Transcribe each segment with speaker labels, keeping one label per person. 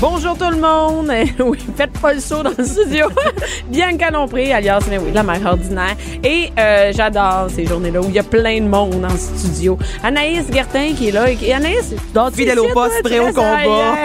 Speaker 1: Bonjour tout le monde. Eh oui, faites pas le saut dans le studio. Bianca Lompré, alias mais oui, la mère ordinaire. Et euh, j'adore ces journées-là où il y a plein de monde dans le studio. Anaïs Gertin qui est là. Et Anaïs, dans
Speaker 2: Fidèle au poste, prêt au combat.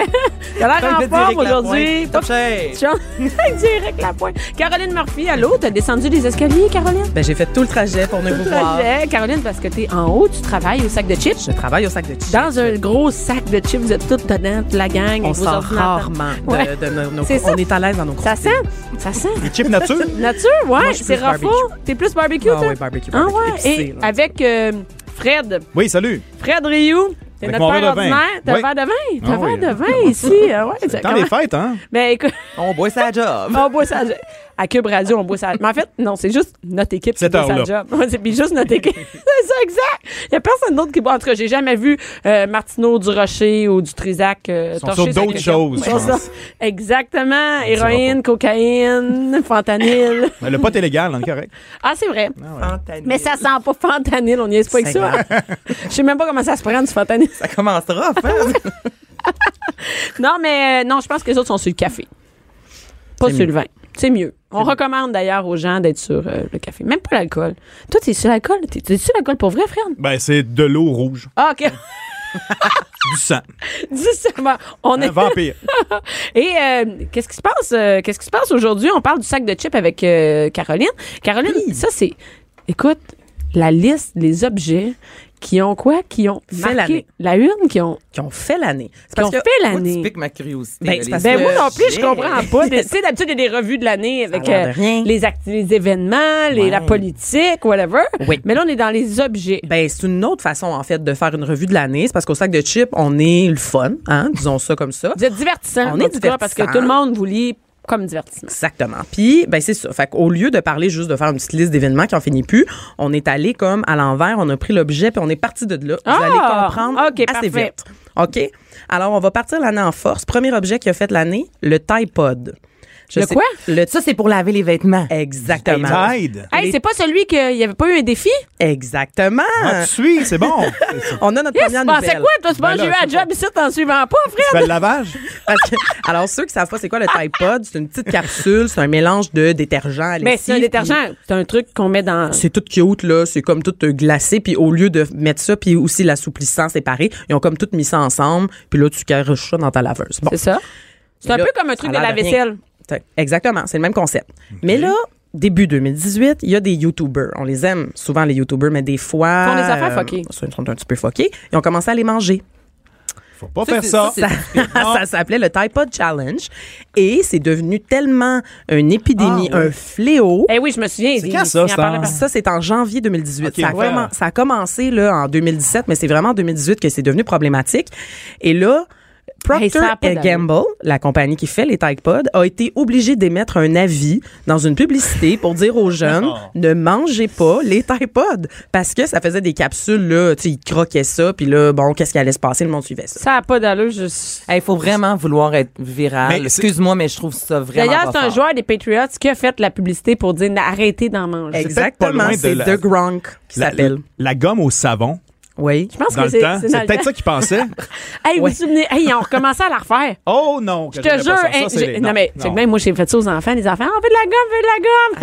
Speaker 1: T'as l'air
Speaker 2: Comme
Speaker 1: en forme
Speaker 2: le Direct Lapointe.
Speaker 1: aujourd'hui.
Speaker 2: Top shape.
Speaker 1: Chan- Direct la pointe. Caroline Murphy, allô, t'as descendu les escaliers, Caroline?
Speaker 2: Ben, j'ai fait tout le trajet pour ne vous voir.
Speaker 1: Projet. Caroline, parce que t'es en haut, tu travailles au sac de chips.
Speaker 2: Je travaille au sac de chips.
Speaker 1: Dans un gros sac de chips, vous êtes toutes dedans, toute la gang. avec
Speaker 2: on
Speaker 1: vos
Speaker 2: sort
Speaker 1: ordinateurs.
Speaker 2: rarement de,
Speaker 1: Ouais.
Speaker 2: de nos, nos-
Speaker 1: C'est ça.
Speaker 2: On est à l'aise dans nos
Speaker 1: Ça
Speaker 2: croustilles.
Speaker 1: sent, ça sent.
Speaker 3: Chip nature?
Speaker 1: Nature, ouais,
Speaker 2: je suis
Speaker 1: c'est
Speaker 2: plus
Speaker 1: rafou.
Speaker 2: barbecue.
Speaker 1: T'es plus barbecue,
Speaker 2: Ah
Speaker 1: toi?
Speaker 2: ouais, barbecue,
Speaker 1: Ah
Speaker 2: barbecue,
Speaker 1: ouais,
Speaker 2: épicé,
Speaker 1: et
Speaker 2: là.
Speaker 1: avec euh, Fred.
Speaker 3: Oui, salut.
Speaker 1: Fred Rioux. T'es
Speaker 3: Avec
Speaker 1: notre
Speaker 3: mon
Speaker 1: père
Speaker 3: verre de vin.
Speaker 1: ordinaire. T'as
Speaker 3: Oui.
Speaker 1: un verre de vin? T'as
Speaker 3: Ah
Speaker 1: un verre
Speaker 3: oui.
Speaker 1: de vin ici? Ah ouais, c'est
Speaker 3: Dans
Speaker 1: comment-
Speaker 3: les fêtes, hein?
Speaker 1: Ben écoute,
Speaker 2: On boit sa job.
Speaker 1: on boit ça. À Cube Radio, on boit ça. Mais en fait, non, c'est juste notre équipe qui
Speaker 3: Cette
Speaker 1: boit sa
Speaker 3: heure-là.
Speaker 1: job. Ouais, c'est puis juste notre équipe. c'est ça, exact. Il n'y a personne d'autre qui boit. En tout cas, j'ai jamais vu euh, Martineau du Rocher ou du Trisac euh,
Speaker 3: Ils sont
Speaker 1: torcher
Speaker 3: sur
Speaker 1: sa
Speaker 3: d'autres
Speaker 1: question.
Speaker 3: choses, Ah,
Speaker 1: Ils
Speaker 3: je
Speaker 1: sont
Speaker 3: pense.
Speaker 1: sur- Exactement. Héroïne, cocaïne, fentanyl.
Speaker 3: Mais Ben, Le pote est légal, on est correct.
Speaker 1: Ah, c'est vrai.
Speaker 2: Fantanil.
Speaker 1: Mais ça sent pas fentanyl, on n'y est pas avec ça. Je sais même pas comment ça se prend du fentanyl.
Speaker 2: Ça hein? commencera, enfin.
Speaker 1: Non, mais euh, non, je pense que les autres sont sur le café. Pas
Speaker 2: C'est
Speaker 1: sur
Speaker 2: mieux.
Speaker 1: le vin. C'est mieux. On recommande d'ailleurs aux gens d'être sur euh, le café. Même pas l'alcool. Toi, t'es sur l'alcool? T'es- T'es sur l'alcool pour vrai, frère?
Speaker 3: Ben, c'est de l'eau rouge,
Speaker 1: Ah, OK.
Speaker 3: du sang,
Speaker 1: Dis seulement. On
Speaker 3: un
Speaker 1: est...
Speaker 3: vampire.
Speaker 1: Et euh, qu'est-ce qui se passe? euh, qu'est-ce qui se passe aujourd'hui? On parle du sac de chips avec euh, Caroline. Caroline, ça, c'est... Écoute, la liste des objets qui ont quoi? Qui ont
Speaker 2: Fait
Speaker 1: marqué
Speaker 2: l'année.
Speaker 1: la une, qui ont...
Speaker 2: Qui ont fait l'année. C'est
Speaker 1: Qui ont fait
Speaker 2: moi,
Speaker 1: l'année.
Speaker 2: tu piques ma curiosité.
Speaker 1: Ben,
Speaker 2: là, les
Speaker 1: ben moi
Speaker 2: objets.
Speaker 1: non plus, je comprends pas. Des- Tu sais, d'habitude, il y a des revues de l'année avec euh,
Speaker 2: a l'air de rien.
Speaker 1: les, acti- les événements, les-
Speaker 2: Ouais.
Speaker 1: la politique, whatever.
Speaker 2: Oui.
Speaker 1: Mais là, on est dans les objets.
Speaker 2: Ben, c'est une autre façon, en fait, de faire une revue de l'année. C'est parce qu'au sac de chips, on est le fun, hein, disons ça comme ça.
Speaker 1: Vous êtes divertissant.
Speaker 2: On est
Speaker 1: en tout cas, parce que
Speaker 2: divertissant.
Speaker 1: tout le monde vous lit comme divertissement.
Speaker 2: Exactement. Puis, ben c'est ça. Fait qu'au lieu de parler juste de faire une petite liste d'événements qui en finit plus, on est allé comme à l'envers, on a pris l'objet puis on est parti de là. Vous allez
Speaker 1: Ah!
Speaker 2: comprendre
Speaker 1: OK, parfait.
Speaker 2: assez vite. OK? Alors, on va partir l'année en force. Premier objet qui a fait l'année, le Tide Pod. Je
Speaker 1: Le quoi?
Speaker 2: Le... Ça, c'est pour laver les vêtements. Exactement.
Speaker 3: Tide.
Speaker 1: Hey, c'est pas celui qu'il n'y avait pas eu un défi?
Speaker 2: Exactement.
Speaker 3: Ah, tu suis, c'est bon. Tu
Speaker 2: On a notre
Speaker 1: Yes,
Speaker 2: première
Speaker 1: tu pensais
Speaker 2: nouvelle.
Speaker 1: quoi? Toi, tu penses
Speaker 3: Ben
Speaker 1: que
Speaker 3: là,
Speaker 1: j'ai eu un
Speaker 3: je sais
Speaker 1: job ici t'en suivant pas,
Speaker 3: fais
Speaker 1: frère?
Speaker 3: le lavage?
Speaker 2: Parce que- alors, ceux qui savent pas c'est quoi le Tide Pod, c'est une petite capsule, c'est un mélange de détergent à
Speaker 1: Mais Ben, c'est un
Speaker 2: lessive,
Speaker 1: détergent. C'est un truc qu'on met dans...
Speaker 2: c'est tout cute là, c'est comme tout euh, glacé puis au lieu de mettre ça puis aussi l'assouplissant séparé, ils ont comme tout mis ça ensemble puis là tu caroches ça dans ta laveuse. Bon,
Speaker 1: C'est ça? C'est
Speaker 2: Mais
Speaker 1: un
Speaker 2: là,
Speaker 1: peu comme un truc de
Speaker 2: ça a
Speaker 1: la
Speaker 2: l'air de rien.
Speaker 1: vaisselle.
Speaker 2: c'est- exactement, c'est le même concept. Mais là Début 2018, il y a des YouTubers. On les aime souvent, les YouTubers, mais des fois. euh,
Speaker 1: Ils font des affaires fuckées.
Speaker 2: Ils sont un petit peu fuckés. Ils ont commencé à les manger.
Speaker 3: Faut pas faire ça.
Speaker 2: Ça, ça s'appelait le Tide Pod Challenge. Et c'est devenu tellement une épidémie,
Speaker 3: Ah, ouais.
Speaker 2: un fléau.
Speaker 1: Eh oui, je me souviens.
Speaker 3: C'est
Speaker 1: il-
Speaker 3: quand
Speaker 1: il
Speaker 3: ça,
Speaker 1: en
Speaker 3: ça?
Speaker 1: parlait pas.
Speaker 2: Ça, hein? c'est en janvier 2018.
Speaker 3: Ok,
Speaker 2: ça, a
Speaker 3: ouais.
Speaker 2: commen- ça a commencé là, en 2017, mais c'est vraiment en 2018 que c'est devenu problématique. Et là,
Speaker 1: Hey,
Speaker 2: Procter
Speaker 1: ça a pas d'allure.
Speaker 2: Gamble, la compagnie qui fait les Tide Pods, a été obligée d'émettre un avis dans une publicité pour dire aux jeunes ne mangez pas les Tide Pods parce que ça faisait des capsules là, tu sais, ils croquaient ça, puis là, bon, qu'est-ce qui allait se passer Le monde suivait ça.
Speaker 1: Ça n'a pas d'allure. je-
Speaker 4: Il faut vraiment vouloir être viral.
Speaker 3: Mais c'est-
Speaker 4: Excuse-moi, mais je trouve ça vraiment.
Speaker 1: D'ailleurs,
Speaker 4: pas
Speaker 1: c'est un
Speaker 4: fort.
Speaker 1: joueur des Patriots qui a fait la publicité pour dire arrêtez d'en manger.
Speaker 3: peut-être pas
Speaker 2: Exactement,
Speaker 3: loin de
Speaker 2: c'est
Speaker 3: la-
Speaker 2: The Gronk qui
Speaker 3: La, la-
Speaker 2: s'appelle.
Speaker 3: la gomme au savon,
Speaker 2: Oui.
Speaker 1: Je pense
Speaker 3: dans
Speaker 1: que
Speaker 3: le
Speaker 1: c'est
Speaker 3: temps,
Speaker 1: dans
Speaker 3: c'est
Speaker 1: le
Speaker 3: peut-être
Speaker 1: temps.
Speaker 3: ça qu'ils pensaient.
Speaker 1: Hey, vous
Speaker 2: Ouais.
Speaker 1: vous souvenez, hey, ils ont recommencé à la refaire.
Speaker 3: Oh non, que
Speaker 1: Je te
Speaker 3: j'aimais
Speaker 1: jure,
Speaker 3: pas ça. Ça,
Speaker 1: hein,
Speaker 3: c'est
Speaker 1: j'ai-
Speaker 3: les-
Speaker 1: non, mais c'est que même moi j'ai fait ça aux enfants, les enfants, on veut de la gomme, on veut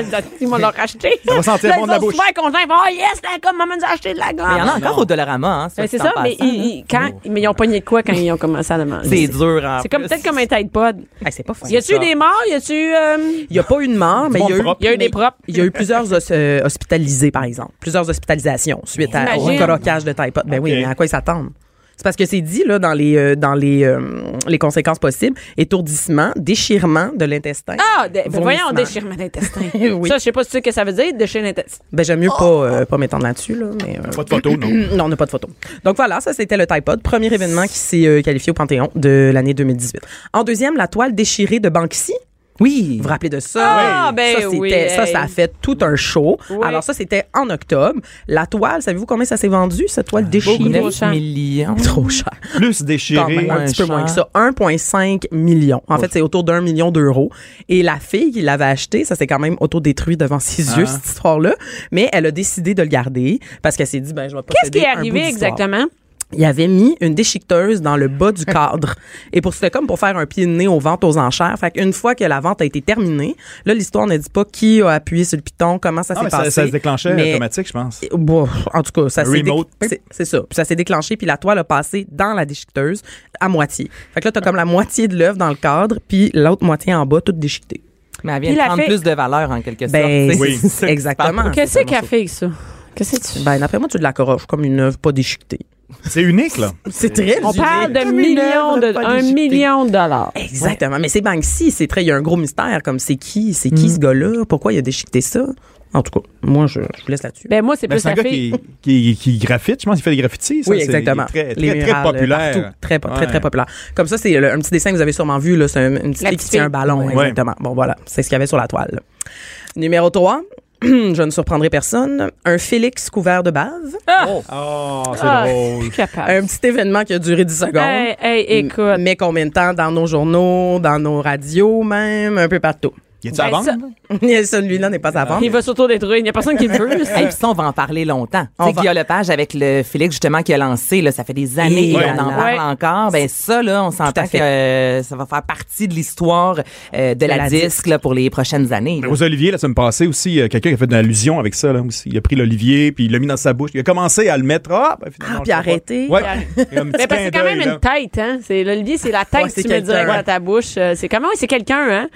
Speaker 1: de la gomme. Ils m'ont leur acheté.
Speaker 3: Ça va sentir
Speaker 1: Là,
Speaker 3: bon
Speaker 1: ils
Speaker 3: de la
Speaker 1: sont
Speaker 3: bouche.
Speaker 1: super contents, ils vont oh yes la gomme, maman nous a acheté de la
Speaker 4: Mais il y en
Speaker 1: gomme.
Speaker 4: a encore au Dollarama, hein. soit
Speaker 1: Mais c'est
Speaker 4: dit en
Speaker 1: ça, mais
Speaker 4: passant,
Speaker 1: ils,
Speaker 4: hein.
Speaker 1: ils-
Speaker 3: Oh.
Speaker 1: quand, mais ils ont pogné de quoi quand ils ont commencé à le manger?
Speaker 4: C'est dur, en
Speaker 1: C'est comme
Speaker 4: plus.
Speaker 1: peut-être comme un Tide Pod.
Speaker 2: Hey, c'est pas fun.
Speaker 1: Y a-tu
Speaker 4: ça.
Speaker 1: des morts? Y a-tu. euh,
Speaker 2: Il n'y a pas eu de mort, mais il y a eu
Speaker 3: propre.
Speaker 1: y a eu des propres?
Speaker 2: Il y a eu plusieurs os- euh, hospitalisés, par exemple. Plusieurs hospitalisations suite à, au
Speaker 1: T'imagines?
Speaker 2: croquage de Tide Pod. Ben oui,
Speaker 3: Ok.
Speaker 2: mais à quoi ils s'attendent? C'est parce que c'est dit là, dans, les, euh, dans les, euh, les conséquences possibles étourdissement, déchirement de l'intestin.
Speaker 1: Ah, de- ben
Speaker 2: Vomissement.
Speaker 1: voyons, déchirement d'intestin.
Speaker 2: Oui.
Speaker 1: Ça, je sais pas si tu sais ce que ça veut dire, déchirer l'intestin.
Speaker 2: Ben, j'aime mieux pas, euh, pas m'étendre là-dessus. Là, mais, euh,
Speaker 3: Pas de photo, non.
Speaker 2: Non, on n'a pas de photo. Donc voilà, ça c'était le Tide Pod, premier événement qui s'est euh, qualifié au Panthéon de l'année 2018. En deuxième, la toile déchirée de Banksy.
Speaker 4: Oui.
Speaker 2: Vous vous rappelez de ça?
Speaker 1: Ah,
Speaker 2: Oui.
Speaker 1: ben
Speaker 2: ça, c'était-
Speaker 1: oui,
Speaker 2: ça, ça a
Speaker 1: hey.
Speaker 2: fait tout un show.
Speaker 1: Oui.
Speaker 2: Alors ça, c'était en octobre. La toile, savez-vous combien ça s'est vendu, cette toile déchirée?
Speaker 1: Ah, Beaucoup.
Speaker 4: 9 millions.
Speaker 2: Trop cher. Quand
Speaker 3: Plus
Speaker 2: même,
Speaker 3: déchiré.
Speaker 2: un
Speaker 1: ben,
Speaker 4: Ouais,
Speaker 2: petit peu
Speaker 4: cher.
Speaker 2: moins que ça. 1,5 million. En fait, c'est autour d'un million d'euros. Et la fille qui l'avait acheté, ça s'est quand même autodétruit devant ses yeux, cette histoire-là. Mais elle a décidé de le garder parce qu'elle s'est dit, ben, je vais pas
Speaker 1: Qu'est-ce qui est arrivé exactement?
Speaker 2: il avait mis une déchiqueteuse dans le bas du cadre. Et pour c'était comme pour faire un pied de nez aux ventes aux enchères. Fait qu'une fois que la vente a été terminée, là l'histoire ne dit pas qui a appuyé sur le piton, comment ça
Speaker 3: Ah,
Speaker 2: s'est
Speaker 3: mais
Speaker 2: passé.
Speaker 3: ça, ça se déclenchait
Speaker 2: Mais-
Speaker 3: automatique, je pense.
Speaker 2: Bon, en tout cas, ça s'est dé-
Speaker 3: Remote.
Speaker 2: c'est- c'est ça. Puis ça s'est déclenché puis la toile a passé dans la déchiqueteuse à moitié. Fait que là t'as comme la moitié de l'œuvre dans le cadre puis l'autre moitié en bas toute déchiquetée.
Speaker 4: Mais elle
Speaker 1: Puis
Speaker 4: vient de
Speaker 1: la
Speaker 4: prendre
Speaker 1: fille-
Speaker 4: plus de valeur, en quelque
Speaker 2: Ben,
Speaker 4: sorte.
Speaker 3: Oui.
Speaker 2: c'est- exactement.
Speaker 1: Qu'est-ce qu'elle a fait avec ça? Qu'est-ce que tu
Speaker 2: Ben d'après moi tu de la coroche comme une œuvre pas déchiquetée.
Speaker 3: C'est unique, là.
Speaker 2: C'est très
Speaker 1: On parle de millions de, un million de dollars.
Speaker 2: Exactement. Mais c'est Banksy, c'est très, il y a un gros mystère comme c'est qui, c'est qui ce gars-là, pourquoi il a déchiqueté ça. En tout cas, moi, je, je vous laisse là-dessus.
Speaker 1: Ben moi, c'est
Speaker 3: Mais
Speaker 1: plus
Speaker 3: c'est un
Speaker 1: la
Speaker 3: gars
Speaker 1: fille.
Speaker 3: qui, qui, qui graffite, je pense qu'il fait des graffitis. ça,
Speaker 2: oui,
Speaker 3: c'est-
Speaker 2: exactement.
Speaker 3: il est Très,
Speaker 2: Les
Speaker 3: très, très
Speaker 2: murales, euh,
Speaker 3: populaire.
Speaker 2: partout. Très, po- très,
Speaker 3: Ouais.
Speaker 2: très populaire. Comme ça, c'est le- un petit dessin que vous avez sûrement vu, là. C'est un- une petite
Speaker 1: La
Speaker 2: fille qui
Speaker 1: petite
Speaker 2: tient un
Speaker 1: fille.
Speaker 2: ballon.
Speaker 3: Ouais.
Speaker 2: Exactement. Bon, voilà. C'est ce qu'il y avait sur la toile. Numéro 3. Je ne surprendrai personne. Un Félix couvert de bave.
Speaker 3: Oh, c'est
Speaker 1: Ah,
Speaker 3: drôle.
Speaker 1: plus capable.
Speaker 2: Un petit événement qui a duré 10 secondes.
Speaker 1: Hey, hey, écoute.
Speaker 2: Mais combien de temps dans nos journaux, dans nos radios, même, un peu partout.
Speaker 3: Y a-tu à
Speaker 1: Ben,
Speaker 3: vendre?
Speaker 1: ça-
Speaker 2: Celui-là n'est pas à vendre.
Speaker 1: il va s'autodétruire. Il n'y a personne qui le veut. ça.
Speaker 4: Et puis ça, on va en parler longtemps.
Speaker 2: On
Speaker 4: Tu sais,
Speaker 2: va-
Speaker 4: Guillaume Lepage avec le Félix, justement, qui a lancé, là, ça fait des années
Speaker 2: Et
Speaker 4: qu'on
Speaker 2: voilà.
Speaker 4: en parle
Speaker 1: Ouais.
Speaker 4: encore. Ben ça, là, on s'entend
Speaker 2: fait.
Speaker 4: que euh, ça va faire partie de l'histoire euh, de la,
Speaker 2: la
Speaker 4: disque,
Speaker 2: disque.
Speaker 4: là, pour les prochaines années. là.
Speaker 3: Ben, Aux Olivier, la semaine passée aussi, euh, quelqu'un qui a fait une allusion avec ça. Là, aussi. Il a pris l'Olivier, puis il l'a mis dans sa bouche. Il a commencé à le mettre. Ah, ben,
Speaker 2: Ah,
Speaker 3: finalement, je
Speaker 2: puis
Speaker 3: sais pas.
Speaker 2: arrêter.
Speaker 3: Ouais. Un
Speaker 1: Mais
Speaker 3: petit
Speaker 1: Ben, parce que
Speaker 3: clin
Speaker 1: c'est quand même
Speaker 3: d'œil, là.
Speaker 1: une tête, hein. C'est l'Olivier, c'est la tête
Speaker 2: Ouais,
Speaker 1: que
Speaker 2: c'est
Speaker 1: tu mets
Speaker 2: quelqu'un,
Speaker 1: direct
Speaker 2: ouais.
Speaker 1: dans ta bouche. Euh, C'est comment c'est quelqu'un, hein.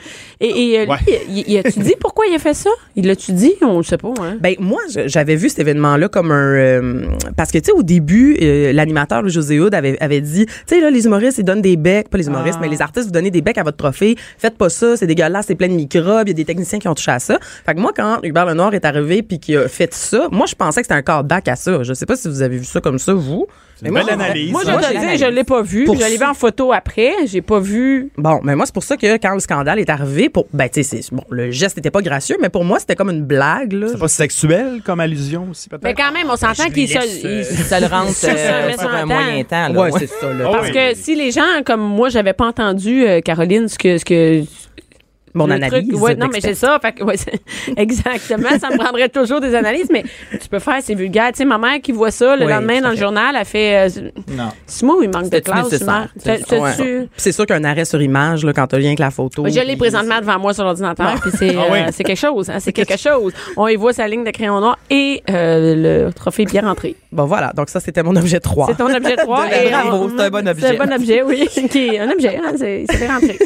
Speaker 1: Et, et, euh, lui,
Speaker 3: Ouais.
Speaker 1: il, il a-tu dit pourquoi il a fait ça Il l'a-tu dit On le sait pas, hein.
Speaker 2: Ben moi, je- j'avais vu cet événement-là comme un euh, parce que tu sais au début, euh, l'animateur le José Hood avait, avait dit, tu sais là les humoristes ils donnent des becs, pas les humoristes, mais les artistes vous donnez des becs à votre trophée, faites pas ça, c'est dégueulasse, c'est plein de microbes, il y a des techniciens qui ont touché à ça. Fait que moi quand Hubert Lenoir est arrivé puis qui a fait ça, moi je pensais que c'était un callback à ça. Je sais pas si vous avez vu ça comme ça vous. Mais
Speaker 3: une
Speaker 2: moi,
Speaker 3: belle
Speaker 2: j'avais-
Speaker 3: analyse,
Speaker 1: Moi, je
Speaker 3: ça.
Speaker 1: dois
Speaker 2: j'ai
Speaker 1: dire,
Speaker 2: l'analyse.
Speaker 1: je l'ai pas vu.
Speaker 2: Pour
Speaker 1: je l'ai vu
Speaker 2: ça-
Speaker 1: en photo après. J'ai pas vu.
Speaker 2: Bon, mais moi, c'est pour ça que quand le scandale est arrivé, pour, ben, tu sais, c'est- bon, le geste n'était pas gracieux, mais pour moi, c'était comme une blague, là.
Speaker 3: C'est pas sexuel comme allusion aussi, peut-être?
Speaker 1: Mais Ben, quand même, on s'entend qu'il se.
Speaker 3: euh,
Speaker 1: il-
Speaker 4: Euh, Ça le rentre
Speaker 1: Ça, ça
Speaker 4: euh,
Speaker 1: met
Speaker 4: sur
Speaker 1: son
Speaker 4: un
Speaker 1: temps.
Speaker 4: moyen temps. Là.
Speaker 2: Ouais,
Speaker 4: Ouais.
Speaker 2: c'est ça, là.
Speaker 3: Ah
Speaker 1: Parce
Speaker 3: oui.
Speaker 1: que si les gens, comme moi, j'avais pas entendu, euh, Caroline, ce que, ce que
Speaker 2: Mon
Speaker 1: le
Speaker 2: analyse.
Speaker 1: truc- ouais, non, mais
Speaker 2: d'expert.
Speaker 1: c'est ça. Fait que, ouais, c'est- exactement. ça me prendrait toujours des analyses, mais tu peux faire, c'est vulgaire. Tu sais, ma mère qui voit ça le
Speaker 2: Oui,
Speaker 1: lendemain
Speaker 2: tout à
Speaker 1: dans le
Speaker 2: fait.
Speaker 1: journal, elle fait. euh,
Speaker 3: Non.
Speaker 1: C'est moi ou il manque de
Speaker 4: C'était-tu
Speaker 1: classe,
Speaker 4: nécessaire?
Speaker 1: Humeur?
Speaker 4: C'est-
Speaker 1: T'as-
Speaker 2: Ouais.
Speaker 1: t'as-tu-
Speaker 2: Puis C'est sûr qu'un arrêt sur image, là, quand t'as lien avec la photo.
Speaker 1: Je l'ai
Speaker 2: puis-
Speaker 1: présentement devant moi sur l'ordinateur, puis c'est
Speaker 3: Ah
Speaker 1: euh,
Speaker 3: oui.
Speaker 1: c'est quelque chose. hein, c'est quelque chose. On y voit sa ligne de crayon noir et euh, le trophée bien rentré.
Speaker 2: Bon, voilà. Donc, ça, c'était mon objet 3.
Speaker 1: C'est ton objet 3.
Speaker 4: De la bravo, c'est un bon objet.
Speaker 1: C'est un bon objet, oui. Qui est un objet, hein, c'est c'est bien rentré.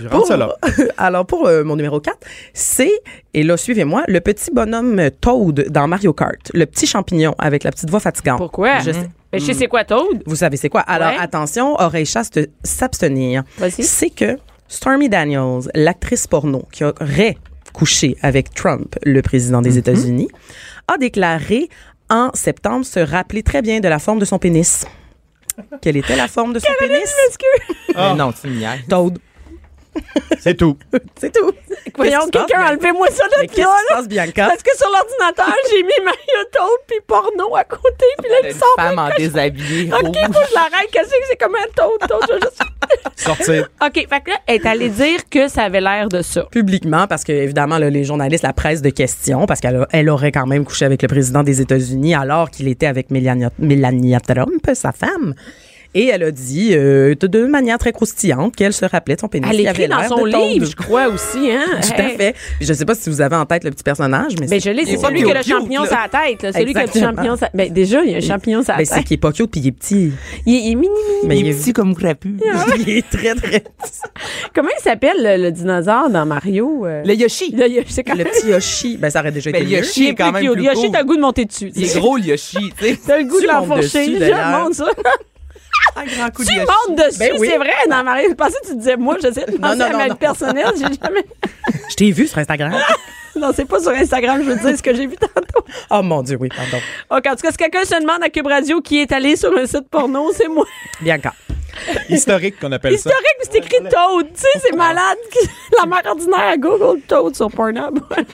Speaker 3: Je rentre ça là.
Speaker 2: Alors, pour euh, mon numéro 4, c'est, et là, suivez-moi, le petit bonhomme Toad dans Mario Kart. Le petit champignon avec la petite voix fatigante.
Speaker 1: Pourquoi?
Speaker 2: Je sais.
Speaker 1: Ben, je sais c'est quoi, Toad?
Speaker 2: Vous savez c'est quoi? Alors,
Speaker 1: Ouais.
Speaker 2: attention, oreille chaste, s'abstenir.
Speaker 1: Vas-y.
Speaker 2: C'est que Stormy Daniels, l'actrice porno qui aurait couché avec Trump, le président des États-Unis, a déclaré en septembre se rappeler très bien de la forme de son pénis. Quelle était la forme de son pénis?
Speaker 4: Mais Non, tu niaises.
Speaker 2: Toad.
Speaker 3: C'est tout.
Speaker 2: C'est tout.
Speaker 1: Voyons, quelqu'un, enlevez-moi ça
Speaker 2: Mais
Speaker 1: de
Speaker 2: qu'est-ce
Speaker 1: là,
Speaker 2: qui se
Speaker 1: là.
Speaker 2: passe, Bianca?
Speaker 1: Parce que sur l'ordinateur, j'ai mis Mario Toad puis porno à côté, puis là, il
Speaker 2: Ah.
Speaker 4: Une
Speaker 1: sort.
Speaker 4: femme en Oh. déshabillé.
Speaker 1: OK, faut
Speaker 4: rouge.
Speaker 1: que je l'arrête. Qu'est-ce que c'est comme un Toad? Toad, je veux juste-
Speaker 3: Sortir.
Speaker 1: OK, fait que là, elle est allée dire que ça avait l'air de ça.
Speaker 2: Publiquement, parce que, évidemment, là, les journalistes la presse de questions, parce qu'elle a- elle aurait quand même couché avec le président des États-Unis alors qu'il était avec Melania, Melania Trump, sa femme. Et elle a dit, euh, de manière très croustillante, qu'elle se rappelait de son pénis.
Speaker 1: Elle
Speaker 2: qui
Speaker 1: écrit
Speaker 2: avait
Speaker 1: dans
Speaker 2: l'air
Speaker 1: son
Speaker 2: de ton-
Speaker 1: livre, je crois aussi, hein?
Speaker 2: Tout à
Speaker 1: Hey.
Speaker 2: fait. Je sais pas si vous avez en tête le petit personnage, mais
Speaker 1: Ben,
Speaker 2: c'est-
Speaker 1: je l'ai, c'est
Speaker 2: il est pas
Speaker 1: celui qui
Speaker 2: cute,
Speaker 1: a le champignon
Speaker 2: là.
Speaker 1: sur la tête, là. Celui qui a le
Speaker 2: Exactement.
Speaker 1: champignon sur Ben, déjà, il y a un champignon sur la
Speaker 2: Ben, c'est
Speaker 1: tête.
Speaker 2: qu'il est pas cute puis il est petit.
Speaker 1: Il est, il est mini, mini.
Speaker 2: Mais
Speaker 4: Il est petit comme crapu.
Speaker 2: il est très, très petit.
Speaker 1: Comment il s'appelle, le, le dinosaure dans Mario? euh?
Speaker 4: Le Yoshi.
Speaker 1: Le Yoshi, c'est quand
Speaker 2: Le
Speaker 1: même.
Speaker 2: petit Yoshi, ben, ça aurait déjà été
Speaker 4: Ben,
Speaker 2: mieux.
Speaker 4: Yoshi est quand même
Speaker 1: cute.
Speaker 4: plus
Speaker 1: Yoshi,
Speaker 4: cool.
Speaker 1: t'as le goût de monter dessus.
Speaker 4: Il est gros, le Yoshi. tu sais.
Speaker 1: T'as le goût
Speaker 2: Tu
Speaker 1: de
Speaker 2: montes
Speaker 1: l'enfourcher.
Speaker 2: dessus,
Speaker 1: Je
Speaker 2: d'ailleurs.
Speaker 1: monte ça.
Speaker 4: Un grand coup de
Speaker 1: Tu
Speaker 4: Yoshi.
Speaker 1: montes dessus,
Speaker 2: Ben oui.
Speaker 1: c'est vrai, dans Mario. Je pensais que tu disais, moi, j'essaie de penser
Speaker 2: non,
Speaker 1: à
Speaker 2: non,
Speaker 1: ma vie
Speaker 2: non.
Speaker 1: personnelle. J'ai jamais.
Speaker 2: Je t'ai vu sur Instagram.
Speaker 1: Non, c'est pas sur Instagram, je veux dire ce que j'ai vu tantôt.
Speaker 2: oh mon Dieu, oui, pardon.
Speaker 1: OK, en tout cas, si quelqu'un se demande à Cube Radio qui est allé sur un site porno, c'est moi.
Speaker 2: Bianca.
Speaker 3: Historique qu'on appelle ça.
Speaker 1: Historique, mais c'est écrit Toad. Tu sais, c'est malade. La mère ordinaire à Google Toad sur Pornhub.
Speaker 2: Hein?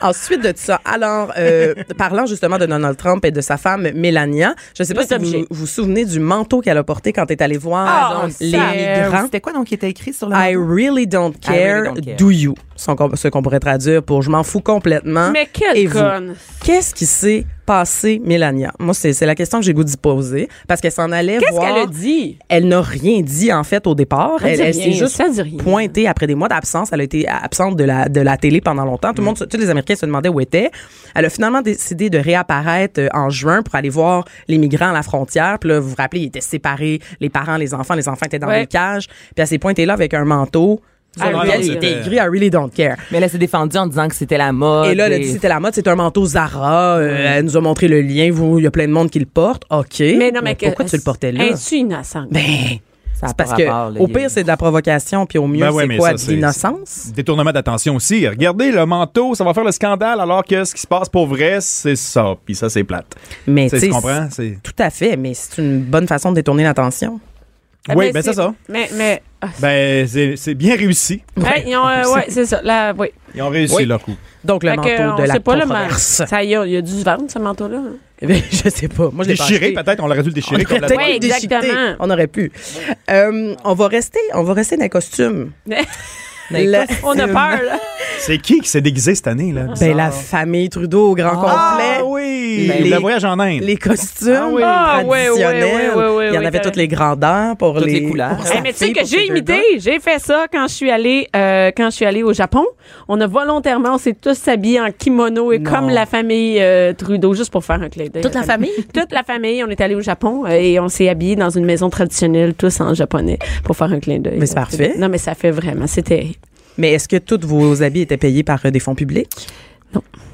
Speaker 2: Ensuite de ça, alors, euh, parlant justement de Donald Trump et de sa femme Melania, je sais pas
Speaker 1: Vous êtes
Speaker 2: si vous
Speaker 1: obligé.
Speaker 2: vous souvenez du manteau qu'elle a porté quand est allée voir
Speaker 1: Ah,
Speaker 2: euh,
Speaker 1: ça,
Speaker 2: les
Speaker 4: Euh,
Speaker 2: migrants.
Speaker 4: C'était quoi donc qui était écrit sur le
Speaker 2: I really don't care,
Speaker 4: really don't care.
Speaker 2: do you. Son- Ce qu'on pourrait traduire pour je m'en fous complètement.
Speaker 1: Mais quelle
Speaker 2: Et vous?
Speaker 1: conne.
Speaker 2: Qu'est-ce qui s'est passé, Mélania? Moi, c'est c'est la question que j'ai le goût d'y poser. Parce qu'elle s'en allait
Speaker 1: Qu'est-ce
Speaker 2: voir.
Speaker 1: qu'elle a dit?
Speaker 2: Elle n'a rien dit, en fait, au départ.
Speaker 1: Elle
Speaker 2: Elle,
Speaker 1: dit
Speaker 2: elle
Speaker 1: rien,
Speaker 2: s'est juste
Speaker 1: ça dit rien.
Speaker 2: pointée après des mois d'absence. Elle a été absente de la, de la télé pendant longtemps. Tout le monde, se- tous les Américains se demandaient où était. Elle a finalement décidé de réapparaître euh, en juin pour aller voir les migrants à la frontière. Puis là, vous vous rappelez, ils étaient séparés, les parents, les enfants. Les enfants étaient dans
Speaker 1: Ouais.
Speaker 2: des cages. Puis elle s'est pointée là avec un manteau.
Speaker 1: Ah,
Speaker 2: sur
Speaker 1: oui,
Speaker 2: lequel
Speaker 1: oui,
Speaker 2: il
Speaker 1: oui.
Speaker 2: était écrit I really don't care.
Speaker 4: Mais elle s'est défendue en disant que c'était la mode.
Speaker 2: Et là, elle a dit c'était la mode, c'est un manteau Zara. euh, Elle nous a montré le lien. Vous, il y a plein de monde qui le porte. OK.
Speaker 1: Mais non, mais, que-
Speaker 2: pourquoi tu le portais là?
Speaker 1: Es-tu innocente?
Speaker 2: Ben,
Speaker 4: Ça
Speaker 2: c'est
Speaker 4: a pas
Speaker 2: parce que
Speaker 4: rapport, là,
Speaker 2: au
Speaker 4: il y a-
Speaker 2: pire, c'est de la provocation, puis au mieux,
Speaker 3: Ben ouais,
Speaker 2: c'est
Speaker 3: mais
Speaker 2: quoi?
Speaker 3: ça,
Speaker 2: de
Speaker 3: c'est-
Speaker 2: l'innocence?
Speaker 3: Détournement d'attention aussi. Regardez le manteau, ça va faire le scandale, alors que ce qui se passe pour vrai, c'est ça. Puis ça, c'est plate.
Speaker 2: Mais
Speaker 3: Tu sais,
Speaker 2: tu
Speaker 3: tu
Speaker 2: sais,
Speaker 3: comprends? C'est...
Speaker 2: Tout à fait, mais c'est une bonne façon de détourner l'attention. Eh
Speaker 3: Oui, ben c'est ça.
Speaker 1: Ah, Mais, mais, ah,
Speaker 3: Ben, c'est, c'est bien réussi.
Speaker 1: hey, ils ont, euh, ouais, c'est ça. Là, oui.
Speaker 3: Ils ont réussi leur coup.
Speaker 2: Donc, le
Speaker 1: Fait que,
Speaker 2: manteau
Speaker 1: on
Speaker 2: de la
Speaker 1: sait pas le man-
Speaker 2: controverse.
Speaker 1: Ça y est, il y a dû se vendre, ce manteau-là. hein.
Speaker 2: Ben, je sais pas. Moi, je l'ai pas
Speaker 3: Déchiré,
Speaker 2: acheté.
Speaker 3: peut-être, on l'aurait dû le
Speaker 2: On
Speaker 3: déchirer.
Speaker 2: aurait
Speaker 3: comme la
Speaker 2: peut-être
Speaker 1: Ouais,
Speaker 2: dû le déchiqueter.
Speaker 1: exactement.
Speaker 2: On aurait pu. Euh, on va rester, on va rester dans les costumes.
Speaker 1: Mais-
Speaker 2: Dans les costumes.
Speaker 1: On a peur, là.
Speaker 3: C'est qui qui s'est déguisé cette année, là?
Speaker 2: Ben, la famille Trudeau au grand complet.
Speaker 3: Ah oui!
Speaker 2: Les-
Speaker 3: Le voyage en Inde.
Speaker 2: les costumes
Speaker 1: oui. Ah, ouais, ouais,
Speaker 2: traditionnels.
Speaker 1: ouais, ouais, ouais,
Speaker 2: Il y en
Speaker 1: ouais,
Speaker 2: avait
Speaker 1: t'as
Speaker 2: toutes les grandeurs pour
Speaker 4: Toutes
Speaker 2: les,
Speaker 4: les couleurs.
Speaker 2: pour
Speaker 1: Eh,
Speaker 2: sa
Speaker 1: mais tu sais
Speaker 2: fille,
Speaker 1: que
Speaker 2: pour
Speaker 1: j'ai
Speaker 2: ses deux
Speaker 1: imité,
Speaker 2: gars.
Speaker 1: j'ai fait ça quand je suis allée euh, quand je suis allée au Japon. On a volontairement, on s'est tous habillés en kimono et
Speaker 2: Non.
Speaker 1: comme la famille euh, Trudeau juste pour faire un clin d'œil.
Speaker 2: Toute la famille?
Speaker 1: Toute la famille, on est allé au Japon euh, et on s'est habillés dans une maison traditionnelle tous en japonais pour faire un clin d'œil.
Speaker 2: Mais c'est
Speaker 1: Euh,
Speaker 2: parfait.
Speaker 1: Non mais ça fait vraiment, c'était
Speaker 2: Mais est-ce que tous vos habits étaient payés par euh, des fonds publics?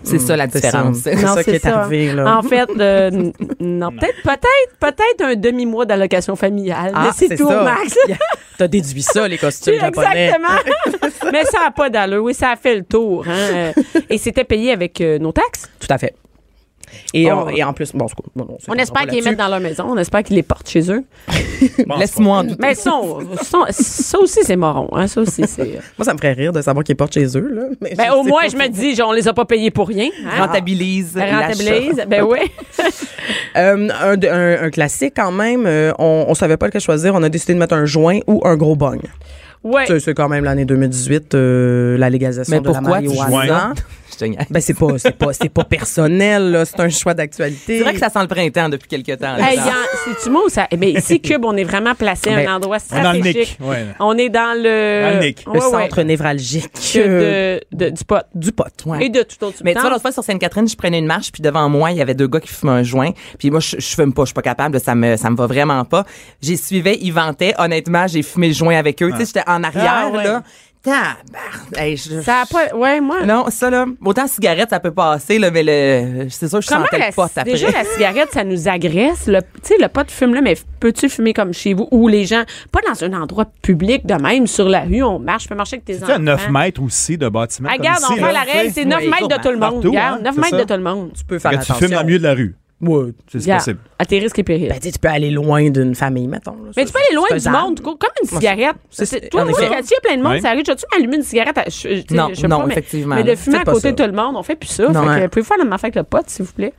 Speaker 4: C'est ça la
Speaker 2: C'est ça.
Speaker 4: différence.
Speaker 2: C'est
Speaker 1: Non,
Speaker 2: ça qui
Speaker 1: c'est
Speaker 2: est
Speaker 1: ça.
Speaker 2: arrivé, là.
Speaker 1: En fait, euh, n- non, peut-être, peut-être, peut-être un demi-mois d'allocation familiale. mais c'est tout,
Speaker 2: Ah, ça.
Speaker 1: Max.
Speaker 2: T'as déduit ça, les costumes japonais.
Speaker 1: Exactement. mais ça n'a pas d'allure. Oui, ça a fait le tour. hein. Euh, Et c'était payé avec euh, nos taxes.
Speaker 2: Tout à fait. Et,
Speaker 1: Oh.
Speaker 2: on- et en plus, bon, en tout cas, bon,
Speaker 1: On espère qu'ils les mettent
Speaker 2: mettent
Speaker 1: dans leur maison. On espère qu'ils les portent chez eux.
Speaker 4: Laisse-moi en douter.
Speaker 1: Mais ça, on- ça, on- ça aussi, c'est moron. Hein. Ça aussi, c'est...
Speaker 2: Moi, ça me ferait rire de savoir qu'ils portent chez eux, là. Mais
Speaker 1: Ben,
Speaker 2: je
Speaker 1: au
Speaker 2: sais
Speaker 1: moins,
Speaker 2: pas.
Speaker 1: je me dis, genre, on les a pas payés pour rien. hein.
Speaker 4: Rentabilise. l'achat.
Speaker 1: Rentabilise. Ben oui.
Speaker 2: Euh, un, de- un- un classique, quand même, euh, on, on savait pas lequel choisir. On a décidé de mettre un joint ou un gros bong.
Speaker 1: Ouais.
Speaker 2: C'est- C'est quand même l'année 2018, euh, la légalisation
Speaker 4: Mais
Speaker 2: de la
Speaker 4: pourquoi tu
Speaker 2: marijuana.
Speaker 3: joins?
Speaker 4: Je te niaise.
Speaker 2: Ben c'est pas c'est pas c'est pas personnel là, c'est un choix d'actualité.
Speaker 4: C'est vrai que ça sent le printemps depuis quelques temps. là.
Speaker 1: Hey, y en- c'est-tu moi ou ça? Eh ben, ici, Cube, on est vraiment placé à
Speaker 2: Ben,
Speaker 1: un endroit
Speaker 3: on est dans le
Speaker 1: stratégique.
Speaker 3: Nick, ouais.
Speaker 1: On est dans
Speaker 3: Dans
Speaker 1: le...
Speaker 3: le Nick.
Speaker 2: le
Speaker 1: Ouais, ouais.
Speaker 2: centre névralgique euh,
Speaker 1: Que de- de- du pot.
Speaker 2: du pote.
Speaker 4: Ouais.
Speaker 1: Et de tout autre
Speaker 4: Mais tu
Speaker 1: substance.
Speaker 4: vois, l'autre fois, sur Sainte-Catherine, je prenais une marche, puis devant moi, il y avait deux gars qui fumaient un joint. Puis moi, je, je fume pas, je suis pas capable, ça me, ça me va vraiment pas. J'y suivais, ils vantaient. Honnêtement, j'ai fumé le joint avec eux. Tu sais, j'étais en arrière,
Speaker 1: Ah, ouais.
Speaker 4: là. Tabarnak. Hey, je-
Speaker 1: Ça a pas... Ouais, moi...
Speaker 4: Non, ça, là, autant cigarette, ça peut passer, là, mais le, c'est sûr, je
Speaker 1: Comment
Speaker 4: sentais
Speaker 1: la,
Speaker 4: le pote après.
Speaker 1: déjà la cigarette ça nous agresse le tu sais le pot de fume là mais peux-tu fumer comme chez vous ou les gens pas dans un endroit public de même sur la rue on marche je peux marcher avec tes
Speaker 3: Tu sais,
Speaker 1: enfants
Speaker 3: à 9
Speaker 2: hein?
Speaker 3: mètres aussi de bâtiment.
Speaker 1: Ah,
Speaker 3: comme
Speaker 1: regarde
Speaker 3: ici,
Speaker 1: on fait
Speaker 3: là,
Speaker 1: la
Speaker 3: tu sais.
Speaker 1: règle c'est 9
Speaker 4: Ouais,
Speaker 1: mètres de
Speaker 4: partout,
Speaker 1: tout le monde
Speaker 3: hein,
Speaker 1: regarde 9
Speaker 3: c'est
Speaker 1: mètres de
Speaker 3: ça.
Speaker 1: tout le monde
Speaker 2: Tu peux faire
Speaker 3: Quand tu
Speaker 2: attention.
Speaker 3: fumes dans le milieu de la rue.
Speaker 2: Ouais.
Speaker 3: C'est
Speaker 1: Regarde,
Speaker 3: possible.
Speaker 1: à tes risques et périls
Speaker 2: Ben, tu sais, tu peux aller loin d'une famille mettons. là.
Speaker 1: mais
Speaker 2: Ça,
Speaker 1: tu peux aller
Speaker 2: c'est
Speaker 1: loin du
Speaker 2: faisable.
Speaker 1: monde, co- comme une cigarette.
Speaker 2: c'est-
Speaker 1: C'est-
Speaker 2: c'est-
Speaker 1: Toi,
Speaker 2: en
Speaker 1: moi,
Speaker 2: effet.
Speaker 1: quand il y a plein de monde,
Speaker 3: Oui.
Speaker 1: ça arrive, tu m'allumer une cigarette? à- je- je- tu sais,
Speaker 4: Non,
Speaker 1: je sais
Speaker 4: non,
Speaker 1: pas, mais-
Speaker 4: effectivement,
Speaker 1: Mais de
Speaker 4: là.
Speaker 1: fumer à
Speaker 2: Faites pas
Speaker 1: côté
Speaker 2: ça.
Speaker 1: de tout le monde, on fait plus ça.
Speaker 2: Non,
Speaker 1: fait que,
Speaker 2: hein.
Speaker 1: pouvez-vous faire la même affaire avec le pote, s'il vous plaît?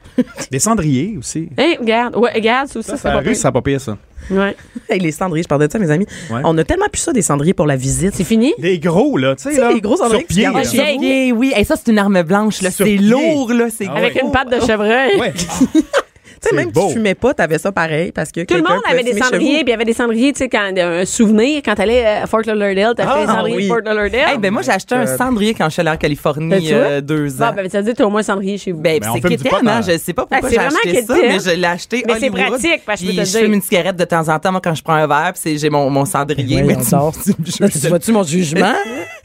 Speaker 3: Des cendriers aussi.
Speaker 1: Hein, regarde, ouais, regarde, ça aussi,
Speaker 3: Ça,
Speaker 1: ça,
Speaker 3: c'est la
Speaker 1: pas
Speaker 3: rue,
Speaker 1: pire.
Speaker 3: ça n'a pas pire, ça.
Speaker 1: Ouais.
Speaker 2: Hey, les cendriers, je parlais de ça mes amis.
Speaker 3: Ouais.
Speaker 2: On a tellement plus ça des cendriers pour la visite.
Speaker 1: C'est fini?
Speaker 3: Des gros, là, tu sais,
Speaker 2: Tu sais,
Speaker 3: là.
Speaker 2: les gros
Speaker 3: sur
Speaker 2: cendriers que tu
Speaker 3: pied,
Speaker 2: gardes
Speaker 3: là.
Speaker 2: chez
Speaker 1: Hey.
Speaker 4: Hey, oui, hey, ça, c'est une arme blanche, là.
Speaker 3: Sur
Speaker 4: C'est
Speaker 3: pied.
Speaker 4: lourd, là. C'est
Speaker 3: Ah
Speaker 1: Avec
Speaker 2: oh.
Speaker 3: ouais.
Speaker 1: une patte de chevreuil.
Speaker 3: Ouais.
Speaker 2: Tu sais, sais, même si
Speaker 3: beau.
Speaker 2: tu fumais pas, t'avais ça pareil parce que
Speaker 1: Tout le
Speaker 2: quelqu'un
Speaker 1: monde
Speaker 2: pouvait
Speaker 1: avait des
Speaker 2: fumer chez
Speaker 1: cendriers, puis
Speaker 2: vous.
Speaker 1: il y avait des cendriers, tu sais, quand euh, un souvenir, quand t'allais euh, à Fort Lauderdale, t'as fait des
Speaker 2: Ah,
Speaker 1: cendriers
Speaker 2: oui.
Speaker 1: de Fort Lauderdale.
Speaker 4: Eh ben moi, j'ai acheté un
Speaker 3: Euh,
Speaker 4: cendrier quand je suis allée en
Speaker 2: Ben, tu
Speaker 4: Californie
Speaker 2: vois?
Speaker 4: euh, deux ans.
Speaker 1: Bon, ben, ça veut dire que t'as au moins un cendrier chez vous.
Speaker 4: Ben,
Speaker 3: Mais on
Speaker 4: c'est
Speaker 3: fume du
Speaker 4: quétaine,
Speaker 3: pot dans-
Speaker 4: hein? Je sais pas pourquoi
Speaker 1: Ah, c'est
Speaker 4: j'ai
Speaker 1: vraiment
Speaker 4: acheté ça,
Speaker 1: quétaine.
Speaker 4: mais je l'ai acheté
Speaker 1: Mais c'est
Speaker 4: Hollywood,
Speaker 1: pratique, parce que je peux
Speaker 4: puis
Speaker 1: te
Speaker 4: je
Speaker 1: dire.
Speaker 4: fume une cigarette de temps en temps, moi, quand je prends un verre, puis c'est- j'ai mon, mon cendrier.
Speaker 2: Voyons
Speaker 4: mais tu-
Speaker 2: donc.
Speaker 4: tu- je-
Speaker 2: Là, tu vois-tu mon jugement?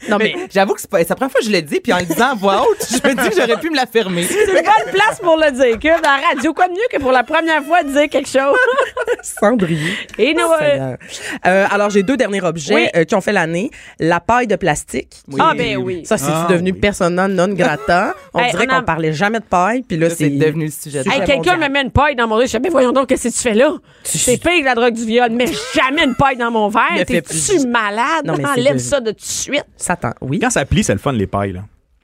Speaker 1: non, mais.
Speaker 4: mais j'avoue que c'est pas- c'est la première fois que je l'ai dit, puis en le disant à voix haute, je me dis que j'aurais pu me la fermer.
Speaker 1: C'est une bonne place pour le dire. Que dans la radio, quoi de mieux que pour la première fois dire quelque chose?
Speaker 2: Cendrier.
Speaker 1: Et nous, euh,
Speaker 2: Seigneur. Euh, alors, j'ai deux derniers objets
Speaker 1: Oui.
Speaker 2: euh, qui ont fait l'année. La paille de plastique. qui-
Speaker 1: Ah, ben oui.
Speaker 2: Ça, c'est
Speaker 3: Ah,
Speaker 2: devenu
Speaker 3: oui.
Speaker 2: persona non grata. On
Speaker 1: Hey,
Speaker 2: dirait
Speaker 1: on en-
Speaker 2: qu'on parlait jamais de paille, puis là,
Speaker 4: Là, c'est devenu le sujet de
Speaker 2: c'est
Speaker 1: Hey,
Speaker 4: la-
Speaker 1: quelqu'un me
Speaker 2: mondial.
Speaker 1: met une paille dans mon verre. Je dis, mais voyons donc, qu'est-ce que tu fais là? C'est pire que la drogue du viol. Mais jamais une paille dans mon verre.
Speaker 2: Ne fais
Speaker 1: T'es-tu
Speaker 2: plus.
Speaker 1: malade?
Speaker 2: Non, mais c'est
Speaker 1: Enlève
Speaker 2: de-
Speaker 1: ça de tout de suite.
Speaker 2: Satan, oui.
Speaker 3: Quand ça plie, c'est le fun, les pailles, là.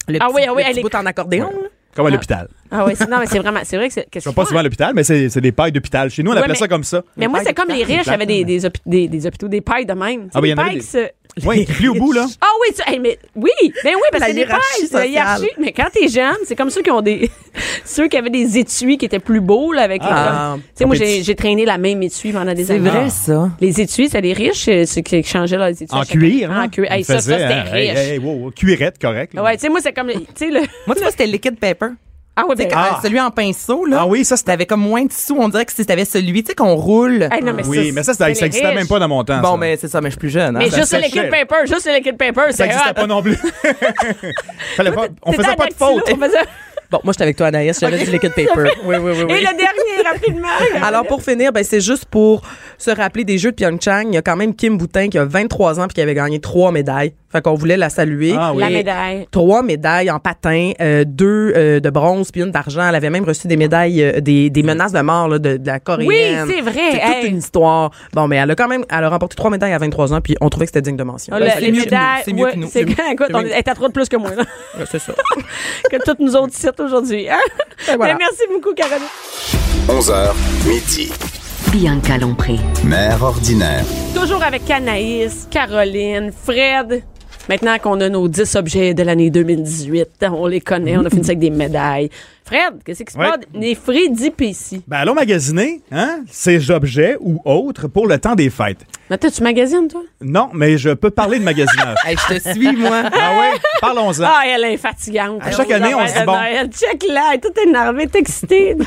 Speaker 2: Le
Speaker 1: Ah
Speaker 2: petit-
Speaker 1: oui, ah oui,
Speaker 2: le
Speaker 1: elle
Speaker 2: petit
Speaker 1: est-
Speaker 2: bout en accordéon. là.
Speaker 3: Comme à l'hôpital.
Speaker 1: Ah ouais, c'est- non, mais c'est vraiment, c'est vrai que c'est, qu'est-ce
Speaker 3: Je vais pas
Speaker 1: qu'ils
Speaker 3: souvent à l'hôpital, mais c'est c'est des pailles d'hôpital. Chez nous, on
Speaker 1: Ouais,
Speaker 3: appelait
Speaker 1: mais-
Speaker 3: ça comme ça.
Speaker 1: Mais moi, c'est comme les riches
Speaker 3: plate,
Speaker 1: avaient des, des, hôpi- des, des hôpitaux, des pailles de même.
Speaker 3: Ah,
Speaker 1: oui,
Speaker 3: ben, il y en avait des- Oui, plie au bout, là.
Speaker 1: Ah oui, tu- hey, mais oui, ben oui, parce
Speaker 2: La
Speaker 1: que c'est des pailles,
Speaker 2: hiérarchie
Speaker 1: c'est la
Speaker 2: sociale.
Speaker 1: hiérarchie. Mais quand t'es jeune, c'est comme ceux qui ont des, ceux qui avaient des étuis qui étaient plus beaux là avec.
Speaker 2: Ah.
Speaker 1: les- tu sais, moi j'ai,
Speaker 3: Compétitif.
Speaker 1: j'ai traîné la même étui pendant des
Speaker 4: C'est
Speaker 1: années.
Speaker 4: vrai, ça.
Speaker 1: Les étuis, c'est les riches, euh, ceux qui changeaient leurs étuis.
Speaker 3: En
Speaker 1: à chaque-
Speaker 3: cuir, hein?
Speaker 1: En cuir. Hey,
Speaker 3: On
Speaker 1: ça,
Speaker 3: faisait,
Speaker 1: ça c'était
Speaker 3: hein, hey,
Speaker 1: riche.
Speaker 3: hey, wow, wow, Cuirette, correct. là.
Speaker 1: Ouais, tu sais, moi c'est comme, tu sais le.
Speaker 4: Moi, tu vois, c'était le liquid paper.
Speaker 1: Ah ouais,
Speaker 4: Tu sais,
Speaker 1: ben,
Speaker 4: quand-
Speaker 3: Ah.
Speaker 4: Celui en pinceau, là.
Speaker 3: Ah oui, ça, c'était-
Speaker 4: T'avais comme moins de sous. On dirait que si t'avais celui, tu sais, qu'on roule.
Speaker 1: hey, non, mais
Speaker 3: Oui, mais ça, ça
Speaker 1: c'est
Speaker 3: ça
Speaker 1: les
Speaker 3: existait
Speaker 1: riches.
Speaker 3: même pas dans mon temps.
Speaker 4: Bon,
Speaker 3: ça.
Speaker 4: mais c'est ça, mais je suis plus jeune. hein.
Speaker 1: Mais
Speaker 3: ça
Speaker 1: juste le
Speaker 3: séchait.
Speaker 1: liquid paper, juste le liquid paper,
Speaker 3: Ça
Speaker 1: c'est
Speaker 3: n'existait
Speaker 1: hot.
Speaker 3: pas non plus. Fallait pas- on
Speaker 1: T'étais
Speaker 3: faisait
Speaker 1: à
Speaker 3: pas de
Speaker 1: dactylo,
Speaker 3: faute.
Speaker 1: on faisait-
Speaker 2: Bon, moi, j'étais avec toi, Anaïs. J'avais du liquid paper. Oui, oui, oui. oui.
Speaker 1: Et le dernier, rapidement.
Speaker 2: Alors pour finir, ben c'est juste pour se rappeler des Jeux de Pyeongchang. Il y a quand même Kim Boutin qui a 23 ans puis qui avait gagné trois médailles. Fait qu'on voulait la saluer.
Speaker 3: Ah oui.
Speaker 1: La médaille.
Speaker 2: Trois médailles en patin, euh, deux euh, de bronze puis une d'argent. Elle avait même reçu des médailles, euh, des, des menaces de mort là, de, de la coréenne.
Speaker 1: Oui, c'est vrai.
Speaker 2: C'est toute
Speaker 1: Hey.
Speaker 2: une histoire. Bon, mais elle a quand même, elle a remporté trois médailles à 23 ans puis on trouvait que c'était digne de mention.
Speaker 1: Ah,
Speaker 2: Ben,
Speaker 1: le-
Speaker 2: c'est-
Speaker 1: les
Speaker 4: mieux que
Speaker 1: médailles,
Speaker 4: nous, Bah, c'est mieux
Speaker 1: ouais,
Speaker 4: que nous.
Speaker 1: C'est
Speaker 4: C'est
Speaker 1: quand, écoute, on est elle est à trois de plus que moi, là,
Speaker 2: ouais, c'est ça.
Speaker 1: que toutes nous autres sites aujourd'hui. hein.
Speaker 2: voilà.
Speaker 4: Ben,
Speaker 1: Mais merci beaucoup, Caroline.
Speaker 5: 11h, midi.
Speaker 6: Bianca Lompré.
Speaker 5: Mère ordinaire.
Speaker 1: Toujours avec Anaïs, Caroline, Fred. Maintenant qu'on a nos 10 objets de l'année 2018, on les connaît, on a fini ça avec des médailles. Fred, qu'est-ce qui se
Speaker 3: Ouais.
Speaker 1: passe? Les Freddy Pessi.
Speaker 3: Ben, allons magasiner, hein, ces objets ou autres pour le temps des fêtes.
Speaker 1: Mais toi, tu magasines, toi?
Speaker 3: Non, mais je peux parler de magasinage.
Speaker 4: Hey, je te suis, moi.
Speaker 3: ah ouais? Parlons-en.
Speaker 1: Ah, elle est fatigante.
Speaker 3: À chaque année, on se dit, bon.
Speaker 1: Elle check là, tout énervé, t'es excitée.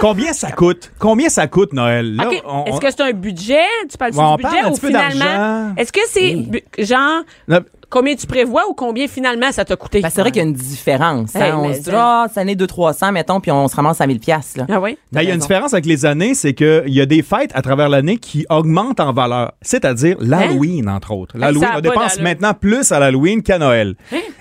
Speaker 3: Combien ça coûte? Combien ça coûte, Noël? Là,
Speaker 1: OK.
Speaker 3: on-
Speaker 1: Est-ce que c'est un budget? Tu parles
Speaker 3: Ouais, on
Speaker 1: du
Speaker 3: parle
Speaker 1: budget
Speaker 3: un
Speaker 1: ou
Speaker 3: petit peu
Speaker 1: finalement?
Speaker 3: d'argent.
Speaker 1: Est-ce que c'est bu- genre
Speaker 3: on-
Speaker 1: combien tu prévois ou combien finalement ça t'a coûté?
Speaker 4: Ben, c'est vrai qu'il y a une différence. hein.
Speaker 1: Hey,
Speaker 4: on
Speaker 1: mais
Speaker 4: se dit,
Speaker 1: ça-
Speaker 4: ah, cette année, 200-300, mettons, puis on se ramasse à 1000 piastres, là.
Speaker 1: Ah oui?
Speaker 3: Ben, il y a une
Speaker 4: raison.
Speaker 3: différence avec les années, c'est qu'il y a des fêtes à travers l'année qui augmentent en valeur, c'est-à-dire l'Halloween, entre autres. L'Halloween,
Speaker 1: Hein? ça a
Speaker 3: on
Speaker 1: pas
Speaker 3: dépense
Speaker 1: d'allure. Hein?
Speaker 3: maintenant plus à l'Halloween qu'à Noël.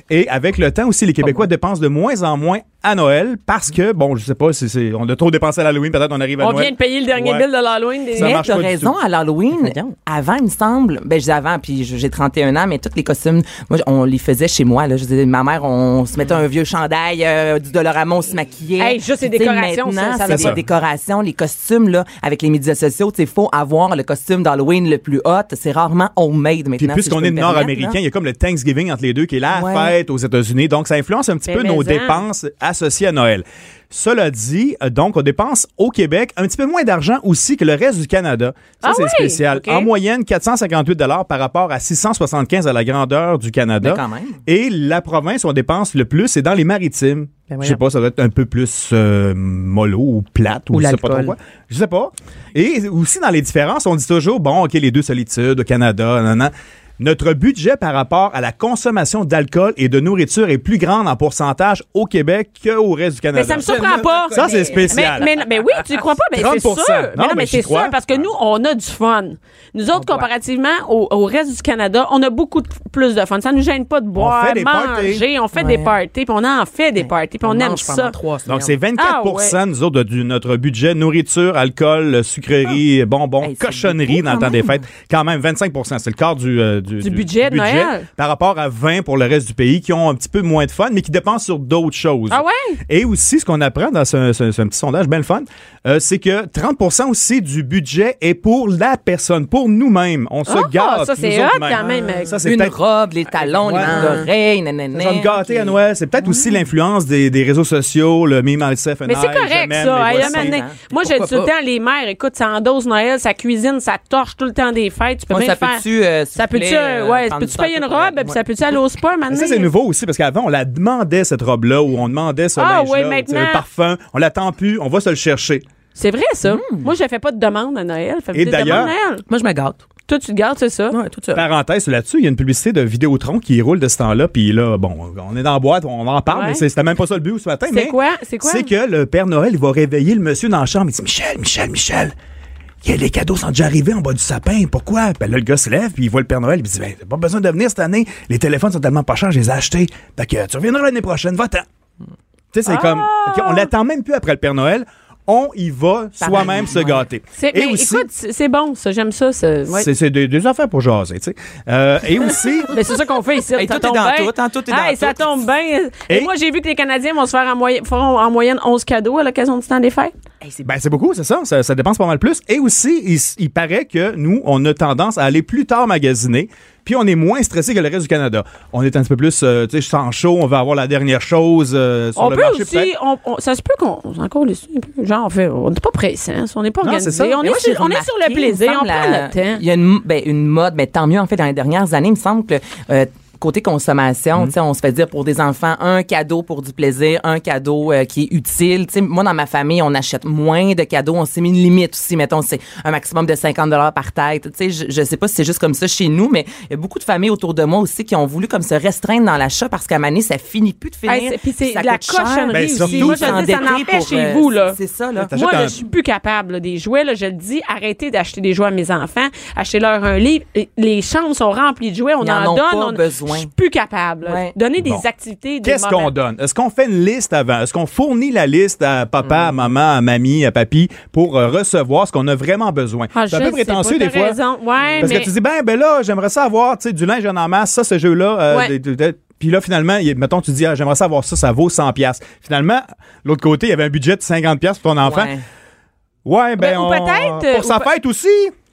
Speaker 3: Et avec le temps aussi, les Québécois dépensent de moins en moins à Noël parce que, bon, je sais pas, si c'est, on a trop dépensé à l'Halloween, peut-être on arrive à
Speaker 1: On
Speaker 3: Noël.
Speaker 1: vient de payer le dernier
Speaker 3: Ben, Ouais.
Speaker 1: bill de l'Halloween. Des...
Speaker 3: Ça
Speaker 4: Mais
Speaker 3: marche
Speaker 4: t'as
Speaker 3: pas du
Speaker 4: raison,
Speaker 3: tout.
Speaker 4: à l'Halloween, avant, il me semble, ben, je dis avant, puis je- j'ai 31 ans, mais tous les costumes, moi, on les faisait chez moi, là. Je disais, ma mère, on se mettait un vieux chandail, euh, du Dollarama, on se maquillait.
Speaker 1: Hey, juste les
Speaker 4: Tu sais,
Speaker 1: décorations, ça,
Speaker 4: maintenant,
Speaker 1: ça
Speaker 4: c'est
Speaker 3: va
Speaker 4: des
Speaker 3: bien.
Speaker 4: décorations, les costumes, là, avec les médias sociaux, tu sais, faut avoir le costume d'Halloween le plus hot. C'est rarement homemade,
Speaker 3: Puis
Speaker 4: maintenant.
Speaker 3: puisqu'on est nord-américain, il y a comme le Thanksgiving entre les deux qui est la
Speaker 4: Ouais.
Speaker 3: fête aux États-Unis. Donc, ça influence un petit
Speaker 1: Mais
Speaker 3: peu nos
Speaker 1: mais en.
Speaker 3: dépenses associées à Noël. Cela dit, euh, donc, on dépense au Québec un petit peu moins d'argent aussi que le reste du Canada. Ça,
Speaker 1: Ah
Speaker 3: c'est
Speaker 1: oui?
Speaker 3: spécial.
Speaker 1: OK.
Speaker 3: En moyenne, 458 par rapport à 675 à la grandeur du Canada.
Speaker 4: Mais quand même.
Speaker 3: Et la province où on dépense le plus, c'est dans les maritimes.
Speaker 2: Ben
Speaker 3: je sais
Speaker 2: voyons.
Speaker 3: pas, ça doit être un peu plus euh, mollo ou plate ou,
Speaker 2: Ou
Speaker 3: je sais pas trop
Speaker 2: l'alcool.
Speaker 3: quoi. Je sais pas. Et aussi dans les différences, on dit toujours, bon, OK, les deux solitudes au Canada, nan, nan. Notre budget par rapport à la consommation d'alcool et de nourriture est plus grande en pourcentage au Québec qu'au reste du Canada.
Speaker 1: Mais Ben, ça me surprend pas.
Speaker 3: Ça, c'est
Speaker 1: Mais,
Speaker 3: spécial.
Speaker 1: mais, mais oui, tu y crois pas, mais c'est
Speaker 3: 30%.
Speaker 1: sûr. mais
Speaker 3: Non,
Speaker 1: non,
Speaker 3: mais
Speaker 1: mais
Speaker 3: j'y
Speaker 1: c'est
Speaker 3: crois.
Speaker 1: sûr, parce que nous, on a du fun. Nous autres, comparativement au, au reste du Canada, on a beaucoup de- plus de fun. Ça nous gêne pas de boire,
Speaker 3: fait des
Speaker 1: manger,
Speaker 3: parties.
Speaker 1: on fait
Speaker 4: Ouais.
Speaker 1: des parties, puis on en fait des parties, puis on, aime ça.
Speaker 3: Donc, c'est 24
Speaker 1: Ah ouais.
Speaker 3: nous autres, de, du- notre budget nourriture, alcool, euh, sucreries, bonbons,
Speaker 1: Ah.
Speaker 4: Hey, c'est
Speaker 3: cochonneries
Speaker 4: beaucoup
Speaker 3: dans le
Speaker 4: quand
Speaker 3: temps des
Speaker 4: même.
Speaker 3: fêtes. Quand même, 25 C'est le quart du, euh, du,
Speaker 1: Du budget de Noël.
Speaker 3: par rapport à 20 pour le reste du pays qui ont un petit peu moins de fun, mais qui dépensent sur d'autres choses.
Speaker 1: Ah ouais?
Speaker 3: Et aussi, ce qu'on apprend dans ce, ce- ce petit sondage, bien le fun, euh, c'est que 30 aussi du budget est pour la personne, pour nous-mêmes. On se
Speaker 1: Ah,
Speaker 3: gâte.
Speaker 1: ça, c'est
Speaker 3: nous autres
Speaker 1: hot quand
Speaker 3: mêmes.
Speaker 1: même.
Speaker 3: Ça, c'est
Speaker 4: Une
Speaker 3: peut-être
Speaker 4: robe, les talons,
Speaker 3: Ouais.
Speaker 4: les boucles d'oreilles, nanana.
Speaker 3: ça va me gâter à Noël. C'est peut-être aussi l'influence des, des réseaux sociaux, le Me, Myself and
Speaker 1: Mm. Mais c'est
Speaker 3: I,
Speaker 1: correct,
Speaker 3: je m'aime,
Speaker 1: ça. Hey,
Speaker 3: les
Speaker 1: à un
Speaker 3: voisins.
Speaker 1: moment donné,
Speaker 4: hein.
Speaker 1: moi, j'ai
Speaker 4: Pourquoi
Speaker 1: tout le
Speaker 4: pas?
Speaker 1: temps les mères. Écoute, ça endosse Noël, ça cuisine, ça torche tout le temps des fêtes. Tu peux
Speaker 4: Ouais,
Speaker 1: bien
Speaker 4: ça
Speaker 1: faire.
Speaker 4: peut-tu, euh, s'il
Speaker 1: ça
Speaker 4: vous
Speaker 1: peut-tu,
Speaker 4: plaît,
Speaker 1: euh,
Speaker 4: euh,
Speaker 1: ouais,
Speaker 4: prendre
Speaker 1: peux-tu
Speaker 4: du temps
Speaker 1: payer une
Speaker 4: pour la-
Speaker 1: robe, puis
Speaker 4: Ouais.
Speaker 1: ça peut-tu aller au spa
Speaker 3: Mais
Speaker 1: maintenant?
Speaker 3: ça, c'est nouveau aussi, parce qu'avant, on la demandait, cette robe-là, ou on demandait ce
Speaker 1: Ah,
Speaker 3: linge-là,
Speaker 1: ouais,
Speaker 3: ou, tu sais,
Speaker 1: maintenant-
Speaker 3: le parfum. On l'attend plus, on va se le chercher.
Speaker 1: C'est vrai,
Speaker 4: Hmm.
Speaker 1: ça. Moi, je fais pas de demande à Noël. Fais
Speaker 3: Et
Speaker 1: des demandes à
Speaker 3: d'ailleurs-
Speaker 1: Noël.
Speaker 2: Moi, je me gâte.
Speaker 1: Toi, tu te gardes, c'est ça?
Speaker 2: Ouais, tout ça.
Speaker 3: Parenthèse là-dessus, il y a une publicité de Vidéotron qui roule de ce temps-là, puis là, bon, on est dans la boîte, on en parle,
Speaker 1: Ouais.
Speaker 3: mais c'est- c'était même pas ça le but ce matin.
Speaker 1: C'est
Speaker 3: mais
Speaker 1: quoi? C'est quoi?
Speaker 3: C'est que le Père Noël, il va réveiller le monsieur dans la chambre, il dit Michel, Michel, Michel, il y a les cadeaux sont déjà arrivés en bas du sapin, pourquoi? Ben là, le gars se lève, puis il voit le Père Noël, puis il dit Ben, t'as pas besoin de venir cette année, les téléphones sont tellement pas chers, je les ai achetés. Fait que tu reviendras l'année prochaine, va-t'en. Tu sais, c'est comme,
Speaker 1: Ah!
Speaker 3: OK, on l'attend même plus après le Père Noël, on y va soi-même se gâter.
Speaker 1: C'est-
Speaker 3: Et
Speaker 1: mais
Speaker 3: aussi,
Speaker 1: écoute, c'est c'est bon, ça. J'aime ça. ça. Ouais.
Speaker 3: c'est c'est des, des affaires pour jaser, tu sais. Euh, et aussi,
Speaker 1: Mais c'est ça qu'on fait ici.
Speaker 4: Hey,
Speaker 1: ça
Speaker 4: tout est
Speaker 1: tombe
Speaker 4: dans
Speaker 1: bien.
Speaker 4: tout, hein, tout est dans
Speaker 1: Hey, ça
Speaker 4: tout.
Speaker 1: tombe bien. Et,
Speaker 3: Et-
Speaker 1: moi, j'ai vu que les Canadiens vont se faire en, moyenne- feront en moyenne 11 cadeaux à l'occasion du temps des fêtes.
Speaker 3: Ben, c'est beaucoup, c'est ça. ça. ça dépense pas mal plus. Et aussi, il, s- il paraît que nous, on a tendance à aller plus tard magasiner, puis on est moins stressé que le reste du Canada. On est un petit peu plus, euh, tu sais, sans chaud, on va avoir la dernière chose euh, sur
Speaker 1: on
Speaker 3: le
Speaker 1: peut
Speaker 3: marché.
Speaker 1: aussi, on, on- ça se peut qu'on encore les genre on fait, on n'est pas pressé, hein, on n'est pas
Speaker 3: Non,
Speaker 1: organisé,
Speaker 3: c'est ça.
Speaker 1: on,
Speaker 4: Mais
Speaker 1: est
Speaker 4: moi, j'ai
Speaker 1: sur, on est sur le
Speaker 4: remarqué,
Speaker 1: plaisir,
Speaker 4: il me
Speaker 1: on
Speaker 4: semble,
Speaker 1: prend
Speaker 4: la-
Speaker 1: notre temps.
Speaker 4: Il y a une, ben, une mode, mais tant mieux, en fait, dans les dernières années, il me semble que euh, côté consommation,
Speaker 3: Mm.
Speaker 4: tu sais, on se fait dire pour des enfants un cadeau pour du plaisir, un cadeau euh, qui est utile. Tu sais, moi, dans ma famille, on achète moins de cadeaux. On s'est mis une limite aussi. Mettons, c'est un maximum de 50 par tête. Tu sais, je, je sais pas si c'est juste comme ça chez nous, mais il y a beaucoup de familles autour de moi aussi qui ont voulu comme se restreindre dans l'achat parce qu'à Mané, ça finit plus de finir.
Speaker 1: Hey, c'est- puis c'est
Speaker 4: ça
Speaker 1: de la
Speaker 4: coûte cher.
Speaker 1: cochonnerie
Speaker 3: Ben,
Speaker 1: aussi.
Speaker 3: surtout
Speaker 1: Moi, je dis, ça
Speaker 4: s'endetter
Speaker 1: n'en fait
Speaker 4: pour,
Speaker 1: chez
Speaker 4: euh,
Speaker 1: vous, là.
Speaker 4: C'est ça, là.
Speaker 3: T'achètes
Speaker 1: Moi, là,
Speaker 3: un-
Speaker 1: je suis plus capable là, des jouets. Là, je le dis, arrêtez d'acheter des jouets à mes enfants. Achetez-leur un livre. Et Les chambres sont remplies de jouets. On
Speaker 4: Ils
Speaker 1: en,
Speaker 4: en ont
Speaker 1: donne.
Speaker 4: pas
Speaker 1: on-
Speaker 4: besoin.
Speaker 1: Je suis plus capable. là.
Speaker 4: Ouais.
Speaker 1: Donnez des
Speaker 3: Bon.
Speaker 1: activités. des
Speaker 3: Qu'est-ce qu'on
Speaker 1: moments.
Speaker 3: donne? Est-ce qu'on fait une liste avant? Est-ce qu'on fournit la liste à papa, à
Speaker 1: Mm.
Speaker 3: maman, à mamie, à papy pour euh, recevoir ce qu'on a vraiment besoin?
Speaker 1: Ah,
Speaker 3: c'est un
Speaker 1: je
Speaker 3: peu
Speaker 1: sais
Speaker 3: prétentieux
Speaker 1: pas,
Speaker 3: des
Speaker 1: t'as
Speaker 3: fois.
Speaker 1: raison. Ouais,
Speaker 3: Parce
Speaker 1: mais-
Speaker 3: que tu dis, ben, ben là, j'aimerais ça avoir, tu sais, du linge en masse, ça, ce jeu-là. euh,
Speaker 1: Ouais.
Speaker 3: des- des- des- Puis là, finalement, il- mettons, tu dis, ah, j'aimerais ça avoir ça, ça vaut 100 piastres. Finalement, l'autre côté, il y avait un budget de 50 piastres pour ton enfant.
Speaker 4: Ouais.
Speaker 3: Ouais, ben,
Speaker 1: Ben, ou
Speaker 3: on-
Speaker 1: peut-être, euh,
Speaker 3: Pour sa
Speaker 1: ou pe-
Speaker 3: fête aussi.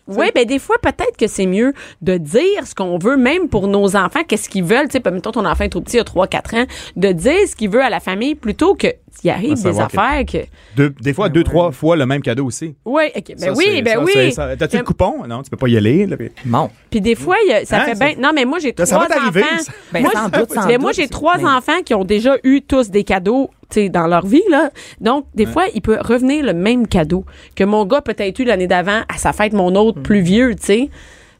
Speaker 1: Oui, ben des fois, peut-être que c'est mieux de dire ce qu'on veut, même pour nos enfants, qu'est-ce qu'ils veulent. Tu sais, mettons, ton enfant est trop petit, il a 3-4 ans, de dire ce qu'il veut à la famille plutôt que il arrive des
Speaker 3: savoir que-
Speaker 1: affaires que...
Speaker 3: Deux- des fois, deux, trois fois le même cadeau aussi.
Speaker 1: Ouais, ok, ben
Speaker 3: Ça,
Speaker 1: oui,
Speaker 3: c'est-
Speaker 1: ben
Speaker 3: ça, c'est-
Speaker 1: oui.
Speaker 3: ça- T'as-tu
Speaker 1: Mais-
Speaker 3: le coupon? Non, tu peux pas y aller. là, puis-
Speaker 4: Bon.
Speaker 1: Puis des fois, il y a- ça
Speaker 3: Hein,
Speaker 1: fait
Speaker 3: ça-
Speaker 1: bien... Non, mais moi, j'ai
Speaker 3: Ça- ça
Speaker 1: trois
Speaker 3: va
Speaker 1: enfants...
Speaker 3: t'arriver, ça.
Speaker 4: Ben,
Speaker 1: moi,
Speaker 4: sans
Speaker 1: je-
Speaker 4: doute, sans
Speaker 1: mais moi,
Speaker 4: doute,
Speaker 1: j'ai
Speaker 4: c'est-
Speaker 1: trois
Speaker 4: mais-
Speaker 1: enfants qui ont déjà eu tous des cadeaux tu sais, dans leur vie. Là. Donc, des fois, il peut revenir le même cadeau que mon gars peut-être eu l'année d'avant à sa fête, mon
Speaker 4: Mm.
Speaker 1: autre plus vieux. tu sais.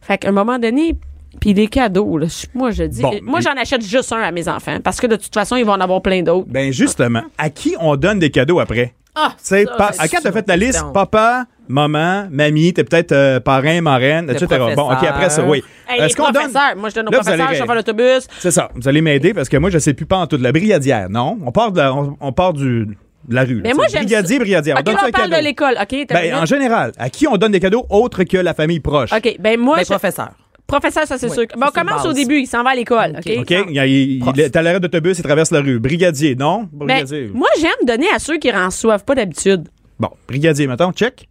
Speaker 1: Fait qu'à un moment donné... Puis les cadeaux, là, je- moi je dis,
Speaker 3: Bon,
Speaker 1: moi
Speaker 3: mais-
Speaker 1: j'en achète juste un à mes enfants parce que de toute façon ils vont en avoir plein d'autres.
Speaker 3: Ben, justement, à qui on donne des cadeaux après?
Speaker 1: Ah,
Speaker 3: Tu sais,
Speaker 1: ça,
Speaker 3: pa-
Speaker 1: c'est
Speaker 3: à qui t'as
Speaker 1: sûr.
Speaker 3: fait la liste?
Speaker 4: question.
Speaker 3: Papa, maman, mamie, t'es peut-être euh, parrain, marraine, etc. Bon, OK,
Speaker 4: professeur.
Speaker 3: après ça, oui.
Speaker 1: Hey, les professeurs, moi je donne aux
Speaker 3: Là, vous
Speaker 1: professeurs,
Speaker 3: allez-
Speaker 1: chauffeur d'autobus.
Speaker 3: C'est ça. Vous allez m'aider parce que moi, je sais plus pas en tout. La brigadière, non? On part de la, on, on part du, de la rue. là,
Speaker 1: Mais
Speaker 3: tu
Speaker 1: moi
Speaker 3: sais.
Speaker 1: j'aime
Speaker 3: Brigadier,
Speaker 1: ça.
Speaker 3: brigadière.
Speaker 1: Ok,
Speaker 3: on donne
Speaker 1: là,
Speaker 3: ça
Speaker 1: on
Speaker 3: un
Speaker 1: parle
Speaker 3: cadeau.
Speaker 1: de l'école. Ok, t'as
Speaker 3: Ben,
Speaker 1: une
Speaker 3: en
Speaker 1: minute?
Speaker 3: général, à qui on donne des cadeaux autres que la famille proche?
Speaker 1: Ok, ben moi
Speaker 4: Ben,
Speaker 1: je-
Speaker 4: professeur.
Speaker 1: Professeur, ça c'est
Speaker 4: Oui,
Speaker 1: sûr. que- Ben, on
Speaker 4: ça, c'est
Speaker 1: commence
Speaker 4: une
Speaker 1: au
Speaker 4: base.
Speaker 1: début, il s'en va à l'école. OK.
Speaker 3: OK? Il y a- il- il est à l'arrêt d'autobus, il traverse la rue. Brigadier, non?
Speaker 1: Ben,
Speaker 3: Brigadier.
Speaker 1: moi, j'aime donner à ceux qui en reçoivent pas d'habitude.
Speaker 3: Bon, brigadier, mettons, check.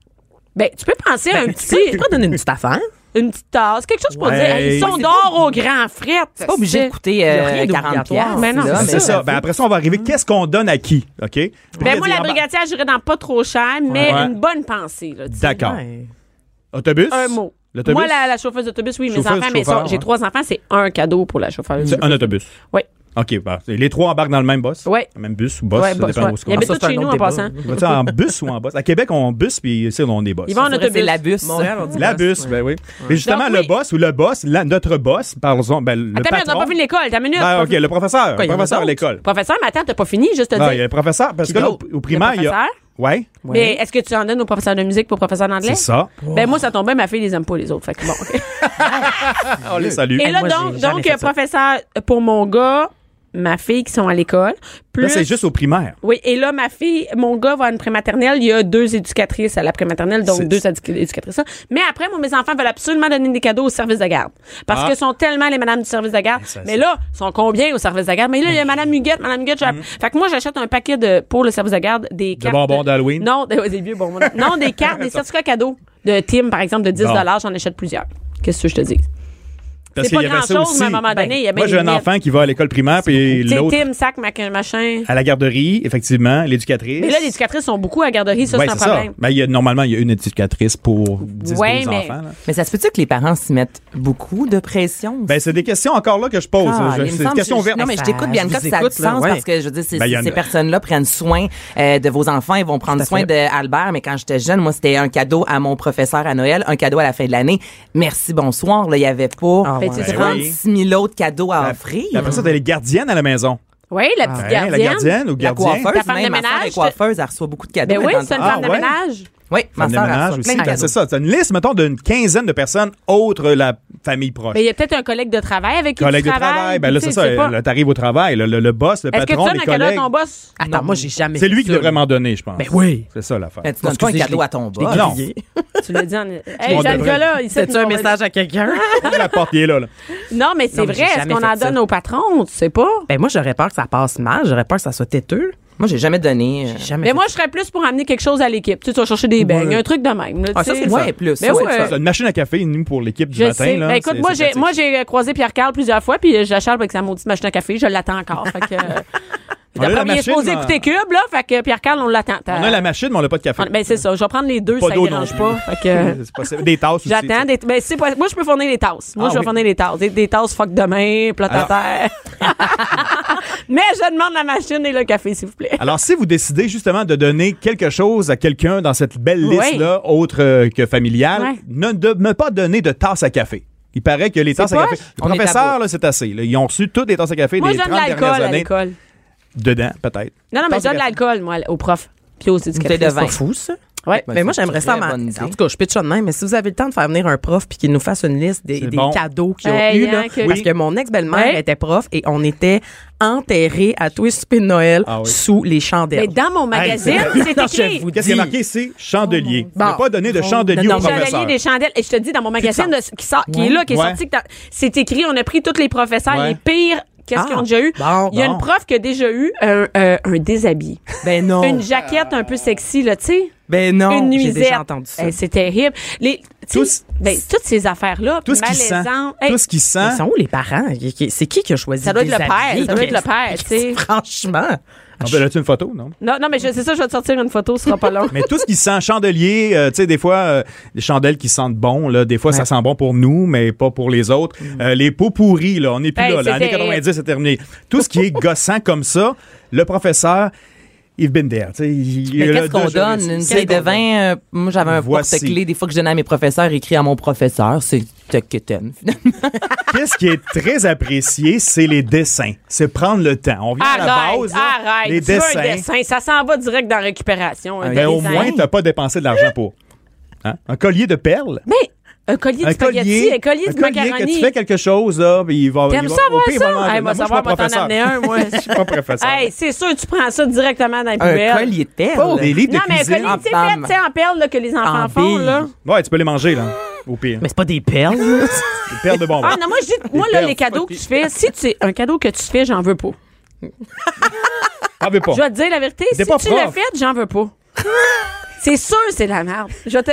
Speaker 1: Ben, tu peux penser à un
Speaker 2: Tu
Speaker 1: petit,
Speaker 2: peux pas donner une petite affaire?
Speaker 1: une petite tasse, quelque chose pour
Speaker 3: Ouais.
Speaker 1: dire, hey, ils sont
Speaker 3: C'est
Speaker 1: d'or au grand fret.
Speaker 4: C'est pas obligé de coûter
Speaker 2: Il y a
Speaker 4: euh,
Speaker 2: rien d'obligatoire.
Speaker 4: 40 piastres,
Speaker 1: Mais Mm. non,
Speaker 4: là,
Speaker 1: c'est
Speaker 3: C'est ça. Ben, après ça, on va arriver. Qu'est-ce qu'on donne à qui? OK?
Speaker 1: Ben, moi,
Speaker 3: Brigadier,
Speaker 1: la
Speaker 3: en bas.
Speaker 1: brigadière, j'irais dans pas trop cher, mais
Speaker 3: Ouais.
Speaker 1: une bonne pensée, là, tu sais.
Speaker 3: D'accord.
Speaker 2: Ouais.
Speaker 3: Autobus?
Speaker 1: Un mot.
Speaker 3: L'autobus?
Speaker 1: Moi, la, la chauffeuse d'autobus, oui, mes
Speaker 3: Chauffeuse,
Speaker 1: enfants, mais ça,
Speaker 3: chauffeur,
Speaker 1: j'ai
Speaker 3: ouais.
Speaker 1: trois enfants, c'est un cadeau pour la chauffeuse.
Speaker 3: C'est un autobus.
Speaker 1: Oui.
Speaker 3: OK, bah, les trois embarquent dans le même bus?
Speaker 1: Ouais.
Speaker 3: Même bus ou bus,
Speaker 1: Ouais,
Speaker 3: ça
Speaker 1: bus,
Speaker 3: dépend
Speaker 1: ouais.
Speaker 3: où ce
Speaker 1: Il y
Speaker 3: qu'on
Speaker 1: avait
Speaker 3: va.
Speaker 1: tout chez nous en passant.
Speaker 3: Va-tu en bus ou en bus? À Québec, on bus, puis ici, on est bus.
Speaker 1: Ils vont en
Speaker 4: C'est
Speaker 1: autobus.
Speaker 4: la bus.
Speaker 2: Montréal, on dit
Speaker 3: La
Speaker 2: boss,
Speaker 3: bus,
Speaker 2: ouais.
Speaker 3: ben oui. Mais justement,
Speaker 1: Donc,
Speaker 3: le
Speaker 1: oui.
Speaker 3: boss ou le boss, la- notre boss, parlons, ben, le
Speaker 1: Attends, mais on n'a
Speaker 3: patron.
Speaker 1: pas fini l'école, t'as une minute.
Speaker 3: Ah,
Speaker 1: Pas
Speaker 3: OK,
Speaker 1: fini.
Speaker 3: le professeur.
Speaker 2: Quoi, il y
Speaker 3: le
Speaker 2: en a
Speaker 3: professeur à
Speaker 2: d'autres?
Speaker 3: l'école.
Speaker 1: Professeur, mais attends, t'as pas fini, juste te
Speaker 3: Non,
Speaker 1: dire.
Speaker 3: il y a le professeur, parce
Speaker 1: Qui
Speaker 3: que là, au,
Speaker 1: d'autre?
Speaker 3: au primaire,
Speaker 1: Le
Speaker 3: il y a.
Speaker 1: professeur?
Speaker 3: Ouais,
Speaker 1: Mais est-ce que tu en donnes aux professeurs de musique pour professeurs d'anglais?
Speaker 3: c'est ça.
Speaker 2: Oh,
Speaker 1: Ben moi, ça tombait, ma fille les aime pas les autres. Fait que bon.
Speaker 3: On les salue.
Speaker 1: Et là,
Speaker 2: moi, j'ai
Speaker 1: donc,
Speaker 2: jamais
Speaker 1: donc
Speaker 2: fait ça.
Speaker 1: professeur, pour mon gars, ma fille qui sont à l'école. Plus
Speaker 3: Là, c'est juste au primaire.
Speaker 1: oui, et là, ma fille, mon gars va à une prématernelle. Il y a deux éducatrices à la prématernelle, donc
Speaker 3: C'est-
Speaker 1: deux édu- éducatrices. Mais après, moi, mes enfants veulent absolument donner des cadeaux au service de garde. Parce
Speaker 3: Ah.
Speaker 1: que sont tellement les madames du service de garde. mais là, sont combien au service de garde? Mais là, il y a madame Huguette, madame Huguette. j'ai- Fait que moi, j'achète un paquet de, pour le service de garde, des cartes.
Speaker 3: Mm-hmm. bonbons d'Halloween?
Speaker 1: Non, des, des vieux bonbons. non, des cartes, des certificats cadeaux de Tim, par exemple, de 10 J'en achète plusieurs. Qu'est-ce que je te dis?
Speaker 3: Parce
Speaker 1: C'est
Speaker 3: qu'il
Speaker 1: pas
Speaker 3: y avait ça
Speaker 1: grand-chose,
Speaker 3: aussi. Ben,
Speaker 1: mais à un moment donné, il y a bien
Speaker 3: Moi, j'ai
Speaker 1: des
Speaker 3: un
Speaker 1: limites.
Speaker 3: enfant qui va à l'école primaire, puis
Speaker 1: Tu sais,
Speaker 3: l'autre
Speaker 1: Tim, sac, mac, machin.
Speaker 3: à la garderie, effectivement, l'éducatrice.
Speaker 1: Mais là, les éducatrices sont beaucoup à la garderie, ça,
Speaker 3: Ouais,
Speaker 1: c'est un
Speaker 3: c'est ça.
Speaker 1: problème.
Speaker 3: Ben, il y a- normalement, il y a une éducatrice pour 10
Speaker 1: Ouais,
Speaker 3: 12
Speaker 1: mais-
Speaker 3: enfants. là.
Speaker 4: Mais ça se peut-tu que les parents s'y mettent beaucoup de pression?
Speaker 3: Ben, c'est des questions encore là que je pose.
Speaker 4: Ah,
Speaker 3: là. Je-
Speaker 4: mais il me
Speaker 3: c'est des
Speaker 4: semble
Speaker 3: questions
Speaker 4: que-
Speaker 3: ouvertes.
Speaker 4: Non, mais je t'écoute,
Speaker 2: Ça-
Speaker 4: Bianca,
Speaker 2: je vous
Speaker 4: ça a du
Speaker 2: écoute, là,
Speaker 4: sens
Speaker 2: ouais.
Speaker 4: parce que je veux dire, c'est-
Speaker 3: Ben, il y en
Speaker 4: ces
Speaker 3: a.
Speaker 4: personnes-là prennent soin euh, de vos enfants, ils vont prendre soin d'Albert. Mais quand j'étais jeune, moi, c'était un cadeau à mon professeur à Noël, un cadeau à la fin de l'année. Merci, bonsoir. Là, il n'y avait pas
Speaker 2: Ah,
Speaker 4: fait,
Speaker 2: ouais.
Speaker 3: Ben
Speaker 4: 36 000 autres cadeaux à offrir.
Speaker 3: Après ça, t'as les gardiennes à la maison.
Speaker 1: Oui, la petite
Speaker 3: Hein,
Speaker 1: gardienne.
Speaker 3: la gardienne ou
Speaker 4: La
Speaker 3: gardien.
Speaker 4: coiffeuse,
Speaker 1: Ta femme de
Speaker 4: même, ma
Speaker 1: ménage,
Speaker 4: soeur est coiffeuse, elle reçoit beaucoup de cadeaux.
Speaker 1: Ben oui,
Speaker 4: maintenant.
Speaker 1: c'est une
Speaker 3: Ah,
Speaker 1: femme de
Speaker 3: ouais.
Speaker 1: ménage.
Speaker 4: Oui, ma
Speaker 3: Femme de
Speaker 4: soeur elle
Speaker 3: ménage
Speaker 4: reçoit
Speaker 3: aussi.
Speaker 4: plein de
Speaker 3: Ben,
Speaker 4: cadeaux.
Speaker 3: C'est ça. T'as une liste, mettons, d'une quinzaine de personnes autres la famille proche.
Speaker 1: Mais il y a peut-être un collègue de travail avec qui
Speaker 3: collègues
Speaker 1: tu
Speaker 3: de
Speaker 1: travailles.
Speaker 3: travail. Ben
Speaker 1: puis
Speaker 3: là,
Speaker 1: tu
Speaker 3: c'est
Speaker 1: sais, tu
Speaker 3: ça.
Speaker 1: sais pas.
Speaker 3: là, T'arrives au travail. là, Le, le boss, le
Speaker 1: Est-ce que tu
Speaker 3: patron,
Speaker 1: donnes
Speaker 3: les
Speaker 1: un cadeau à
Speaker 3: collègues.
Speaker 1: ton boss?
Speaker 2: Attends, moi, j'ai jamais
Speaker 3: C'est
Speaker 2: fait
Speaker 3: lui qui
Speaker 2: ça,
Speaker 3: devrait
Speaker 2: là.
Speaker 3: m'en donner, je pense.
Speaker 2: Ben oui.
Speaker 3: C'est ça l'affaire.
Speaker 4: Mais tu donnes pas un cadeau à ton boss.
Speaker 3: Non.
Speaker 1: Tu l'as dit en.
Speaker 3: On
Speaker 1: Hey,
Speaker 3: devrait-
Speaker 1: Jeanne-Gala, il sait
Speaker 2: C'est-tu un message à quelqu'un?
Speaker 3: la porte, il est là. là.
Speaker 1: Non, mais c'est
Speaker 2: Non, mais
Speaker 1: vrai.
Speaker 2: j'ai
Speaker 1: Est-ce
Speaker 2: jamais
Speaker 1: qu'on en
Speaker 2: fait ça.
Speaker 1: donne au patron? Tu sais pas.
Speaker 2: ben, moi, j'aurais peur que ça passe mal. J'aurais peur que ça soit têteux.
Speaker 4: Moi, j'ai jamais donné. euh,
Speaker 2: Jamais.
Speaker 1: Mais moi, je serais plus pour amener quelque chose à l'équipe. Tu sais, tu vas chercher des beignes, un truc de même. là,
Speaker 2: Ah,
Speaker 1: tu
Speaker 2: ça,
Speaker 1: sais.
Speaker 2: c'est le fun.
Speaker 4: Ouais, plus.
Speaker 1: Mais
Speaker 4: Ça,
Speaker 1: oui,
Speaker 4: c'est le fun.
Speaker 1: euh,
Speaker 3: C'est une machine à café, nous, pour l'équipe du
Speaker 1: Je
Speaker 3: matin.
Speaker 1: sais.
Speaker 3: Là,
Speaker 1: Ben, écoute,
Speaker 3: C'est-
Speaker 1: moi,
Speaker 3: c'est
Speaker 1: j'ai,
Speaker 3: pratique.
Speaker 1: moi, j'ai croisé Pierre Carl plusieurs fois, puis euh, je l'acharle avec sa maudite machine à café. Je l'attends encore. Fait que. euh,
Speaker 3: On a la
Speaker 1: D'après moi, il est
Speaker 3: machine,
Speaker 1: supposé
Speaker 3: hein.
Speaker 1: écouter Cube, là. Fait que Pierre Carl, on l'attend.
Speaker 3: On a la machine, mais on n'a pas de café.
Speaker 1: Ben, c'est ça. Je vais prendre les deux,
Speaker 3: Pas
Speaker 1: ça
Speaker 3: d'eau
Speaker 1: ne
Speaker 3: non
Speaker 1: dérange
Speaker 3: plus.
Speaker 1: pas. Fait que.
Speaker 3: C'est possible. Des tasses aussi.
Speaker 1: J'attends.
Speaker 3: tu
Speaker 1: Des, ben, c'est pas- moi, je peux fournir les tasses. Moi,
Speaker 3: Ah
Speaker 1: je vais
Speaker 3: oui.
Speaker 1: fournir les tasses. Des, des tasses fuck demain, plot à
Speaker 3: Alors-
Speaker 1: terre. Mais je demande la machine et le café, s'il vous plaît.
Speaker 3: Alors, si vous décidez justement de donner quelque chose à quelqu'un dans cette belle
Speaker 1: Oui.
Speaker 3: liste-là, autre euh, que familiale,
Speaker 1: Ouais.
Speaker 3: ne, de- ne pas donner de tasse à café. Il paraît que les tasses à
Speaker 1: poche.
Speaker 3: café. Les
Speaker 4: On est à
Speaker 3: professeurs,
Speaker 4: bout.
Speaker 3: là, c'est assez. là. Ils ont reçu toutes les tasses à café
Speaker 1: Moi,
Speaker 3: des
Speaker 1: je donne de
Speaker 3: 30
Speaker 1: l'alcool
Speaker 3: dernières
Speaker 1: à
Speaker 3: années.
Speaker 1: l'école.
Speaker 3: Dedans, peut-être.
Speaker 1: Non, non, mais je
Speaker 3: Tasse à
Speaker 1: donne de
Speaker 3: café.
Speaker 1: l'alcool, moi, aux profs. Puis aux éducateurs.
Speaker 4: bouteille de vin.
Speaker 2: C'est fou, ça.
Speaker 1: Ouais.
Speaker 2: Mais moi, j'aimerais ça.
Speaker 4: une
Speaker 2: ma-
Speaker 4: très bonne idée.
Speaker 2: En tout cas, je pitch ça de même, mais si vous avez le temps de faire venir un prof puis qu'il nous fasse une liste des,
Speaker 3: C'est
Speaker 2: des
Speaker 3: bon.
Speaker 2: cadeaux qu'ils ont
Speaker 1: Hey,
Speaker 2: eu,
Speaker 1: hein,
Speaker 2: là,
Speaker 1: que-
Speaker 2: parce
Speaker 1: Oui.
Speaker 2: que mon ex-belle-mère
Speaker 1: Ouais.
Speaker 2: était prof et on était enterrés à tous les soupers de Noël
Speaker 3: Ah oui.
Speaker 2: sous les
Speaker 1: Mais
Speaker 2: chandelles.
Speaker 1: dans mon magazine,
Speaker 2: c'est-
Speaker 1: c'est
Speaker 2: Non, je
Speaker 1: écrit.
Speaker 2: vous
Speaker 3: Qu'est-ce qui est
Speaker 2: dis.
Speaker 3: marqué ici? Chandelier.
Speaker 1: Oh
Speaker 2: Bon.
Speaker 3: Ne pas donner de
Speaker 2: Bon.
Speaker 3: chandelier
Speaker 2: Non,
Speaker 3: aux
Speaker 2: non.
Speaker 3: professeurs.
Speaker 1: Chandelier des chandelles. Et je te dis, dans mon magazine de- qui, sort- qui est là, qui est
Speaker 3: Ouais.
Speaker 1: sorti, que t'as- c'est écrit, on a pris tous les professeurs,
Speaker 3: Ouais.
Speaker 1: les pires, qu'est-ce
Speaker 2: Ah,
Speaker 1: qu'ils ont déjà eu.
Speaker 2: bon,
Speaker 1: Il y a
Speaker 2: bon.
Speaker 1: une prof qui a déjà eu un, euh, un déshabillé.
Speaker 2: Ben non.
Speaker 1: Une jaquette un peu sexy, là, tu sais.
Speaker 2: Ben non.
Speaker 1: une
Speaker 2: J'ai
Speaker 1: nuisette.
Speaker 2: déjà entendu ça.
Speaker 1: Eh, c'est terrible. Les, tu sais,
Speaker 3: Tous-
Speaker 1: ben, toutes ces affaires-là,
Speaker 3: Tout ce qui sent.
Speaker 1: malaisantes. Eh,
Speaker 3: Tout ce qui
Speaker 2: Ils
Speaker 3: sent.
Speaker 2: sont où les parents? Qui- qui- C'est qui qui a choisi
Speaker 1: Ça doit
Speaker 2: de
Speaker 1: être le père,
Speaker 2: déshabiller?
Speaker 1: ça doit être le père, tu sais.
Speaker 2: Franchement.
Speaker 3: On peut là-tu une photo, non?
Speaker 1: non, non, mais je- c'est ça, je vais te sortir une photo, ce sera pas long.
Speaker 3: Mais tout ce qui sent chandelier, euh, tu sais, des fois, euh, des chandelles qui sentent bon, là, des fois, ça sent bon pour nous, mais pas pour les autres. Euh, les pots pourris, là, on n'est plus
Speaker 1: Hey,
Speaker 3: là. là. L'année
Speaker 1: Mm. Ben, c'était-
Speaker 3: 90, c'est terminé. Tout ce qui est gossant comme ça, le professeur, il been there. tu sais, il- il
Speaker 4: Mais
Speaker 3: est là
Speaker 4: qu'est-ce qu'on
Speaker 3: deux-
Speaker 4: donne? Une
Speaker 3: Qu'est-ce
Speaker 4: bouteille de
Speaker 3: qu'on donne?
Speaker 4: vin? euh, moi, j'avais un
Speaker 3: Voici.
Speaker 4: porte-clés des fois que je donnais à mes professeurs, écrit à mon professeur. C'est toqueten.
Speaker 3: Qu'est-ce qui est très apprécié, c'est les dessins. C'est prendre le temps. On vient à la
Speaker 1: Arrête,
Speaker 3: base, là,
Speaker 1: arrête.
Speaker 3: les
Speaker 1: tu veux
Speaker 3: dessins.
Speaker 1: un dessin, ça s'en va direct dans la récupération. un
Speaker 3: Ben, au
Speaker 1: dessin.
Speaker 3: moins, t'as pas dépensé de l'argent pour. Hein? Un collier de perles.
Speaker 1: Mais un collier de
Speaker 3: un
Speaker 1: spaghetti,
Speaker 3: collier,
Speaker 1: un collier
Speaker 3: un
Speaker 1: de
Speaker 3: collier que tu
Speaker 1: macaroni.
Speaker 3: fais quelque chose là, puis il va
Speaker 1: T'aimes
Speaker 3: il va,
Speaker 1: ça,
Speaker 3: au
Speaker 1: voir
Speaker 3: pire, il va
Speaker 1: ça?
Speaker 3: m'en
Speaker 1: Hey,
Speaker 3: donner.
Speaker 1: moi,
Speaker 3: je suis
Speaker 1: savoir,
Speaker 3: pas
Speaker 1: moi, t'en
Speaker 3: professeur.
Speaker 1: amener un, moi.
Speaker 3: Je suis pas professeur.
Speaker 1: Hey, c'est sûr, tu prends ça directement dans les
Speaker 4: un
Speaker 1: poubelles.
Speaker 4: collier Oh,
Speaker 3: Pas
Speaker 4: de
Speaker 3: des
Speaker 4: perles.
Speaker 3: livres
Speaker 1: Non,
Speaker 3: de
Speaker 1: mais un
Speaker 3: cuisine.
Speaker 1: collier, tu sais,
Speaker 4: en
Speaker 1: fait,
Speaker 4: femme.
Speaker 1: tu sais, en perles là, que les enfants
Speaker 2: En
Speaker 1: font,
Speaker 2: bille.
Speaker 1: là.
Speaker 3: Ah, Ouais, tu peux les manger là, au pire.
Speaker 2: Mais c'est pas des perles. là.
Speaker 3: Des perles de bonbons.
Speaker 1: Ah non, moi, je dis, moi, là,
Speaker 3: perles,
Speaker 1: les cadeaux que tu fais, si tu sais, un cadeau que tu fais, j'en veux pas.
Speaker 3: Ah, mais pas.
Speaker 1: Je vais te dire la vérité,
Speaker 3: T'es
Speaker 1: si
Speaker 3: pas
Speaker 1: tu
Speaker 3: prof.
Speaker 1: le fais, j'en veux pas. C'est sûr, c'est de la merde. Je vais te...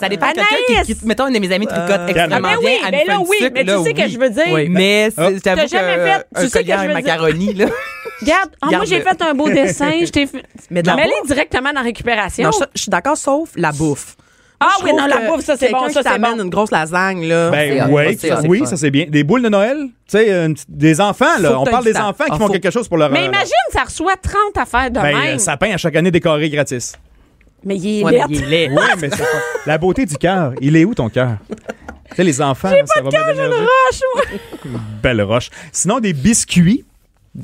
Speaker 4: Ça dépend de quelqu'un
Speaker 1: Anaïs!
Speaker 4: qui, qui- mettons, un de mes amis tricote extrêmement
Speaker 1: Ah ben oui,
Speaker 4: bien. elle
Speaker 1: mais
Speaker 4: nous fait
Speaker 1: là,
Speaker 4: une
Speaker 1: oui,
Speaker 4: sucre,
Speaker 1: mais tu
Speaker 4: là,
Speaker 1: sais que
Speaker 4: oui.
Speaker 1: je veux dire.
Speaker 4: Oui. Mais c'est- je t'avoue
Speaker 1: T'as jamais
Speaker 4: que,
Speaker 1: fait- tu
Speaker 4: un
Speaker 1: sais que
Speaker 4: collier à
Speaker 1: je veux dire-
Speaker 4: macaroni, là.
Speaker 1: Regarde, ah, moi, j'ai
Speaker 4: Garde-le.
Speaker 1: fait un beau dessin. Je t'ai fait...
Speaker 2: Mais de la
Speaker 1: Mets-les
Speaker 2: bouffe.
Speaker 1: directement dans la récupération.
Speaker 2: Non, je, je suis d'accord, sauf la bouffe.
Speaker 1: ah
Speaker 2: Je
Speaker 1: oui,
Speaker 2: trouve
Speaker 1: non, la
Speaker 2: que
Speaker 1: bouffe, ça, c'est bon,
Speaker 2: quelqu'un
Speaker 1: ça,
Speaker 2: qui
Speaker 1: c'est
Speaker 2: t'amène
Speaker 1: bon.
Speaker 2: une grosse lasagne, là.
Speaker 4: c'est
Speaker 3: Ben
Speaker 4: hot,
Speaker 3: ouais,
Speaker 4: c'est hot, c'est
Speaker 3: oui,
Speaker 4: hot.
Speaker 3: ça c'est bien. Des boules de Noël, tu sais, une petite- des enfants là,
Speaker 2: Faut
Speaker 3: on
Speaker 2: que t'aies
Speaker 3: parle
Speaker 2: du
Speaker 3: des
Speaker 2: temps.
Speaker 3: enfants qui
Speaker 2: Ah,
Speaker 3: font
Speaker 2: faut-
Speaker 3: quelque chose pour leur
Speaker 1: Mais
Speaker 3: leur-
Speaker 1: imagine, ça reçoit 30 affaires de
Speaker 3: ben,
Speaker 1: même.
Speaker 3: euh, sapin à chaque année décoré gratis.
Speaker 1: Mais il est
Speaker 2: Ouais, mais
Speaker 1: laid.
Speaker 2: il est laid.
Speaker 3: Oui, mais c'est pas... La beauté du cœur, il est où ton cœur? Tu sais, les enfants, ça
Speaker 1: Pas
Speaker 3: va
Speaker 1: de cœur,
Speaker 3: mettre
Speaker 1: j'ai une
Speaker 3: l'énergie.
Speaker 1: roche, moi.
Speaker 3: Belle roche. Sinon, des biscuits.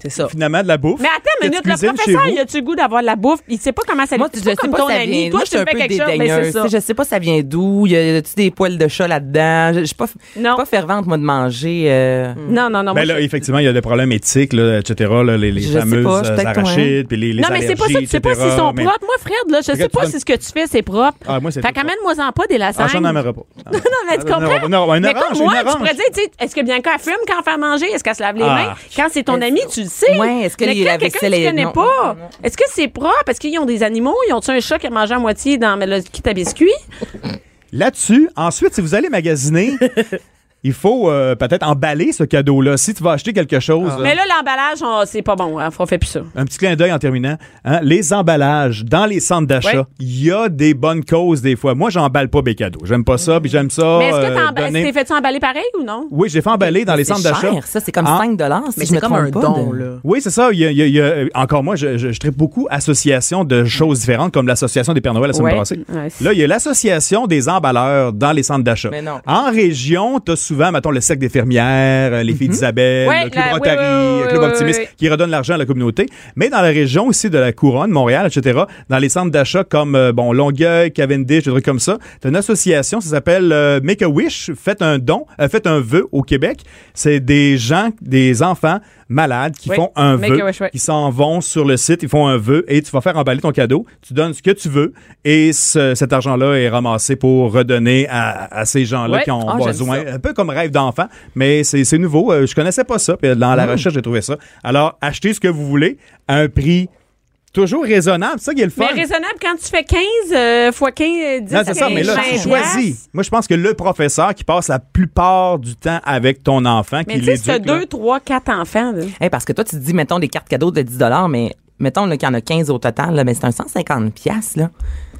Speaker 2: C'est ça.
Speaker 3: finalement de la bouffe.
Speaker 1: Mais attends
Speaker 3: que
Speaker 1: une
Speaker 3: tu
Speaker 1: minute, le
Speaker 3: cuisines chez
Speaker 1: professeur,
Speaker 3: vous.
Speaker 1: il a-tu le goût d'avoir de la bouffe? Il sait pas comment ça
Speaker 4: Moi,
Speaker 1: c'est
Speaker 4: je sais
Speaker 1: comme
Speaker 4: pas
Speaker 1: ton
Speaker 4: où ça
Speaker 1: ami.
Speaker 4: vient.
Speaker 1: Toi,
Speaker 4: Moi, je
Speaker 1: tu
Speaker 4: suis un
Speaker 1: me fais
Speaker 4: peu
Speaker 1: quelque chose, mais c'est
Speaker 4: dédaigneuse.
Speaker 1: ça.
Speaker 4: Tu sais, Je sais pas ça vient d'où. Y a- Y a-tu des poils de chat là-dedans? Je je suis pas, je
Speaker 1: Non.
Speaker 4: suis pas fervente, moi, de manger. euh,
Speaker 1: Non, non, non. Ah, moi,
Speaker 3: Ben là,
Speaker 1: je-
Speaker 3: effectivement, il y a des problèmes éthiques, là, etc. là, les les
Speaker 4: Je sais pas,
Speaker 3: fameuses
Speaker 4: je suis
Speaker 3: euh,
Speaker 4: peut-être toi,
Speaker 3: arachides, puis les, les
Speaker 1: non, mais c'est pas ça.
Speaker 3: allergies,
Speaker 1: Tu sais pas
Speaker 3: etc.,
Speaker 1: s'ils sont
Speaker 3: mais-
Speaker 1: propres. Moi, Fred, là, je
Speaker 3: Regarde,
Speaker 1: sais
Speaker 3: tu
Speaker 1: pas
Speaker 3: donnes-
Speaker 1: si ce que tu fais, c'est propre.
Speaker 3: Ah, moi, c'est
Speaker 1: Fait
Speaker 3: tout
Speaker 1: qu'amène-moi-en pas des
Speaker 3: Ah,
Speaker 1: lasagnes.
Speaker 3: j'en aimerais pas.
Speaker 1: Non, mais tu
Speaker 3: Ah, non,
Speaker 1: comprends?
Speaker 3: non, une
Speaker 1: mais
Speaker 3: orange,
Speaker 1: comme
Speaker 3: une
Speaker 1: moi, tu
Speaker 3: orange.
Speaker 1: pourrais dire, tu sais, est-ce que Bianca elle fume quand elle fait à manger? Est-ce qu'elle se lave les
Speaker 3: Ah.
Speaker 1: mains? Quand c'est ton
Speaker 4: Est-ce-
Speaker 1: ami, tu le sais.
Speaker 4: Ouais, est-ce que
Speaker 1: mais
Speaker 4: les-
Speaker 1: quand
Speaker 4: la
Speaker 1: quelqu'un
Speaker 4: vaisselle
Speaker 1: que tu
Speaker 4: est-
Speaker 1: connais
Speaker 4: non,
Speaker 1: pas,
Speaker 4: non, non.
Speaker 1: est-ce que c'est propre? Est-ce qu'ils ont des animaux? Ils ont-tu un chat qui a mangé à moitié dans le kit à biscuits?
Speaker 3: Là-dessus, ensuite, si vous allez magasiner, il faut euh, peut-être emballer ce cadeau-là. Si tu vas acheter quelque chose, euh,
Speaker 1: Ah. Mais là, l'emballage, on- c'est pas bon. hein. On fait plus ça.
Speaker 3: un petit clin d'œil en terminant. hein, les emballages dans les centres d'achat,
Speaker 4: Ouais.
Speaker 3: il y a des bonnes causes des fois. Moi, j'emballe pas mes cadeaux. J'aime pas ça, puis j'aime ça.
Speaker 1: Mm. mais est-ce que
Speaker 3: euh,
Speaker 1: t'en- est-ce
Speaker 3: donner-
Speaker 1: que t'es fait-tu emballer pareil ou non?
Speaker 3: Oui, j'ai fait emballer dans les centres
Speaker 4: C'est
Speaker 3: d'achat.
Speaker 4: cher, ça. C'est comme
Speaker 3: Ah.
Speaker 4: 5 si
Speaker 2: Mais
Speaker 4: je me
Speaker 2: c'est comme un
Speaker 4: trompe pas,
Speaker 2: don,
Speaker 4: de-
Speaker 2: là.
Speaker 3: Oui, c'est ça. Il y a- il y a- il y a- encore moi, je, je, je traite beaucoup associations de choses différentes, comme l'association des Pères Noël la semaine
Speaker 1: Ouais.
Speaker 3: passée.
Speaker 1: Ouais, c'est-
Speaker 3: Là, il y a l'association des emballeurs dans les centres d'achat.
Speaker 4: Mais non.
Speaker 3: En région, tu as souvent, mettons, le cercle des fermières, euh, les filles d'Isabelle,
Speaker 1: Mhm. Ouais,
Speaker 3: le club
Speaker 1: la- oui,
Speaker 3: Rotary,
Speaker 1: oui, oui,
Speaker 3: le club
Speaker 1: oui,
Speaker 3: optimiste,
Speaker 1: oui, oui.
Speaker 3: qui redonne l'argent à la communauté. Mais dans la région aussi de la Couronne, Montréal, etc., dans les centres d'achat comme, euh, bon, Longueuil, Cavendish, des trucs comme ça, tu une association, ça s'appelle euh, Make a Wish, faites un don, euh, faites un vœu au Québec. C'est des gens, des enfants malades qui
Speaker 1: Oui,
Speaker 3: font un
Speaker 1: Make
Speaker 3: vœu,
Speaker 1: a Wish, oui.
Speaker 3: qui s'en vont sur le site, ils font un vœu et tu vas faire emballer ton cadeau, tu donnes ce que tu veux et ce- cet argent-là est ramassé pour redonner à, à ces gens-là
Speaker 1: Ouais.
Speaker 3: qui ont
Speaker 4: Ah, j'aime
Speaker 3: besoin,
Speaker 4: ça.
Speaker 3: un peu comme rêve d'enfant, mais c'est c'est nouveau, euh, je connaissais pas ça, puis
Speaker 1: Hmm.
Speaker 3: dans la recherche j'ai trouvé ça. Alors, achetez ce que vous voulez à un prix toujours raisonnable, c'est ça qui est le fun.
Speaker 1: Mais raisonnable, quand tu fais 15 euh, fois 15, 10,
Speaker 3: Non, c'est ça, mais là, tu
Speaker 1: 15
Speaker 3: choisis. Moi, je pense que le professeur qui passe la plupart du temps avec ton enfant,
Speaker 1: Mais
Speaker 3: qui
Speaker 1: tu sais, si t'as
Speaker 3: l'éduque... là,
Speaker 1: deux, trois, quatre enfants, là.
Speaker 4: Hey, parce que toi, tu te dis, mettons, des cartes cadeaux de 10 mais mettons là, qu'il y en a 15 au total, là, mais c'est un 150 piastres, là.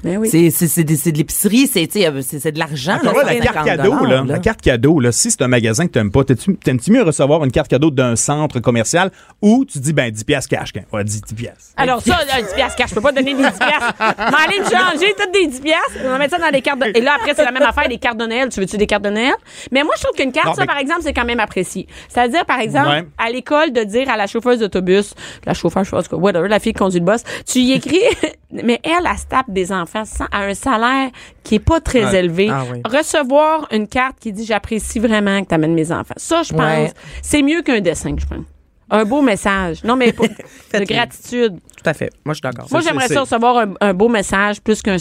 Speaker 1: Ben oui.
Speaker 4: C'est- C'est c'est des- c'est de l'épicerie, c'est tu sais, euh, c'est- c'est de l'argent.
Speaker 3: Encore là, Ah, la carte cadeau, là, la carte cadeau, là, si c'est un magasin que t'aimes pas, t'aimes-tu t'aimes-tu mieux recevoir une carte cadeau d'un centre commercial ou tu dis, ben, 10 piastres cash, quand, ouais, 10, 10 piastres.
Speaker 1: Alors ça, là, 10 piastres cash, je peux pas donner des 10 piastres. Mais allez me changer toutes des 10 piastres, on va mettre ça dans les cartes de... Et là, après, c'est la même affaire, des cartes de Noël. Tu veux-tu des cartes de Noël? Mais moi, je trouve qu'une carte,
Speaker 3: Non,
Speaker 1: ça,
Speaker 3: mais-
Speaker 1: par exemple, c'est quand même apprécié. C'est-à-dire, par exemple,
Speaker 3: Ouais.
Speaker 1: à l'école, de dire à la chauffeuse d'autobus, la chauffeur, je pense que, whatever, la fille qui conduit le boss, tu y écris, mais elle, elle, se tape des enfants sans- à un salaire qui est pas très élevé.
Speaker 2: Ah oui.
Speaker 1: Recevoir une carte qui dit, j'apprécie vraiment que t'amènes mes enfants. Ça, je pense,
Speaker 4: Ouais.
Speaker 1: c'est mieux qu'un dessin, je pense. Un beau message. Non, mais pas- de
Speaker 2: Faites-le.
Speaker 1: gratitude.
Speaker 2: Tout à fait. Moi, je suis d'accord.
Speaker 1: Moi, j'aimerais
Speaker 3: c'est-
Speaker 1: ça recevoir un, un beau message plus qu'un.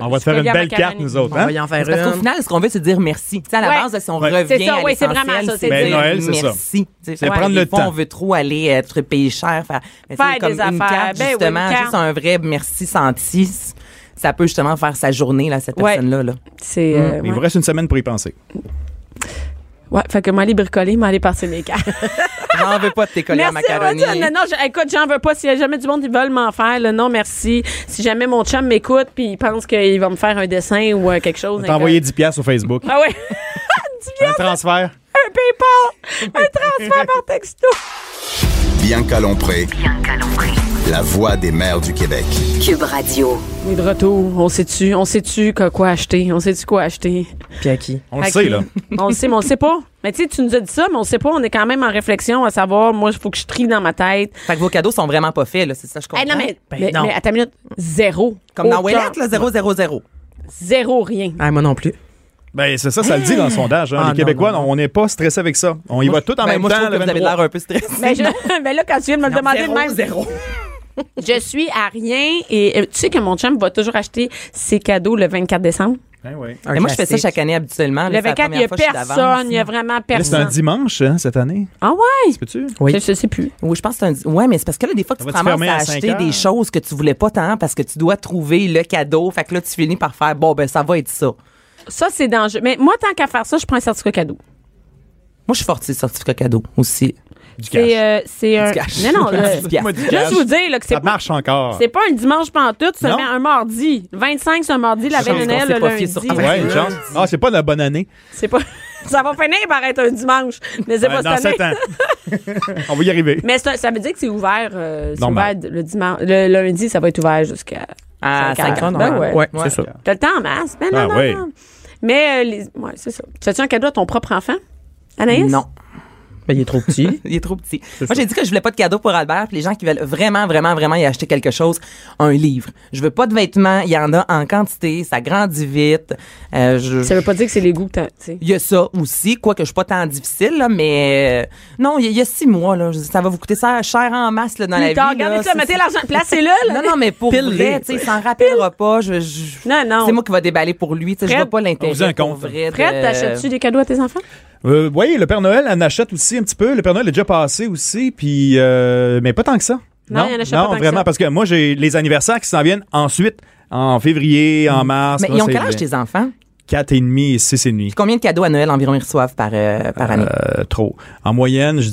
Speaker 3: On va te faire une belle carte, nous autres,
Speaker 2: On va
Speaker 3: hein?
Speaker 2: y en faire
Speaker 4: Parce qu'au
Speaker 2: une.
Speaker 4: final, ce qu'on veut, c'est dire merci. Tu sais, à la
Speaker 1: Ouais.
Speaker 4: base, là, si on
Speaker 3: Ouais.
Speaker 4: revient
Speaker 1: C'est ça,
Speaker 4: à
Speaker 1: ouais, c'est
Speaker 4: l'essentiel,
Speaker 1: vraiment ça, c'est
Speaker 4: c'est
Speaker 1: Ben,
Speaker 4: dire
Speaker 3: Noël, c'est ça.
Speaker 4: merci. Tu sais,
Speaker 3: C'est prendre
Speaker 4: des
Speaker 3: le
Speaker 4: fois,
Speaker 3: temps.
Speaker 4: on veut trop aller être payer cher. Faire, mais tu sais,
Speaker 1: Faire
Speaker 4: comme
Speaker 1: des
Speaker 4: une
Speaker 1: affaires.
Speaker 4: carte,
Speaker 1: Ben oui,
Speaker 4: justement,
Speaker 1: une carte.
Speaker 4: juste un vrai merci senti, c- ça peut justement faire sa journée, là, cette
Speaker 1: Ouais.
Speaker 4: personne-là. Là.
Speaker 1: C'est. euh,
Speaker 3: Il vous
Speaker 1: ouais.
Speaker 3: reste une semaine pour y penser.
Speaker 1: Ouais, fait que m'aller bricoler, m'aller passer mes cartes.
Speaker 4: J'en veux pas de tes collés à
Speaker 1: merci,
Speaker 4: macaroni.
Speaker 1: Watson. Non, non, je- écoute, j'en veux pas. S'il y a jamais du monde qui veulent m'en faire, là, non, merci. Si jamais mon chum m'écoute puis il pense qu'il va me faire un dessin ou euh, quelque chose.
Speaker 3: On
Speaker 1: hein,
Speaker 3: t'a envoyé 10 piastres sur Facebook.
Speaker 1: comme- Ah oui.
Speaker 3: Un transfert.
Speaker 1: un PayPal. Un transfert par texto.
Speaker 5: Bianca Lompré,
Speaker 6: Bianca Lompré.
Speaker 5: la voix des mères du Québec.
Speaker 6: Cube Radio.
Speaker 1: On est de retour. On sait-tu, on sait-tu que- quoi acheter? On sait-tu quoi acheter?
Speaker 2: Puis à qui?
Speaker 3: On le
Speaker 1: Fait
Speaker 3: sait,
Speaker 1: que-
Speaker 3: là.
Speaker 1: On le sait, mais on le sait pas. Mais tu sais, tu nous as dit ça, mais on le sait pas. On est quand même en réflexion à savoir, moi, il faut que je trie dans ma tête.
Speaker 4: Fait que vos cadeaux sont vraiment pas faits, là, c'est ça, je comprends.
Speaker 1: Eh non, mais,
Speaker 2: Ben
Speaker 1: mais,
Speaker 2: non.
Speaker 1: mais attends une minute. Zéro.
Speaker 4: Comme dans
Speaker 1: Aucun.
Speaker 4: Ouellette, là, 0, 0, 0.
Speaker 1: Zéro, rien.
Speaker 2: Ah, moi non plus.
Speaker 3: Ben, c'est ça, ça le dit dans le sondage. hein.
Speaker 2: Ah,
Speaker 3: les
Speaker 2: non,
Speaker 3: Québécois,
Speaker 2: non, non.
Speaker 3: on n'est pas stressés avec ça. On y va tout en
Speaker 4: Ben,
Speaker 3: même
Speaker 4: moi,
Speaker 3: temps.
Speaker 4: je trouve
Speaker 3: le
Speaker 4: que vous avez
Speaker 3: 23.
Speaker 4: l'air un peu stressé.
Speaker 1: Mais, je- mais là, quand tu viens de me le demander de même,
Speaker 4: zéro.
Speaker 1: je suis à rien. Et euh, tu sais que mon chum va toujours acheter ses cadeaux le 24 décembre.
Speaker 3: Ben oui.
Speaker 2: Un
Speaker 4: Mais moi, je fais ça
Speaker 2: classique.
Speaker 4: chaque année habituellement.
Speaker 1: Le
Speaker 4: Là, Ah, c'est la
Speaker 1: 24, il n'y a
Speaker 4: première fois que je suis d'avance.
Speaker 1: personne. Il n'y a vraiment
Speaker 3: Là, c'est un
Speaker 1: personne.
Speaker 3: dimanche, hein, cette année.
Speaker 1: Ah ouais?
Speaker 3: Peux-tu?
Speaker 2: Oui.
Speaker 1: Je, je sais plus.
Speaker 4: Oui, je pense que c'est un. Ouais, mais c'est parce que là, des fois, tu te
Speaker 3: va-tu
Speaker 4: ramasses
Speaker 3: fermer à
Speaker 4: à
Speaker 3: 5
Speaker 4: acheter
Speaker 3: heures?
Speaker 4: des choses que tu voulais pas tant parce que tu dois trouver le cadeau. Fait que là, tu finis par faire bon, ben, ça va être ça.
Speaker 1: Ça, c'est dangereux. Mais moi, tant qu'à faire ça, je prends un certificat cadeau.
Speaker 4: Moi, je suis forte, c'est certificat cadeau aussi.
Speaker 3: Du cash.
Speaker 1: C'est euh, c'est un.
Speaker 4: cash.
Speaker 1: Non, non. là,
Speaker 4: Du cash.
Speaker 3: Moi, du
Speaker 1: Juste
Speaker 3: cash.
Speaker 1: vous dire là, que c'est
Speaker 3: Ça marche encore.
Speaker 1: C'est pas un dimanche pantoute, ça
Speaker 3: Ah. Non.
Speaker 1: met un mardi. Le 25, c'est un mardi, la
Speaker 4: Je
Speaker 1: veille de
Speaker 4: pense qu'on
Speaker 1: Noël,
Speaker 4: s'est
Speaker 1: le
Speaker 4: pas fié sur-
Speaker 1: lundi.
Speaker 4: Ah
Speaker 3: Ouais, une chance. Ah, c'est pas la bonne année.
Speaker 1: C'est pas... ça va finir par être un dimanche, mais c'est
Speaker 3: Euh,
Speaker 1: pas
Speaker 3: dans
Speaker 1: cette année.
Speaker 3: 7 ans. on va y arriver.
Speaker 1: Mais c'est un- ça veut dire que c'est ouvert, euh, c'est ouvert
Speaker 3: Normal.
Speaker 1: le dimanche. Le lundi, ça va être ouvert jusqu'à...
Speaker 4: À
Speaker 1: Cinq
Speaker 4: 5
Speaker 1: heures,
Speaker 4: ans,
Speaker 1: Ben
Speaker 4: normal.
Speaker 1: ouais.
Speaker 2: Ouais, c'est ça.
Speaker 1: T'as le temps en masse, mais non,
Speaker 3: Ah
Speaker 1: non,
Speaker 3: oui.
Speaker 1: non. Mais, euh, les... ouais, c'est ça. Tu as-tu un cadeau à ton propre enfant, Anaïs?
Speaker 4: Non.
Speaker 2: Ben, il est trop petit.
Speaker 4: Il est trop petit. Moi, j'ai dit que je voulais pas de cadeau pour Albert. Puis les gens qui veulent vraiment, vraiment, vraiment y acheter quelque chose, un livre. Je veux pas de vêtements. Il y en a en quantité. Ça grandit vite. Euh, je-
Speaker 1: Ça veut pas dire que c'est les goûts que t'as, tu sais.
Speaker 4: il y a ça aussi, quoique je suis pas tant difficile, là, mais euh, non, il y, a- il y a six mois, là, je dis, ça va vous coûter ça cher en masse là, dans la vie.
Speaker 1: T'as
Speaker 4: là,
Speaker 1: regardé ça,
Speaker 4: c'est-
Speaker 1: mettez l'argent, placez-le, là.
Speaker 4: Non, non, mais pour
Speaker 2: Pile-le,
Speaker 4: vrai, tu sais, il s'en rappellera pas. Je, je-
Speaker 1: Non, non.
Speaker 4: C'est moi qui va déballer pour lui, tu sais, je
Speaker 1: Fred,
Speaker 4: vois pas l'intérêt.
Speaker 3: faisait un
Speaker 4: pour
Speaker 3: compte.
Speaker 4: vrai de-
Speaker 1: Fred, t'achètes-tu des cadeaux à tes enfants?
Speaker 3: Euh, oui, le Père Noël en achète aussi un petit peu. Le Père Noël est déjà passé aussi, puis euh, mais pas tant que ça.
Speaker 1: Non, il en achète pas tant que
Speaker 3: vraiment,
Speaker 1: ça.
Speaker 3: parce que moi, j'ai les anniversaires qui s'en viennent ensuite, en février, en mars.
Speaker 4: Mais
Speaker 3: là,
Speaker 4: ils ont
Speaker 3: c'est
Speaker 4: quel âge tes enfants?
Speaker 3: 4 et demi et 6 et demi.
Speaker 4: Combien de cadeaux à Noël environ ils reçoivent par, euh, par année?
Speaker 3: Euh, trop. En moyenne, je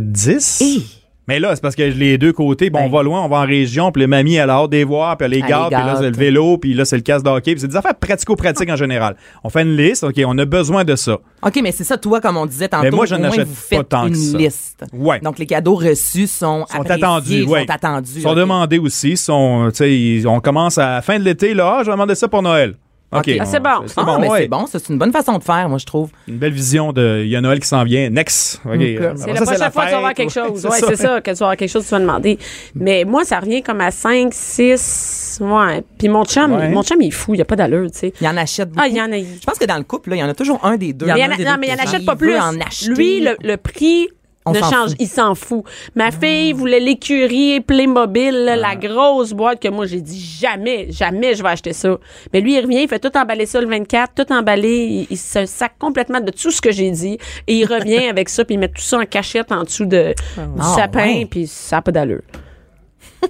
Speaker 3: dirais 10. Mais là, c'est parce que les deux côtés, bon, on va loin, on va en région, puis les mamies, elle a hâte des voir, puis elle les
Speaker 4: Elle
Speaker 3: garde,
Speaker 4: les
Speaker 3: puis là,
Speaker 4: garde.
Speaker 3: c'est le vélo, puis là, c'est le casse de hockey, puis c'est des affaires pratico-pratiques en général. On fait une liste, OK, on a besoin de ça.
Speaker 4: OK, mais c'est ça, toi, comme on disait tantôt,
Speaker 3: Mais moi, je
Speaker 4: au
Speaker 3: n'en
Speaker 4: moins,
Speaker 3: achète
Speaker 4: vous
Speaker 3: pas
Speaker 4: faites
Speaker 3: tant
Speaker 4: une
Speaker 3: que ça.
Speaker 4: liste.
Speaker 3: Ouais.
Speaker 4: Donc, les cadeaux reçus sont,
Speaker 3: sont
Speaker 4: appréciés,
Speaker 3: attendus, oui.
Speaker 4: sont attendus.
Speaker 3: Sont
Speaker 4: OK.
Speaker 3: demandés aussi. Sont, tu sais, ils- on commence à la fin de l'été, là, Ah, je vais demander ça pour Noël. OK.
Speaker 4: OK. Ah,
Speaker 1: c'est
Speaker 3: on-
Speaker 1: bon.
Speaker 4: Ah, mais
Speaker 3: ouais.
Speaker 4: c'est bon, ça, c'est une bonne façon de faire, moi, je trouve.
Speaker 3: Une belle vision de, il y a Noël qui s'en vient, next. OK. Euh,
Speaker 1: C'est
Speaker 3: après
Speaker 1: la prochaine fois que
Speaker 3: ça,
Speaker 1: tu vas avoir
Speaker 3: fête.
Speaker 1: quelque chose.
Speaker 3: Ouais,
Speaker 1: Ouais, c'est ça, que tu vas avoir quelque chose, tu vas demander. Mais moi, ça revient comme à 5, 6, ouais. Puis mon chum,
Speaker 3: Ouais.
Speaker 1: mon chum, il est fou, il a pas d'allure, tu sais.
Speaker 4: Il en achète beaucoup.
Speaker 1: Ah, il y en a.
Speaker 4: Je pense que dans le couple, là, il y en a toujours un des deux.
Speaker 1: Mais il y en
Speaker 4: un
Speaker 1: a-
Speaker 4: des
Speaker 1: non,
Speaker 4: deux
Speaker 1: mais il
Speaker 4: qui
Speaker 1: n'achète
Speaker 4: veut
Speaker 1: pas plus.
Speaker 4: en acheter.
Speaker 1: Lui, le, le prix
Speaker 4: On
Speaker 1: ne
Speaker 4: s'en
Speaker 1: change.
Speaker 4: fout. Ah.
Speaker 1: Il s'en fout. Ma fille voulait l'écurie Playmobil, là, la grosse boîte que moi, j'ai dit jamais, jamais je vais acheter ça. Mais lui, il revient, il fait tout emballer ça le 24, tout emballer. Il, il se sac complètement de tout ce que j'ai dit. Et il revient avec ça, puis il met tout ça en cachette en dessous de, du
Speaker 4: Ah,
Speaker 1: sapin,
Speaker 4: ouais.
Speaker 1: puis ça n'a pas d'allure.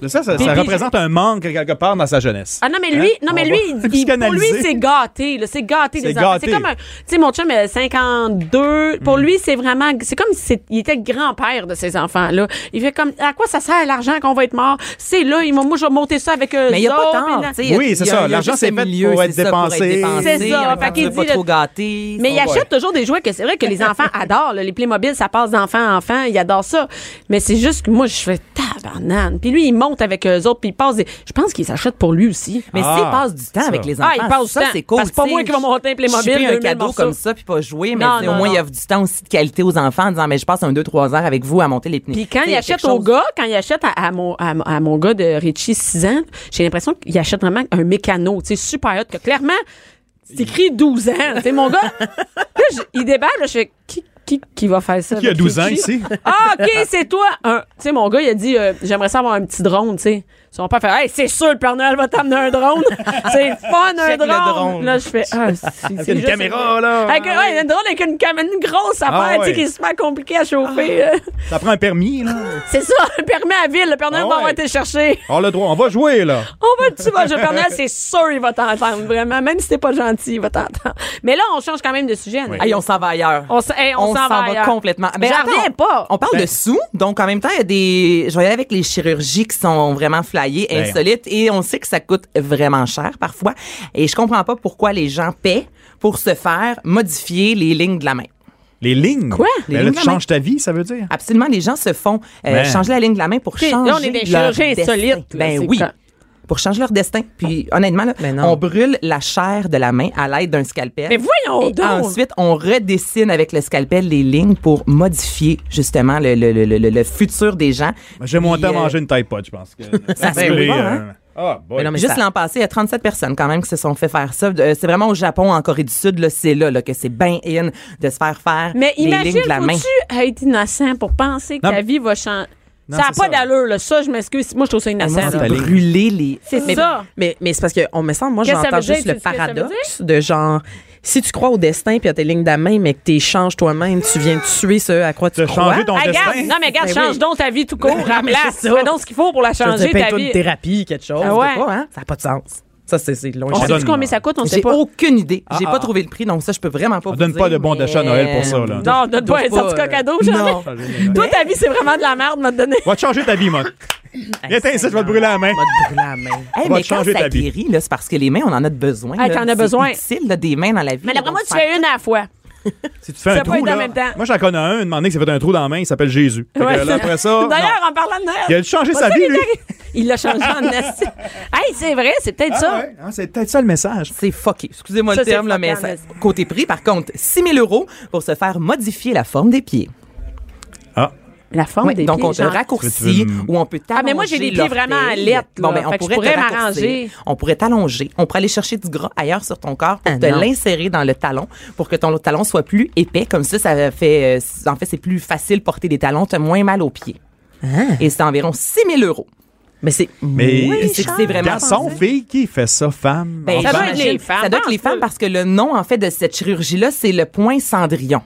Speaker 3: Ça, ça, ça
Speaker 1: Puis-
Speaker 3: représente un manque quelque part dans sa jeunesse.
Speaker 1: Ah non, mais lui,
Speaker 3: Hein?
Speaker 1: non, mais
Speaker 3: On
Speaker 1: lui,
Speaker 3: va
Speaker 1: il- il- pour lui,
Speaker 3: psychanalyser.
Speaker 1: c'est gâté, là, c'est gâté
Speaker 3: C'est
Speaker 1: les enfants. C'est
Speaker 3: gâté. Mm.
Speaker 1: comme un, tu sais, mon chum, euh, 52. Pour lui, c'est vraiment, c'est comme s'il était le grand-père de ces enfants-là. Il fait comme, à quoi ça sert l'argent qu'on va être mort? C'est là, ils vont- moi, je vais monter ça avec eux
Speaker 4: Mais il n'y a pas
Speaker 1: autres,
Speaker 4: tant.
Speaker 1: puis là.
Speaker 4: tu sais, il y a-
Speaker 3: Oui, c'est
Speaker 4: il y a-
Speaker 3: ça.
Speaker 4: il y a
Speaker 3: L'argent,
Speaker 4: juste
Speaker 3: c'est
Speaker 4: un
Speaker 3: fait
Speaker 4: milieu,
Speaker 3: pour
Speaker 4: c'est
Speaker 3: être
Speaker 4: ça,
Speaker 3: dépensé.
Speaker 4: dépensé.
Speaker 1: C'est
Speaker 4: Il y en
Speaker 1: ça,
Speaker 4: a
Speaker 1: fait
Speaker 4: qui
Speaker 1: qu'il
Speaker 4: veut pas
Speaker 1: dit le-
Speaker 4: trop gâter.
Speaker 1: Mais il
Speaker 4: Ils sont-
Speaker 1: achète toujours des jouets que c'est vrai que les enfants adorent. là. Les Playmobil, ça passe d'enfant en enfant. Ils adorent ça. Mais c'est juste que moi, je fais tabarnane. Puis lui, il monte avec eux autres, puis il passe des... Je pense qu'il s'achète pour lui aussi.
Speaker 4: Mais
Speaker 3: Ah,
Speaker 4: s'il passe du temps
Speaker 3: ça.
Speaker 4: avec les enfants,
Speaker 1: Ah, il passe du
Speaker 4: ça,
Speaker 1: temps.
Speaker 4: c'est cool.
Speaker 1: Parce que c'est pas
Speaker 4: tu sais.
Speaker 1: moi qui vais monter un Playmobil,
Speaker 4: Chipper un
Speaker 1: 2000
Speaker 4: cadeau
Speaker 1: morceaux.
Speaker 4: comme ça, puis pas jouer, mais
Speaker 1: Non,
Speaker 4: tu sais, au
Speaker 1: non,
Speaker 4: moins, il y a
Speaker 1: non.
Speaker 4: du temps aussi de qualité aux enfants en disant, mais je passe un 2-3 heures avec vous à monter les pneus.
Speaker 1: Puis quand
Speaker 4: Tu sais,
Speaker 1: il
Speaker 4: y a
Speaker 1: achète
Speaker 4: quelque
Speaker 1: au
Speaker 4: chose-
Speaker 1: gars, quand il achète à, à mon, à, mon- à mon gars de Richie 6 ans, j'ai l'impression qu'il achète vraiment un mécano, tu sais, super hot, que clairement, c'est écrit 12 ans. Tu sais, mon gars, là, je- il déballe, là, je fais, qui, qui, qui va faire ça?
Speaker 3: Il y a
Speaker 1: avec
Speaker 3: 12 ans
Speaker 1: Richie?
Speaker 3: ici.
Speaker 1: Ah, OK, c'est toi. Un- Tu sais, mon gars, il a dit, euh, j'aimerais ça avoir un petit drone, tu sais. Son père fait, hey, c'est sûr, le Père Noël va t'amener un drone. c'est fun, un
Speaker 4: Check le
Speaker 1: drone.
Speaker 4: drône.
Speaker 1: Là, je fais, ah, c'est- c'est
Speaker 3: Avec une
Speaker 1: juste-
Speaker 3: caméra, là.
Speaker 1: Avec, un- ouais, un drone avec une, cam- une grosse affaire, tu
Speaker 3: Ah,
Speaker 1: sais,
Speaker 3: ouais.
Speaker 1: qui est super compliquée à chauffer. euh.
Speaker 3: Ça prend un permis, là.
Speaker 1: C'est ça, un permis à ville. Le Père Noël
Speaker 3: Ah
Speaker 1: va
Speaker 3: ouais.
Speaker 1: avoir été chercher.
Speaker 3: On a Ah, le droit. On va jouer, là.
Speaker 1: On va, tu vas, le Père Noël, c'est sûr, il va t'entendre, vraiment. Même si t'es pas gentil, il va t'entendre. Mais là, on change quand même de sujet. Anne.
Speaker 4: Hey, on s'en va ailleurs.
Speaker 1: On s- hey, on s'en va ailleurs.
Speaker 4: complètement.
Speaker 1: J'en
Speaker 4: attends,
Speaker 1: reviens pas.
Speaker 4: On
Speaker 3: Ben.
Speaker 4: parle de sous, donc en même temps, il y a des. Je vais y aller avec les chirurgies qui sont vraiment flyées,
Speaker 3: Ben.
Speaker 4: insolites, et on sait que ça coûte vraiment cher parfois. Et je comprends pas pourquoi les gens paient pour se faire modifier les lignes de la main.
Speaker 3: Les lignes. Quoi? Mais
Speaker 4: Les
Speaker 3: là,
Speaker 4: lignes
Speaker 3: tu
Speaker 4: de la main.
Speaker 3: changes ta vie, ça veut dire?
Speaker 4: Absolument, les gens se font euh,
Speaker 3: Ben.
Speaker 4: changer la ligne de la main pour
Speaker 1: Puis
Speaker 4: changer
Speaker 1: là, on est des
Speaker 4: leur
Speaker 1: chirurgiens
Speaker 4: destin.
Speaker 1: insolites, là,
Speaker 4: Ben
Speaker 1: c'est
Speaker 4: oui.
Speaker 1: quand-
Speaker 4: Pour changer leur destin. Puis honnêtement, là,
Speaker 2: Ben non.
Speaker 4: on brûle la chair de la main à l'aide d'un scalpel.
Speaker 1: Mais voyons
Speaker 4: Et
Speaker 1: donc!
Speaker 4: Ensuite, on redessine avec le scalpel les lignes pour modifier justement le, le, le, le- le futur des gens.
Speaker 3: J'ai mon
Speaker 4: Puis,
Speaker 3: temps à
Speaker 4: euh,
Speaker 3: manger une taille pot, je pense. que-
Speaker 4: Ça se
Speaker 3: Les,
Speaker 4: peut pas,
Speaker 3: euh,
Speaker 4: hein?
Speaker 3: Ah, boy.
Speaker 2: Mais non, mais
Speaker 4: Juste
Speaker 2: ça-
Speaker 4: l'an passé, il y a 37 personnes quand même qui se sont fait faire ça. Euh, c'est vraiment au Japon, en Corée du Sud, là, c'est là, là, que c'est bien in de se faire faire
Speaker 1: Mais
Speaker 4: les
Speaker 1: imagine,
Speaker 4: lignes de la main.
Speaker 1: faut-tu être innocent pour penser que
Speaker 3: Non,
Speaker 1: ta
Speaker 3: mais-
Speaker 1: vie va changer?
Speaker 3: Non,
Speaker 1: ça n'a
Speaker 3: c'est
Speaker 1: pas
Speaker 3: ça.
Speaker 1: d'allure, là. Ça, je m'excuse. Moi, je trouve ça innocent.
Speaker 4: Moi,
Speaker 1: là.
Speaker 4: c'est
Speaker 3: ligne.
Speaker 4: brûler les...
Speaker 1: C'est ça.
Speaker 2: Mais, mais c'est parce que, on me semble, moi,
Speaker 1: Qu'est-ce que ça
Speaker 2: j'entends
Speaker 1: veut dire?
Speaker 2: juste le
Speaker 1: Tu sais ce que ça veut dire?
Speaker 2: paradoxe de genre, si tu crois au destin puis à tes lignes de la main, mais que tu changes toi-même, tu viens de tuer ce à quoi tu
Speaker 3: T'as
Speaker 2: crois.
Speaker 3: changé ton
Speaker 1: Ah,
Speaker 3: destin.
Speaker 1: regarde, non, mais regarde,
Speaker 2: Ben
Speaker 1: change
Speaker 2: oui.
Speaker 1: donc ta vie tout court, à
Speaker 2: mais
Speaker 1: place.
Speaker 2: c'est ça.
Speaker 1: Fais donc ce qu'il faut pour la
Speaker 2: Je veux
Speaker 1: changer,
Speaker 2: dire,
Speaker 1: ta
Speaker 2: paye-toi
Speaker 1: vie.
Speaker 2: une thérapie, quelque chose.
Speaker 1: Ah
Speaker 2: je sais
Speaker 1: ouais.
Speaker 2: pas, hein? Ça n'a pas de sens. Ça, c'est c'est loin.
Speaker 1: On
Speaker 2: chez
Speaker 1: sait
Speaker 3: donne-
Speaker 1: combien ça coûte, on sait
Speaker 4: J'ai
Speaker 1: pas.
Speaker 4: aucune idée. J'ai
Speaker 3: Ah,
Speaker 4: pas
Speaker 3: ah.
Speaker 4: trouvé le prix, donc ça, je peux vraiment pas
Speaker 3: On
Speaker 4: vous
Speaker 3: donne pas
Speaker 4: dire,
Speaker 3: de bon d'achat à
Speaker 4: mais-
Speaker 3: Noël pour ça, là.
Speaker 1: Non, donne-toi un
Speaker 4: Bouffe pas,
Speaker 1: certificat
Speaker 4: euh,
Speaker 1: cadeau,
Speaker 4: Non.
Speaker 1: jamais. Toi, ta vie, c'est vraiment de la merde, m'a donné.
Speaker 3: Va te changer ta vie, moi. Viens, tiens, ça, je vais te brûler la main.
Speaker 2: Je vais te brûler la main.
Speaker 4: Hey,
Speaker 3: va
Speaker 4: mais
Speaker 3: te
Speaker 4: quand
Speaker 3: changer ta
Speaker 4: ça
Speaker 3: vie.
Speaker 4: guérit, là, c'est parce que les mains, on en a de besoin.
Speaker 1: Ah,
Speaker 4: là.
Speaker 1: t'en as
Speaker 4: C'est
Speaker 1: besoin.
Speaker 4: utile, là, des mains dans la vie.
Speaker 1: Mais
Speaker 4: là,
Speaker 1: d'après moi,
Speaker 4: donc
Speaker 1: tu fais une à la fois.
Speaker 3: Si tu fais
Speaker 1: Ça peut
Speaker 3: un trou,
Speaker 1: être en
Speaker 3: là,
Speaker 1: même temps.
Speaker 3: moi j'en connais un, une donné qui s'est fait un trou dans la main, il s'appelle Jésus. Fait que
Speaker 1: Ouais.
Speaker 3: là, après ça, Ah, non.
Speaker 1: D'ailleurs, en parlant de Noël.
Speaker 3: il a changé
Speaker 1: pas
Speaker 3: sa
Speaker 1: ça
Speaker 3: vie,
Speaker 1: qui est
Speaker 3: lui.
Speaker 1: arrivé? Il l'a changé en esti. Hey, c'est vrai, c'est peut-être
Speaker 3: Ah
Speaker 1: ça.
Speaker 3: ouais, hein, c'est peut-être ça le message.
Speaker 4: C'est fucké. Excusez-moi
Speaker 1: Ça,
Speaker 4: le
Speaker 1: c'est
Speaker 4: terme, là,
Speaker 1: fucké,
Speaker 4: mais
Speaker 1: en
Speaker 4: ça-
Speaker 1: esti.
Speaker 4: côté prix, par contre, 6 000 euros pour se faire modifier la forme des pieds.
Speaker 3: Ah.
Speaker 1: La forme
Speaker 4: Ouais,
Speaker 1: des
Speaker 4: donc,
Speaker 1: pieds,
Speaker 4: on te
Speaker 1: genre.
Speaker 3: Tu veux-
Speaker 4: raccourcit
Speaker 3: tu veux-
Speaker 4: ou on peut t'allonger.
Speaker 1: Ah, mais moi, j'ai des pieds
Speaker 4: l'orteil.
Speaker 1: vraiment à lettres, là.
Speaker 4: Bon, ben, on
Speaker 1: Fait que je
Speaker 4: pourrait, te
Speaker 1: pourrais
Speaker 4: raccourcir.
Speaker 1: m'arranger.
Speaker 4: On pourrait t'allonger. On pourrait aller chercher du gras ailleurs sur ton corps pour
Speaker 6: Ah,
Speaker 4: te
Speaker 6: non.
Speaker 4: l'insérer dans le talon pour que ton talon soit plus épais. Comme ça, ça fait. euh, En fait, c'est plus facile de porter des talons. T'as moins mal aux pieds.
Speaker 1: Ah.
Speaker 4: Et c'est environ 6 000 euros.
Speaker 2: Mais c'est.
Speaker 3: Mais
Speaker 4: Oui, c'est que c'est vraiment
Speaker 3: garçon, fille, qui fait ça, femme?
Speaker 4: Ben,
Speaker 1: ça doit
Speaker 4: j'imagine-
Speaker 1: être les femmes.
Speaker 4: Ça doit être les femmes parce que le nom, en fait, de cette chirurgie-là, c'est le point Cendrillon.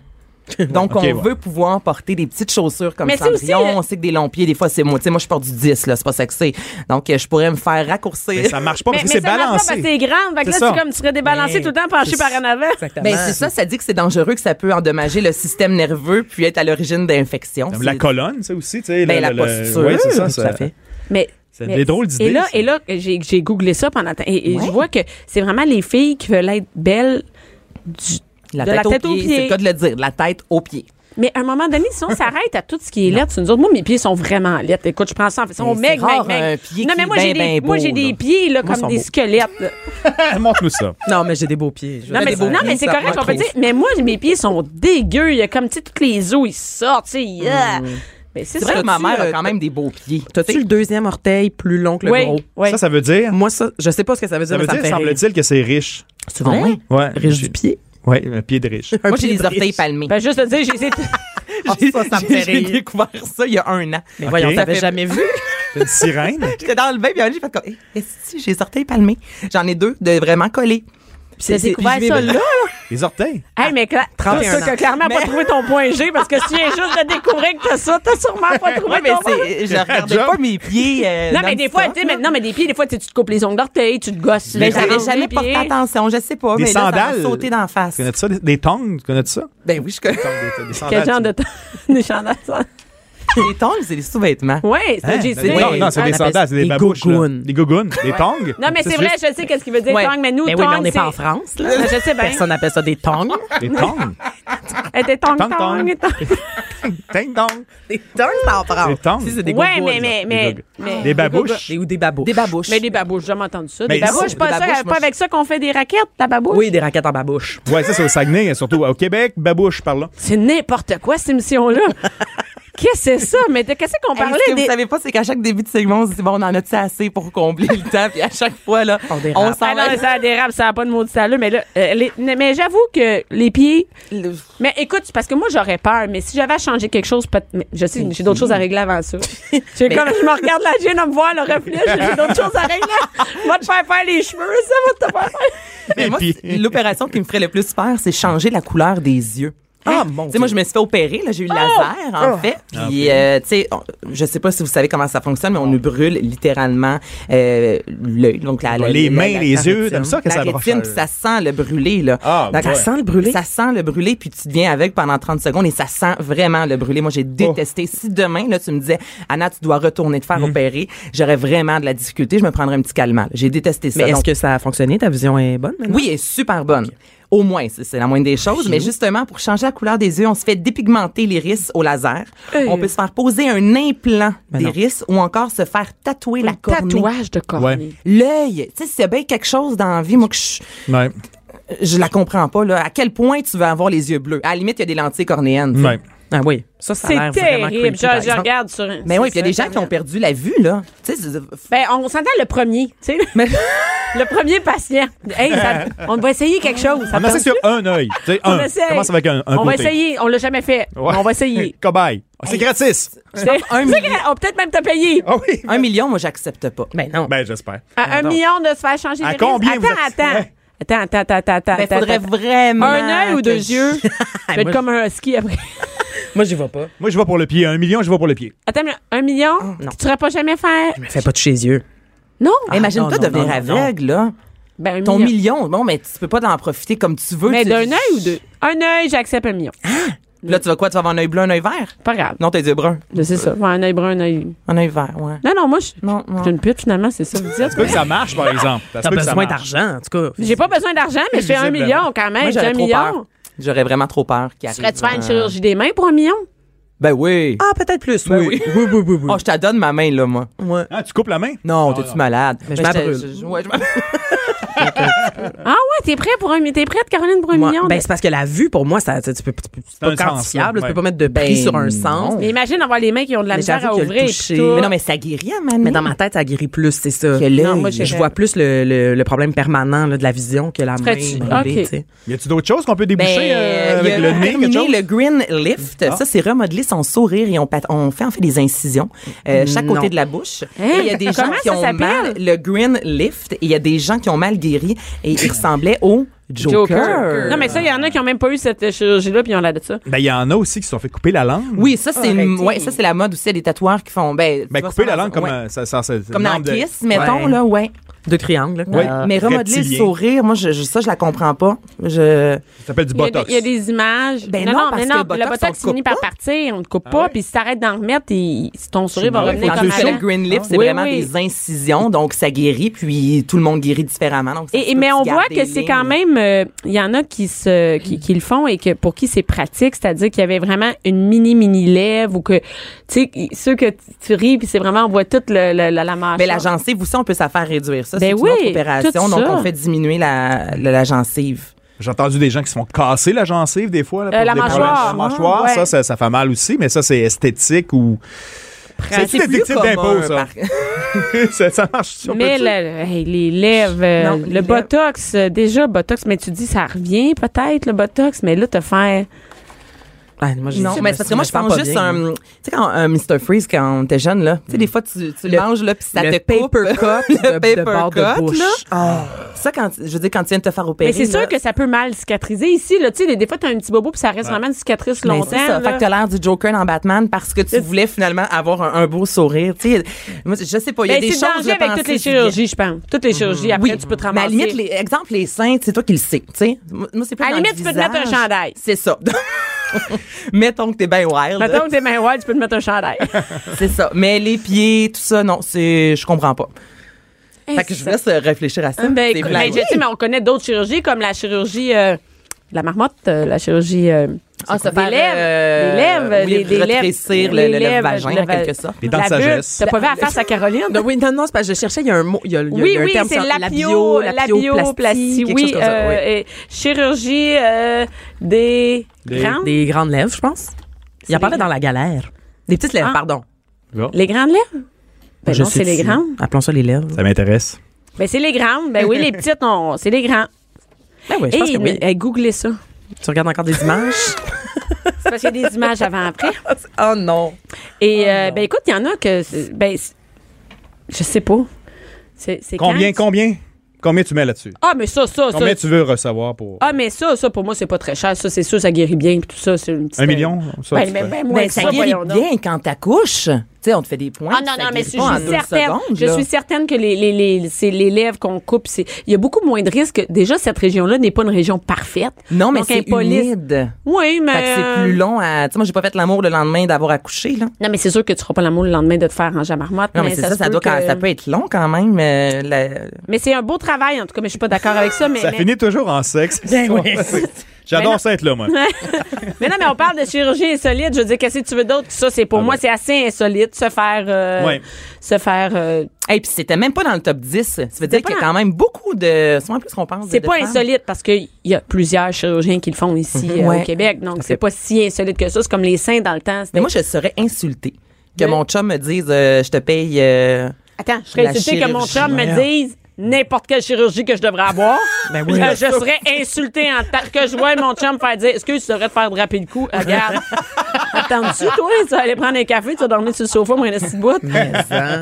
Speaker 4: Donc,
Speaker 3: Ok,
Speaker 4: on
Speaker 3: ouais.
Speaker 4: veut pouvoir porter des petites chaussures comme
Speaker 1: Mais c'est aussi
Speaker 4: Cendrillon.
Speaker 1: le-
Speaker 4: On sait que des longs pieds, des fois, c'est moi. Tu sais, moi, je porte du 10, là. C'est pas ça que c'est. Donc, euh, je pourrais me faire raccourcir.
Speaker 3: Mais ça marche pas
Speaker 1: Mais,
Speaker 3: parce
Speaker 1: mais
Speaker 3: que c'est
Speaker 1: ça marche pas parce que
Speaker 3: balancé.
Speaker 1: t'es grande. Fait que
Speaker 3: C'est
Speaker 1: là,
Speaker 3: ça.
Speaker 1: c'est comme tu serais débalancé
Speaker 2: Mais
Speaker 1: tout le temps penché
Speaker 2: c'est-
Speaker 1: par en avant.
Speaker 2: Exactement.
Speaker 4: Ben, c'est ça, ça dit que c'est dangereux, que ça peut endommager le système nerveux puis être à l'origine d'infections.
Speaker 3: La
Speaker 4: C'est-
Speaker 3: colonne, ça aussi, tu sais.
Speaker 4: Ben,
Speaker 3: le-
Speaker 4: la
Speaker 3: le-
Speaker 4: posture.
Speaker 3: Oui, c'est ça.
Speaker 4: tout à
Speaker 3: ça-
Speaker 4: fait.
Speaker 1: Mais.
Speaker 3: C'est
Speaker 1: mais-
Speaker 3: des drôles d'idées,
Speaker 1: Et là,
Speaker 3: ça.
Speaker 1: et là j'ai j'ai googlé ça pendant. temps- Et, et
Speaker 4: Ouais.
Speaker 1: je vois que c'est vraiment les filles qui veulent être belles. du-
Speaker 4: La
Speaker 1: De
Speaker 4: tête,
Speaker 1: la tête
Speaker 4: aux
Speaker 1: aux
Speaker 4: pieds.
Speaker 1: pieds.
Speaker 4: C'est le cas de le dire. de La tête aux pieds.
Speaker 1: Mais à un moment donné, si on s'arrête à tout ce qui est lettre, tu nous autres, moi, mes pieds sont vraiment lettres. Écoute, je prends ça en fait. Ils sont
Speaker 4: Mais c'est
Speaker 1: meg, meg,
Speaker 4: rare, un
Speaker 1: meg.
Speaker 4: pied
Speaker 1: Non,
Speaker 4: qui
Speaker 1: mais
Speaker 4: est
Speaker 1: moi,
Speaker 4: ben,
Speaker 1: j'ai des,
Speaker 4: ben
Speaker 1: moi,
Speaker 4: beau,
Speaker 1: j'ai des
Speaker 4: là.
Speaker 1: pieds là,
Speaker 4: Moi,
Speaker 1: comme
Speaker 4: sont
Speaker 1: des
Speaker 4: beaux.
Speaker 1: squelettes. là.
Speaker 3: Ah, Montre-nous ça.
Speaker 2: Non, mais j'ai des beaux pieds. je-
Speaker 1: Non, mais,
Speaker 4: des beaux
Speaker 1: non,
Speaker 4: pieds,
Speaker 1: mais c'est
Speaker 4: ça
Speaker 1: correct,
Speaker 4: me
Speaker 1: on peut
Speaker 4: trouve.
Speaker 1: dire. Mais moi, mes pieds sont dégueux. Il y a comme, tu sais, tous les os, ils sortent, tu sais. yeah. Mais c'est
Speaker 4: Hmm. C'est vrai
Speaker 1: ça.
Speaker 4: que ma
Speaker 1: tu-
Speaker 4: mère a
Speaker 1: euh,
Speaker 4: quand même des beaux pieds.
Speaker 2: T'as-tu le deuxième orteil plus long que le
Speaker 1: Oui,
Speaker 2: gros?
Speaker 1: oui.
Speaker 3: Ça, ça veut dire.
Speaker 2: Moi, ça, je sais pas ce que ça veut dire,
Speaker 3: Ça veut
Speaker 2: mais ça
Speaker 3: dire,
Speaker 2: me fait rire.
Speaker 3: semble-t-il, que c'est riche.
Speaker 2: C'est vrai?
Speaker 4: Ouais.
Speaker 3: Ouais.
Speaker 2: Riche du pied.
Speaker 3: Oui, un pied de riche.
Speaker 2: Un
Speaker 4: Moi, j'ai
Speaker 2: pied
Speaker 4: les
Speaker 2: de
Speaker 4: orteils
Speaker 2: riche.
Speaker 4: palmés.
Speaker 1: Ben, juste te dire, j'ai essayé de-
Speaker 4: Ah,
Speaker 2: Oh,
Speaker 4: ça, ça me fait
Speaker 2: J'ai- j'ai
Speaker 4: rire. J'ai découvert ça il y a un an.
Speaker 2: Mais voyons,
Speaker 3: Ok.
Speaker 2: t'avais jamais vu.
Speaker 3: Une sirène.
Speaker 4: J'étais dans le bain, puis j'ai fait comme, Eh, est-ce que j'ai les orteils palmés? J'en ai deux de vraiment collés.
Speaker 1: J'ai découvert
Speaker 2: puis je
Speaker 1: ça
Speaker 2: vais-
Speaker 1: là.
Speaker 3: Les orteils.
Speaker 1: Hey, mais cla-
Speaker 2: 31
Speaker 1: t'as
Speaker 2: ans.
Speaker 1: clairement pas trouvé ton point G parce que si tu viens juste de découvrir que t'as ça, t'as sûrement pas trouvé
Speaker 4: Ouais, mais
Speaker 1: ton point G.
Speaker 4: c'est, je regardais pas mes pieds. euh,
Speaker 1: Non, mais des fois,
Speaker 4: non-stop,
Speaker 1: tu sais, mais-
Speaker 4: là.
Speaker 1: non, mais des pieds, des fois, tu sais, tu te coupes les ongles d'orteil, tu te gosses.
Speaker 4: Mais
Speaker 1: les
Speaker 4: j'avais
Speaker 1: arranges
Speaker 4: jamais
Speaker 1: des
Speaker 4: porté
Speaker 1: pieds.
Speaker 4: attention, je sais pas.
Speaker 3: Des
Speaker 4: mais Là, ça
Speaker 3: sandales.
Speaker 4: m'a sauté d'en face.
Speaker 3: Connais-tu ça? Des, des tongs, connais-tu ça?
Speaker 4: Ben oui, je connais.
Speaker 3: Des, des sandales,
Speaker 1: Quel genre
Speaker 3: Ah, ben, tu-
Speaker 1: de temps? Des chandails, ça?
Speaker 4: les tongs, c'est les sous-vêtements.
Speaker 1: Ouais,
Speaker 3: Hein?
Speaker 1: ça, j'ai
Speaker 3: Des- Non, non,
Speaker 1: Ah,
Speaker 3: c'est
Speaker 2: on
Speaker 3: des
Speaker 2: appelle ça
Speaker 3: sandales, c'est des
Speaker 2: des
Speaker 3: babouches. là.
Speaker 2: gougounes.
Speaker 3: Des gougounes. Des tongs.
Speaker 1: Non, mais c'est vrai, je sais qu'est-ce qu'il veut dire,
Speaker 2: Ouais.
Speaker 1: tong, mais nous,
Speaker 2: Ben oui,
Speaker 1: tong,
Speaker 2: mais on n'est pas en
Speaker 1: c'est-
Speaker 2: France, là.
Speaker 1: Ben, Je sais bien.
Speaker 2: Personne n'appelle ça des tongs.
Speaker 3: Des tongs.
Speaker 1: Elle était tong,
Speaker 3: Tong,
Speaker 1: tong,
Speaker 3: tong.
Speaker 1: tong.
Speaker 3: Ting dong.
Speaker 2: des tongs, en
Speaker 3: Des
Speaker 2: France.
Speaker 3: tongs.
Speaker 2: Si, c'est des
Speaker 1: Ouais,
Speaker 2: gougounes,
Speaker 1: mais,
Speaker 2: là.
Speaker 1: mais,
Speaker 3: Des
Speaker 1: mais,
Speaker 3: gogo-
Speaker 1: mais.
Speaker 3: Des babouches.
Speaker 2: Des- Ou des babouches.
Speaker 4: Des babouches.
Speaker 1: Mais des babouches, j'ai jamais entendu ça.
Speaker 3: Mais
Speaker 1: Des babouches,
Speaker 3: ici-
Speaker 1: pas
Speaker 4: des
Speaker 1: ça,
Speaker 4: babouches,
Speaker 1: pas
Speaker 4: moi,
Speaker 1: avec ça qu'on fait des raquettes, la babouche.
Speaker 2: Oui, des raquettes en babouche.
Speaker 3: Ouais, ça, c'est au Saguenay, surtout au Québec. Babouche, par là.
Speaker 1: C'est n'importe quoi, cette émission-là. Qu'est-ce que c'est ça? Mais de qu'est-ce qu'on
Speaker 4: Hey,
Speaker 1: parlait?
Speaker 4: ce que
Speaker 1: des-
Speaker 4: vous savez pas, c'est qu'à chaque début de segment, on se dit, bon, on en a-tu assez pour combler le temps? Puis à chaque fois, là,
Speaker 2: On dérape.
Speaker 4: on
Speaker 1: Ah
Speaker 4: s'en
Speaker 1: non,
Speaker 4: va.
Speaker 1: mais ça dérape, ça n'a pas de maudit allure, mais là, euh, les- mais mais j'avoue que les pieds.
Speaker 4: Le-
Speaker 1: Mais écoute, c'est parce que moi, j'aurais peur, mais si j'avais à changer quelque chose, peut mais je sais, j'ai d'autres choses à régler avant ça. J'ai comme, je me regarde la gêne à me voir le reflet, j'ai d'autres choses à régler. Va te faire faire les cheveux, ça va te faire faire.
Speaker 4: Mais moi,
Speaker 3: Puis-
Speaker 4: c'est- l'opération qui me ferait le plus peur, c'est changer la couleur des yeux.
Speaker 2: Ah,
Speaker 4: Hein?
Speaker 2: mon
Speaker 4: Tu sais, moi, je me suis fait opérer, là, j'ai eu le laser, en fait.
Speaker 3: Ah,
Speaker 4: Puis, euh, tu sais, on- je sais pas si vous savez comment ça fonctionne, mais on nous brûle littéralement euh, l'œil. Donc, la, la-
Speaker 3: Les
Speaker 4: la-
Speaker 3: mains,
Speaker 4: la-
Speaker 3: les
Speaker 4: la
Speaker 3: yeux,
Speaker 4: rétine.
Speaker 3: t'aimes ça que
Speaker 4: La
Speaker 3: ça broche
Speaker 4: rétine,
Speaker 3: un-
Speaker 4: puis ça sent le brûlé, là.
Speaker 3: Ah,
Speaker 4: Donc,
Speaker 3: ouais.
Speaker 4: Ça sent le brûlé? Ça sent le brûlé, puis tu deviens avec pendant 30 secondes et ça sent vraiment le brûlé. Moi, j'ai
Speaker 3: Oh.
Speaker 4: détesté. Si demain, là, tu me disais, Anna, tu dois retourner te faire
Speaker 3: Hmm.
Speaker 4: opérer, j'aurais vraiment de la difficulté, je me prendrais un petit calmant. là. J'ai détesté ça.
Speaker 2: Mais est-ce
Speaker 4: Donc,
Speaker 2: que ça a fonctionné? Ta vision est bonne maintenant?
Speaker 4: oui, elle est super bonne. Au moins, c'est c'est la moindre des choses. Mais justement, pour changer la couleur des yeux, on se fait dépigmenter les risses au laser. On peut se faire poser un implant des
Speaker 2: non.
Speaker 4: risses ou encore se faire tatouer la cornée.
Speaker 1: de cornée.
Speaker 3: Ouais.
Speaker 4: L'œil. Tu sais, c'est bien quelque chose dans la vie. Moi, que je,
Speaker 3: Ouais.
Speaker 4: je la comprends pas, là. À quel point tu veux avoir les yeux bleus? À la limite, il y a des lentilles cornéennes. tu sais.
Speaker 3: Ouais.
Speaker 2: Ah oui. Ça, ça a
Speaker 1: C'est
Speaker 2: l'air vraiment
Speaker 1: terrible.
Speaker 2: creepy,
Speaker 1: Je,
Speaker 2: par
Speaker 1: je
Speaker 2: exemple.
Speaker 1: regarde sur. un-
Speaker 4: Mais Ben oui,
Speaker 1: sur
Speaker 4: puis il y a des gens qui ont
Speaker 1: Internet.
Speaker 4: perdu la vue, là. Tu sais, c'est-
Speaker 1: Ben, on s'entend le premier, tu sais. Le premier patient. Hey, ça- on va essayer quelque chose. ça
Speaker 3: On essaie
Speaker 1: tente-tu?
Speaker 3: sur un œil. Tu sais,
Speaker 1: On
Speaker 3: un.
Speaker 1: essaye.
Speaker 3: Commence avec un, un
Speaker 1: On va
Speaker 3: côté.
Speaker 1: essayer. On l'a jamais fait.
Speaker 3: Ouais.
Speaker 1: On va essayer.
Speaker 3: Cobaye. Oh, C'est gratis.
Speaker 1: C'est-
Speaker 4: Un
Speaker 1: c'est
Speaker 4: million.
Speaker 1: vrai, On peut-être même te payer.
Speaker 3: Ah oui.
Speaker 4: un million, moi, j'accepte pas.
Speaker 2: Ben non.
Speaker 3: Ben, j'espère.
Speaker 1: À un
Speaker 2: Pardon.
Speaker 1: million de se faire changer
Speaker 3: À
Speaker 1: les
Speaker 3: combien
Speaker 1: risques.
Speaker 3: vous
Speaker 1: Attends,
Speaker 3: êtes-
Speaker 1: attends.
Speaker 3: Ouais.
Speaker 1: attends. Attends, attends, attends,
Speaker 4: Ben,
Speaker 1: attends.
Speaker 4: faudrait vraiment.
Speaker 1: Un œil ou
Speaker 4: que
Speaker 1: deux
Speaker 4: je-
Speaker 1: yeux. Je vais être
Speaker 2: Moi,
Speaker 1: comme un ski après.
Speaker 2: Moi, j'y vais pas.
Speaker 3: Moi, je vais pour le pied. Un million, je vais pour le pied.
Speaker 1: Attends, mais un million,
Speaker 4: Oh,
Speaker 2: non.
Speaker 1: tu ne pas jamais faire.
Speaker 2: Je me fais pas toucher les yeux.
Speaker 1: Non.
Speaker 4: Ah, Imagine-toi
Speaker 2: non, non,
Speaker 4: devenir
Speaker 2: non,
Speaker 4: aveugle, là.
Speaker 1: Ben, un
Speaker 4: Ton
Speaker 1: million.
Speaker 4: million, bon, mais tu peux pas en profiter comme tu veux.
Speaker 1: Mais
Speaker 4: tu-
Speaker 1: d'un œil ou deux? Un œil, j'accepte un million.
Speaker 4: Là, tu vas quoi? Tu vas avoir un œil bleu, un œil vert?
Speaker 1: Pas grave.
Speaker 4: Non, t'es yeux brun.
Speaker 1: Mais C'est ça. Faire Un œil brun, un œil.
Speaker 4: Un œil vert, ouais.
Speaker 1: Non, non, moi, je je
Speaker 4: Non, non.
Speaker 1: suis une pute finalement, c'est ça que vous dites.
Speaker 3: Ça se peut que ça marche, par exemple. Ça se
Speaker 2: T'as
Speaker 3: peut que ça
Speaker 2: besoin
Speaker 3: marche.
Speaker 2: d'argent, en tout cas.
Speaker 1: J'ai pas besoin d'argent, mais je fais un
Speaker 3: Visiblement.
Speaker 1: million quand même.
Speaker 4: Moi,
Speaker 1: J'ai
Speaker 4: j'aurais
Speaker 1: un
Speaker 4: trop
Speaker 1: million.
Speaker 4: peur. J'aurais vraiment trop peur qu'il arrive.
Speaker 1: Serais-tu faire une
Speaker 4: euh,
Speaker 1: chirurgie des mains pour un million?
Speaker 4: Ben oui.
Speaker 2: Ah, peut-être plus. Oui, oui, oui, oui. oui, oui.
Speaker 4: Oh, je te donne ma main, là, moi.
Speaker 2: Ouais.
Speaker 3: Ah, tu coupes la main?
Speaker 4: Non, t'es-tu malade?
Speaker 2: Mais je
Speaker 4: Ben,
Speaker 2: m'abrûle.
Speaker 4: j'étais- je- ouais, je m'abrûle.
Speaker 1: Ah ouais, t'es prêt pour un mi- T'es prête, Caroline, pour un
Speaker 2: Moi-
Speaker 1: million?
Speaker 2: ben, c'est parce que la vue, pour moi, ça, tu tu peux, tu peux- Ben, c'est
Speaker 3: un
Speaker 2: pas
Speaker 3: sens,
Speaker 2: quantifiable. Tu
Speaker 3: là,
Speaker 2: peux pas
Speaker 3: ouais.
Speaker 2: mettre de prix sur un sens.
Speaker 1: mais imagine avoir les mains qui ont de la
Speaker 2: Mais
Speaker 1: misère à
Speaker 2: j'avoue qu'il y a le
Speaker 1: ouvrir. et
Speaker 2: toucher.
Speaker 1: puis tout.
Speaker 4: Mais non, mais ça guérit, man.
Speaker 2: Mais dans ma tête, ça guérit plus, c'est ça.
Speaker 4: Mm-hmm. Que l'œil. Non, moi,
Speaker 2: je
Speaker 4: j'ai-
Speaker 2: vois plus le, le, le problème permanent là, de la vision que la main.
Speaker 1: Ferais-tu-
Speaker 2: brûlée,
Speaker 1: ok.
Speaker 2: tu sais.
Speaker 3: Y a-tu d'autres choses qu'on peut
Speaker 4: Ben,
Speaker 3: déboucher euh,
Speaker 4: il
Speaker 3: avec
Speaker 4: y a
Speaker 3: le nez? quelque
Speaker 4: terminé
Speaker 3: chose? Ah.
Speaker 4: le green lift. Ça, c'est remodeler son sourire et on, pat- on fait en fait des incisions euh, chaque
Speaker 2: Non.
Speaker 4: côté de la bouche.
Speaker 1: Hein?
Speaker 4: Et Il y a des gens
Speaker 1: Comment
Speaker 4: qui
Speaker 1: ça
Speaker 4: ont
Speaker 1: s'appelle?
Speaker 4: mal le green lift et il y a des gens qui ont mal guéri et ils ressemblaient au Joker.
Speaker 1: Non, mais ça, il y en a qui ont même pas eu cette euh, chirurgie-là, puis ils ont l'air de ça.
Speaker 3: Ben, il y en a aussi qui se sont fait couper la langue.
Speaker 4: Oui, ça c'est une- ouais, ça c'est la mode aussi il y a des tatouages qui font ben, tu
Speaker 3: Ben,
Speaker 4: vas
Speaker 3: couper la
Speaker 4: savoir-
Speaker 3: langue comme,
Speaker 4: ouais.
Speaker 3: euh, ça, ça, ça- ça
Speaker 4: comme dans
Speaker 3: demande de-
Speaker 4: Kiss mettons
Speaker 2: Ouais.
Speaker 4: là, ouais.
Speaker 2: Deux triangles. là.
Speaker 3: Ouais.
Speaker 2: Euh,
Speaker 4: Mais remodeler le
Speaker 3: reptilien.
Speaker 4: sourire, moi je, je- ça je la comprends pas. Je
Speaker 3: Ça s'appelle du
Speaker 1: Il y, a des,
Speaker 3: botox.
Speaker 1: il y a des images.
Speaker 4: Ben non, parce
Speaker 1: mais
Speaker 4: que le
Speaker 1: puis
Speaker 4: botox, on le
Speaker 1: tu finis
Speaker 4: coupe
Speaker 1: par
Speaker 4: pas.
Speaker 1: partir, on ne te coupe pas, puis si t'arrêtes d'en remettre, il- ton sourire va
Speaker 3: marrant,
Speaker 1: revenir
Speaker 3: faut
Speaker 1: comme
Speaker 4: Tandis
Speaker 3: que tu
Speaker 4: que
Speaker 1: avant.
Speaker 4: Bah le green lift, c'est
Speaker 1: Oui,
Speaker 4: vraiment
Speaker 1: oui.
Speaker 4: des incisions, donc ça guérit, puis tout le monde guérit différemment. Donc ça se
Speaker 1: Et, et-
Speaker 4: peut
Speaker 1: mais
Speaker 4: tu
Speaker 1: on
Speaker 4: gardes
Speaker 1: voit
Speaker 4: des
Speaker 1: que c'est
Speaker 4: lignes.
Speaker 1: quand même, euh, il y en a qui se, qui, qui le font et que pour qui c'est pratique, c'est-à-dire qu'il y avait vraiment une mini mini lèvre ou que, tu sais, ceux que tu- tu ris puis c'est vraiment on voit toute le- le- la la mâchoire.
Speaker 4: Mais la gencive aussi, on peut s'en faire réduire. Ça,
Speaker 1: Ben
Speaker 4: c'est
Speaker 1: oui,
Speaker 4: une autre opération.
Speaker 1: tout
Speaker 4: Donc,
Speaker 1: ça.
Speaker 4: on fait diminuer la, la, la gencive.
Speaker 3: J'ai entendu des gens qui se font casser la gencive des fois. là, pour
Speaker 1: Euh, la
Speaker 3: des problèmes-
Speaker 1: mâchoire.
Speaker 3: La mâchoire,
Speaker 1: Ouais.
Speaker 3: ça, ça, ça fait mal aussi, mais ça, c'est esthétique ou.
Speaker 4: Mais
Speaker 3: C'est-tu des types
Speaker 4: commun,
Speaker 3: d'impôts, ça?
Speaker 4: par-
Speaker 3: ça? Ça marche. on
Speaker 1: Mais
Speaker 3: peut-tu-
Speaker 1: le- hey, les lèvres, euh,
Speaker 4: Non,
Speaker 1: le
Speaker 4: les lèvres.
Speaker 1: botox, euh, déjà botox, mais tu dis ça revient peut-être le botox, mais là te faire,
Speaker 2: ah, moi, j'ai-
Speaker 4: Non, mais c'est parce que moi,
Speaker 2: me
Speaker 4: je
Speaker 2: sens
Speaker 4: pense
Speaker 2: pas
Speaker 4: juste
Speaker 2: bien.
Speaker 4: un. Tu sais, quand un Mr. Freeze, quand on était jeune, là,
Speaker 1: Mm.
Speaker 4: tu sais, des fois, tu, tu le manges, là, puis ça
Speaker 2: le
Speaker 4: te coupe.
Speaker 2: paper cut de,
Speaker 4: Le paper
Speaker 2: de bord de
Speaker 4: cut,
Speaker 2: bouche.
Speaker 4: là.
Speaker 2: Ah.
Speaker 4: Ça, quand, je veux dire, quand tu viens de te faire opérer.
Speaker 1: mais c'est sûr
Speaker 4: là,
Speaker 1: que ça peut mal cicatriser ici là, tu sais, des fois t'as un petit bobo puis ça reste vraiment une cicatrice
Speaker 4: Mais
Speaker 1: longtemps.
Speaker 4: c'est ça.
Speaker 1: là.
Speaker 4: Fait que t'as l'air du Joker dans Batman parce que tu voulais finalement avoir un, un beau sourire. Tu sais, moi, je sais pas, il y a
Speaker 1: Ben,
Speaker 4: des
Speaker 1: c'est
Speaker 4: choses.
Speaker 1: le danger
Speaker 4: je
Speaker 1: avec toutes
Speaker 4: pensais,
Speaker 1: les
Speaker 4: Julien.
Speaker 1: chirurgies, je pense. Toutes les chirurgies, après, tu peux te
Speaker 4: Mais Ben, à la
Speaker 1: ramasser.
Speaker 4: limite, les, exemple, les seins, c'est toi qui le sais, tu sais. Moi, moi, c'est plus
Speaker 1: À la
Speaker 4: dans le
Speaker 1: limite, tu peux te mettre un
Speaker 4: visage.
Speaker 1: chandail.
Speaker 4: C'est ça. Mettons que t'es bien wild.
Speaker 1: Mettons que t'es mains wild, tu peux te mettre un chandail.
Speaker 4: C'est ça. Mais les pieds, tout ça, non, c'est, je comprends pas. fait que je vous laisse euh, réfléchir à ça.
Speaker 1: Ben,
Speaker 4: C'est
Speaker 1: écoute,
Speaker 4: vrai.
Speaker 1: ben, je sais, mais on connaît d'autres chirurgies comme la chirurgie euh, de la marmotte, euh, la chirurgie euh,
Speaker 4: Ah, se
Speaker 1: des
Speaker 4: faire,
Speaker 1: lèvres,
Speaker 4: euh,
Speaker 1: des lèvres,
Speaker 4: oui,
Speaker 1: des, des lèvres,
Speaker 4: rétrécir le-
Speaker 1: des
Speaker 4: le- le
Speaker 1: lèvres,
Speaker 4: vagin,
Speaker 1: le
Speaker 4: en
Speaker 1: va-
Speaker 4: quelque sorte.
Speaker 3: Les dents
Speaker 1: la
Speaker 3: de
Speaker 1: vulve.
Speaker 3: sagesse.
Speaker 1: T'as pas vu la face à Caroline?
Speaker 2: Non, oui, non, non, c'est parce que je cherchais, il y a un mot, il y a, il y a- il
Speaker 1: Oui,
Speaker 2: y a un
Speaker 1: oui,
Speaker 2: terme,
Speaker 1: c'est
Speaker 2: ça,
Speaker 1: la bio,
Speaker 2: bio,
Speaker 1: la
Speaker 2: bioplastie,
Speaker 1: bioplastie,
Speaker 2: quelque chose
Speaker 1: oui,
Speaker 2: comme ça,
Speaker 1: euh,
Speaker 2: oui.
Speaker 1: et chirurgie euh, des
Speaker 3: Des-
Speaker 1: grandes,
Speaker 2: Des grandes lèvres, je pense. Il en parlait dans la galère. Des petites lèvres,
Speaker 1: Ah.
Speaker 2: pardon.
Speaker 1: les grandes lèvres. Ben
Speaker 2: Je
Speaker 1: non, c'est
Speaker 2: sais
Speaker 1: les
Speaker 2: plus.
Speaker 1: grandes.
Speaker 2: Appelons ça les lèvres.
Speaker 3: Ça m'intéresse.
Speaker 1: Ben c'est les grandes. Ben oui, les petites, non, c'est les grandes.
Speaker 2: Ben oui, je pense
Speaker 1: Et
Speaker 2: que oui.
Speaker 1: googlez ça.
Speaker 2: Tu regardes encore des images?
Speaker 1: C'est parce qu'il y a des images avant après.
Speaker 2: oh non.
Speaker 1: Et euh, ben écoute, il y en a que c'est- ben c'est- je sais pas. C'est c'est quand
Speaker 3: Combien,
Speaker 1: tu-
Speaker 3: combien? Combien tu mets là-dessus?
Speaker 1: Ah mais ça ça ça.
Speaker 3: Combien tu veux recevoir pour.
Speaker 1: Ah mais ça ça pour moi c'est pas très cher, ça c'est sûr ça guérit bien puis tout ça c'est une petite
Speaker 3: Un million? Ça,
Speaker 1: Ben,
Speaker 3: tu
Speaker 1: ben,
Speaker 3: fais.
Speaker 1: ben, moins
Speaker 4: Ben,
Speaker 1: que
Speaker 4: ça
Speaker 1: ça,
Speaker 4: guérit
Speaker 1: voyons donc.
Speaker 4: bien quand t'accouches. Tu sais, on te fait des points.
Speaker 1: Ah non,
Speaker 4: ça
Speaker 1: non, mais
Speaker 4: guérit
Speaker 1: je
Speaker 4: pas en
Speaker 1: suis
Speaker 4: deux
Speaker 1: certaine.
Speaker 4: secondes,
Speaker 1: je
Speaker 4: là.
Speaker 1: suis certaine que les, les, les, c'est les lèvres qu'on coupe, c'est- il y a beaucoup moins de risques. Déjà, cette région-là n'est pas une région parfaite.
Speaker 4: Non, mais
Speaker 1: Donc, Euh,
Speaker 4: c'est
Speaker 1: impolice.
Speaker 4: humide.
Speaker 1: Oui, mais.
Speaker 4: Fait que c'est plus long à. Tu sais, moi, j'ai pas fait l'amour le lendemain d'avoir accouché, là.
Speaker 1: Non, mais c'est sûr que tu feras pas l'amour le lendemain de te faire en jamarmotte.
Speaker 4: Non, mais, c'est ça,
Speaker 1: se
Speaker 4: ça,
Speaker 1: peut
Speaker 4: doit quand-
Speaker 1: que-
Speaker 4: ça peut être long quand même. euh, la-
Speaker 1: Mais c'est un beau travail, en tout cas, mais je suis pas d'accord avec ça. Mais,
Speaker 3: Ça
Speaker 1: mais-
Speaker 3: finit toujours en sexe.
Speaker 1: Ben
Speaker 3: J'adore ça être là, moi.
Speaker 1: mais non, mais on parle de chirurgie insolite. Je veux dire, qu'est-ce que tu veux d'autre que ça? C'est pour moi, c'est assez insolite, se faire. euh,
Speaker 3: Ah Ouais.
Speaker 1: Se faire. euh,
Speaker 4: Hey, puis c'était même pas dans le top 10. Ça veut dire
Speaker 1: pas
Speaker 4: qu'il y a
Speaker 1: dans-
Speaker 4: quand même beaucoup de. C'est moins plus qu'on pense. de-
Speaker 1: c'est
Speaker 4: de
Speaker 1: pas
Speaker 4: femmes.
Speaker 1: insolite parce qu'il y a plusieurs chirurgiens qui le font ici euh, au
Speaker 4: Ouais.
Speaker 1: Québec. Donc, c'est pas si insolite que ça. C'est comme les seins dans le temps. c'était-
Speaker 4: Mais moi, je serais insultée que
Speaker 1: Oui.
Speaker 4: mon chum me dise euh, je te paye. euh,
Speaker 1: Attends, je serais
Speaker 4: La
Speaker 1: insultée que mon chum
Speaker 4: chirurgie,
Speaker 1: me
Speaker 4: merde.
Speaker 1: dise n'importe quelle chirurgie que je devrais avoir.
Speaker 2: Ben oui.
Speaker 1: Euh, je serais insultée en tant que je vois mon chum faire dire Excuse, tu devrais te faire draper le cou. Euh, Regarde. Attends-tu, toi, tu vas aller prendre un café, tu vas dormir sur le sofa, moi, un petit bout.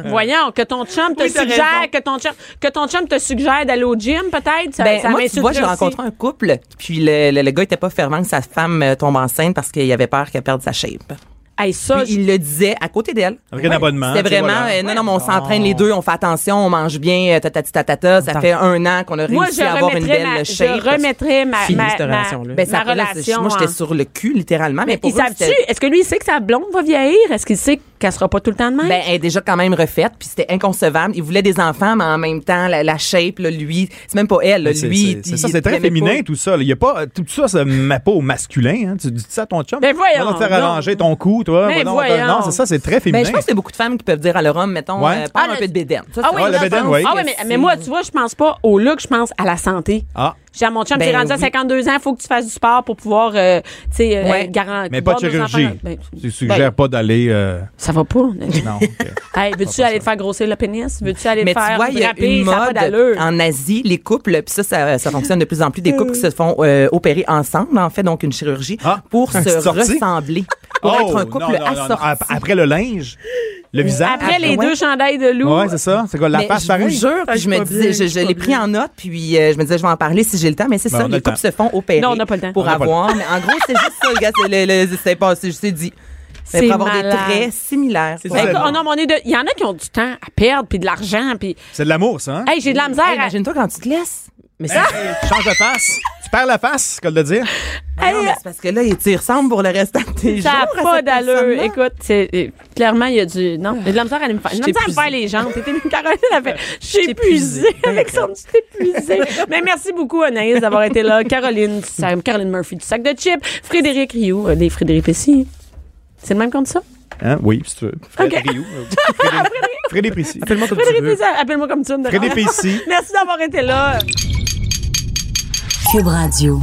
Speaker 1: Voyons, que ton chum te
Speaker 4: Oui, t'as
Speaker 1: suggère,
Speaker 4: raison.
Speaker 1: que ton chum, que ton chum te suggère d'aller au gym, peut-être. Ça,
Speaker 4: ben,
Speaker 1: ça
Speaker 4: moi, tu
Speaker 1: m'insulterait
Speaker 4: vois, j'ai
Speaker 1: aussi.
Speaker 4: rencontré un couple, puis le, le- le gars était pas fervent que sa femme euh, tombe enceinte parce qu'il avait peur qu'elle perde sa shape.
Speaker 1: Hey, ça,
Speaker 4: Puis il le disait à côté d'elle.
Speaker 3: Avec un abonnement.
Speaker 4: C'était
Speaker 3: tu sais,
Speaker 4: vraiment,
Speaker 3: voilà.
Speaker 4: euh, non, non, mais on s'entraîne les deux, on fait attention, on mange bien, euh, tatati tatata. Ça
Speaker 2: Attends.
Speaker 4: fait un an qu'on a réussi
Speaker 1: moi, je
Speaker 4: à avoir une
Speaker 1: remettrais
Speaker 4: belle
Speaker 1: ma,
Speaker 4: shape.
Speaker 1: je remettrais ma,
Speaker 2: Fini
Speaker 1: ma-
Speaker 2: cette
Speaker 1: ma-
Speaker 2: relation-là.
Speaker 4: Ben, ça
Speaker 1: ma
Speaker 4: relation.
Speaker 1: relation.
Speaker 4: Moi, j'étais
Speaker 1: en-
Speaker 4: sur le cul, littéralement. Mais,
Speaker 1: Mais
Speaker 4: pour
Speaker 1: ils
Speaker 4: eux,
Speaker 1: savent-tu,
Speaker 4: c'était-
Speaker 1: est-ce que lui, il sait que sa blonde va vieillir? Est-ce qu'il sait qu'elle sera pas tout le temps de même?
Speaker 4: Ben, elle est déjà quand même refaite, puis c'était inconcevable. Il voulait des enfants, mais en même temps, la, la shape, là, lui, c'est même pas elle, là,
Speaker 3: C'est-
Speaker 4: lui.
Speaker 3: c'est-
Speaker 4: il-
Speaker 3: c'est ça,
Speaker 4: il
Speaker 3: c'est très
Speaker 4: l'aimait
Speaker 3: féminin
Speaker 4: pas.
Speaker 3: tout ça. là. Il y a pas tout ça, c'est ma peau masculin. hein. Tu dis ça à ton chum.
Speaker 1: Ben voyons
Speaker 3: Va donc te faire
Speaker 1: donc.
Speaker 3: arranger ton cou, toi.
Speaker 1: Ben
Speaker 3: Va donc-
Speaker 1: voyons.
Speaker 3: Non, c'est ça, c'est très
Speaker 4: Ben,
Speaker 3: féminin.
Speaker 4: je pense que c'est beaucoup de femmes qui peuvent dire à leur homme, mettons,
Speaker 3: Ouais.
Speaker 4: euh, prends
Speaker 1: Ah,
Speaker 4: un
Speaker 1: le-
Speaker 4: peu de bédaine. Ça,
Speaker 1: Ah
Speaker 4: c'est
Speaker 1: oui,
Speaker 4: vrai,
Speaker 3: la
Speaker 4: je
Speaker 3: bédaine,
Speaker 4: pense
Speaker 3: oui.
Speaker 1: Ah
Speaker 4: que
Speaker 1: ouais, mais,
Speaker 4: c'est-
Speaker 1: mais moi, tu vois, je pense pas au look, je pense à la santé.
Speaker 3: Ah.
Speaker 1: J'ai à mon chum,
Speaker 4: Ben
Speaker 1: c'est rendu à
Speaker 4: oui.
Speaker 1: 52 ans, il faut que tu fasses du sport pour pouvoir, euh, tu sais, euh,
Speaker 4: Ouais.
Speaker 1: garan-
Speaker 3: Mais pas de
Speaker 1: voir nos enfants-
Speaker 3: chirurgie.
Speaker 1: Ben,
Speaker 3: Tu suggères
Speaker 1: ben,
Speaker 3: pas d'aller. euh,
Speaker 1: ça va pas.
Speaker 3: Non. ok.
Speaker 1: Hey, veux-tu aller te faire grossir le pénis? Veux-tu aller
Speaker 4: Mais
Speaker 1: te
Speaker 4: tu
Speaker 1: faire
Speaker 4: vois, il y a
Speaker 1: draper?
Speaker 4: une
Speaker 1: ça a pas
Speaker 4: mode
Speaker 1: d'allure.
Speaker 4: en Asie, les couples, puis ça, ça, ça fonctionne de plus en plus, des couples qui se font euh, opérer ensemble, en fait, donc une chirurgie,
Speaker 3: Ah,
Speaker 4: pour
Speaker 3: un
Speaker 4: se
Speaker 3: sorti? Oh,
Speaker 4: ressembler, pour être un couple
Speaker 3: non, non, non, non.
Speaker 4: assorti.
Speaker 3: Ap- Après le linge, le visage.
Speaker 1: Après les
Speaker 4: ouais.
Speaker 1: deux chandails de loup.
Speaker 3: Ouais, c'est ça. C'est quoi, la
Speaker 4: Mais
Speaker 3: face
Speaker 4: je vous
Speaker 3: pareille?
Speaker 4: jure, puis je me disais, je, je l'ai pris en note, puis euh, je me disais, je vais en parler si j'ai le temps, mais c'est
Speaker 3: Ben, on
Speaker 4: ça,
Speaker 3: a
Speaker 4: les
Speaker 3: le
Speaker 4: couples
Speaker 3: temps.
Speaker 4: se font opérer
Speaker 1: Non, on n'a pas le temps.
Speaker 4: pour
Speaker 3: On n'a pas le
Speaker 4: avoir, mais en gros, c'est juste ça, le gars, c'est le- le- c'est pas, c'est c'est dit. Mais
Speaker 1: C'est
Speaker 4: pour avoir
Speaker 1: malade.
Speaker 4: des traits similaires.
Speaker 3: C'est
Speaker 4: Ouais.
Speaker 1: Ben,
Speaker 3: ça.
Speaker 1: écoute, oh non, mais on est de- Il y en a qui ont du temps à perdre, puis de l'argent, puis...
Speaker 3: C'est de l'amour, ça. Hein?
Speaker 1: Hey, j'ai de la misère
Speaker 4: Ah, Hey,
Speaker 1: à-
Speaker 4: Imagine-toi quand tu te laisses.
Speaker 2: Mais c'est-
Speaker 3: Hey, change de face. Tu perds la face, c'est quoi de dire.
Speaker 4: Ben non, mais c'est parce que là, tu y ressembles pour le restant de tes
Speaker 1: Ça
Speaker 4: jours.
Speaker 1: n'a
Speaker 4: à
Speaker 1: pas
Speaker 4: cette
Speaker 1: d'allure.
Speaker 4: personne-là.
Speaker 1: Écoute, c'est- euh, clairement, il y a du. Non, j'ai de la misère à aller me faire. J'ai de la misère à me faire les jambes. T'étais une Caroline, elle fait. Je suis épuisée avec son petit épuisé. Mais merci beaucoup, Anaïs, d'avoir été là. Caroline, du sac- Caroline Murphy du sac de chips. Frédéric Rioux, euh, des Frédéric Pessy. C'est le même qu'on dit ça?
Speaker 3: Hein? Oui, si tu veux. Frédéric Rioux. Frédéric Prissy.
Speaker 2: Appelle-moi comme tu
Speaker 1: Frédéric
Speaker 2: veux.
Speaker 1: Pessy, appelle-moi comme tu me
Speaker 3: Frédéric Prissy.
Speaker 1: Merci d'avoir été là.
Speaker 6: Cube Radio.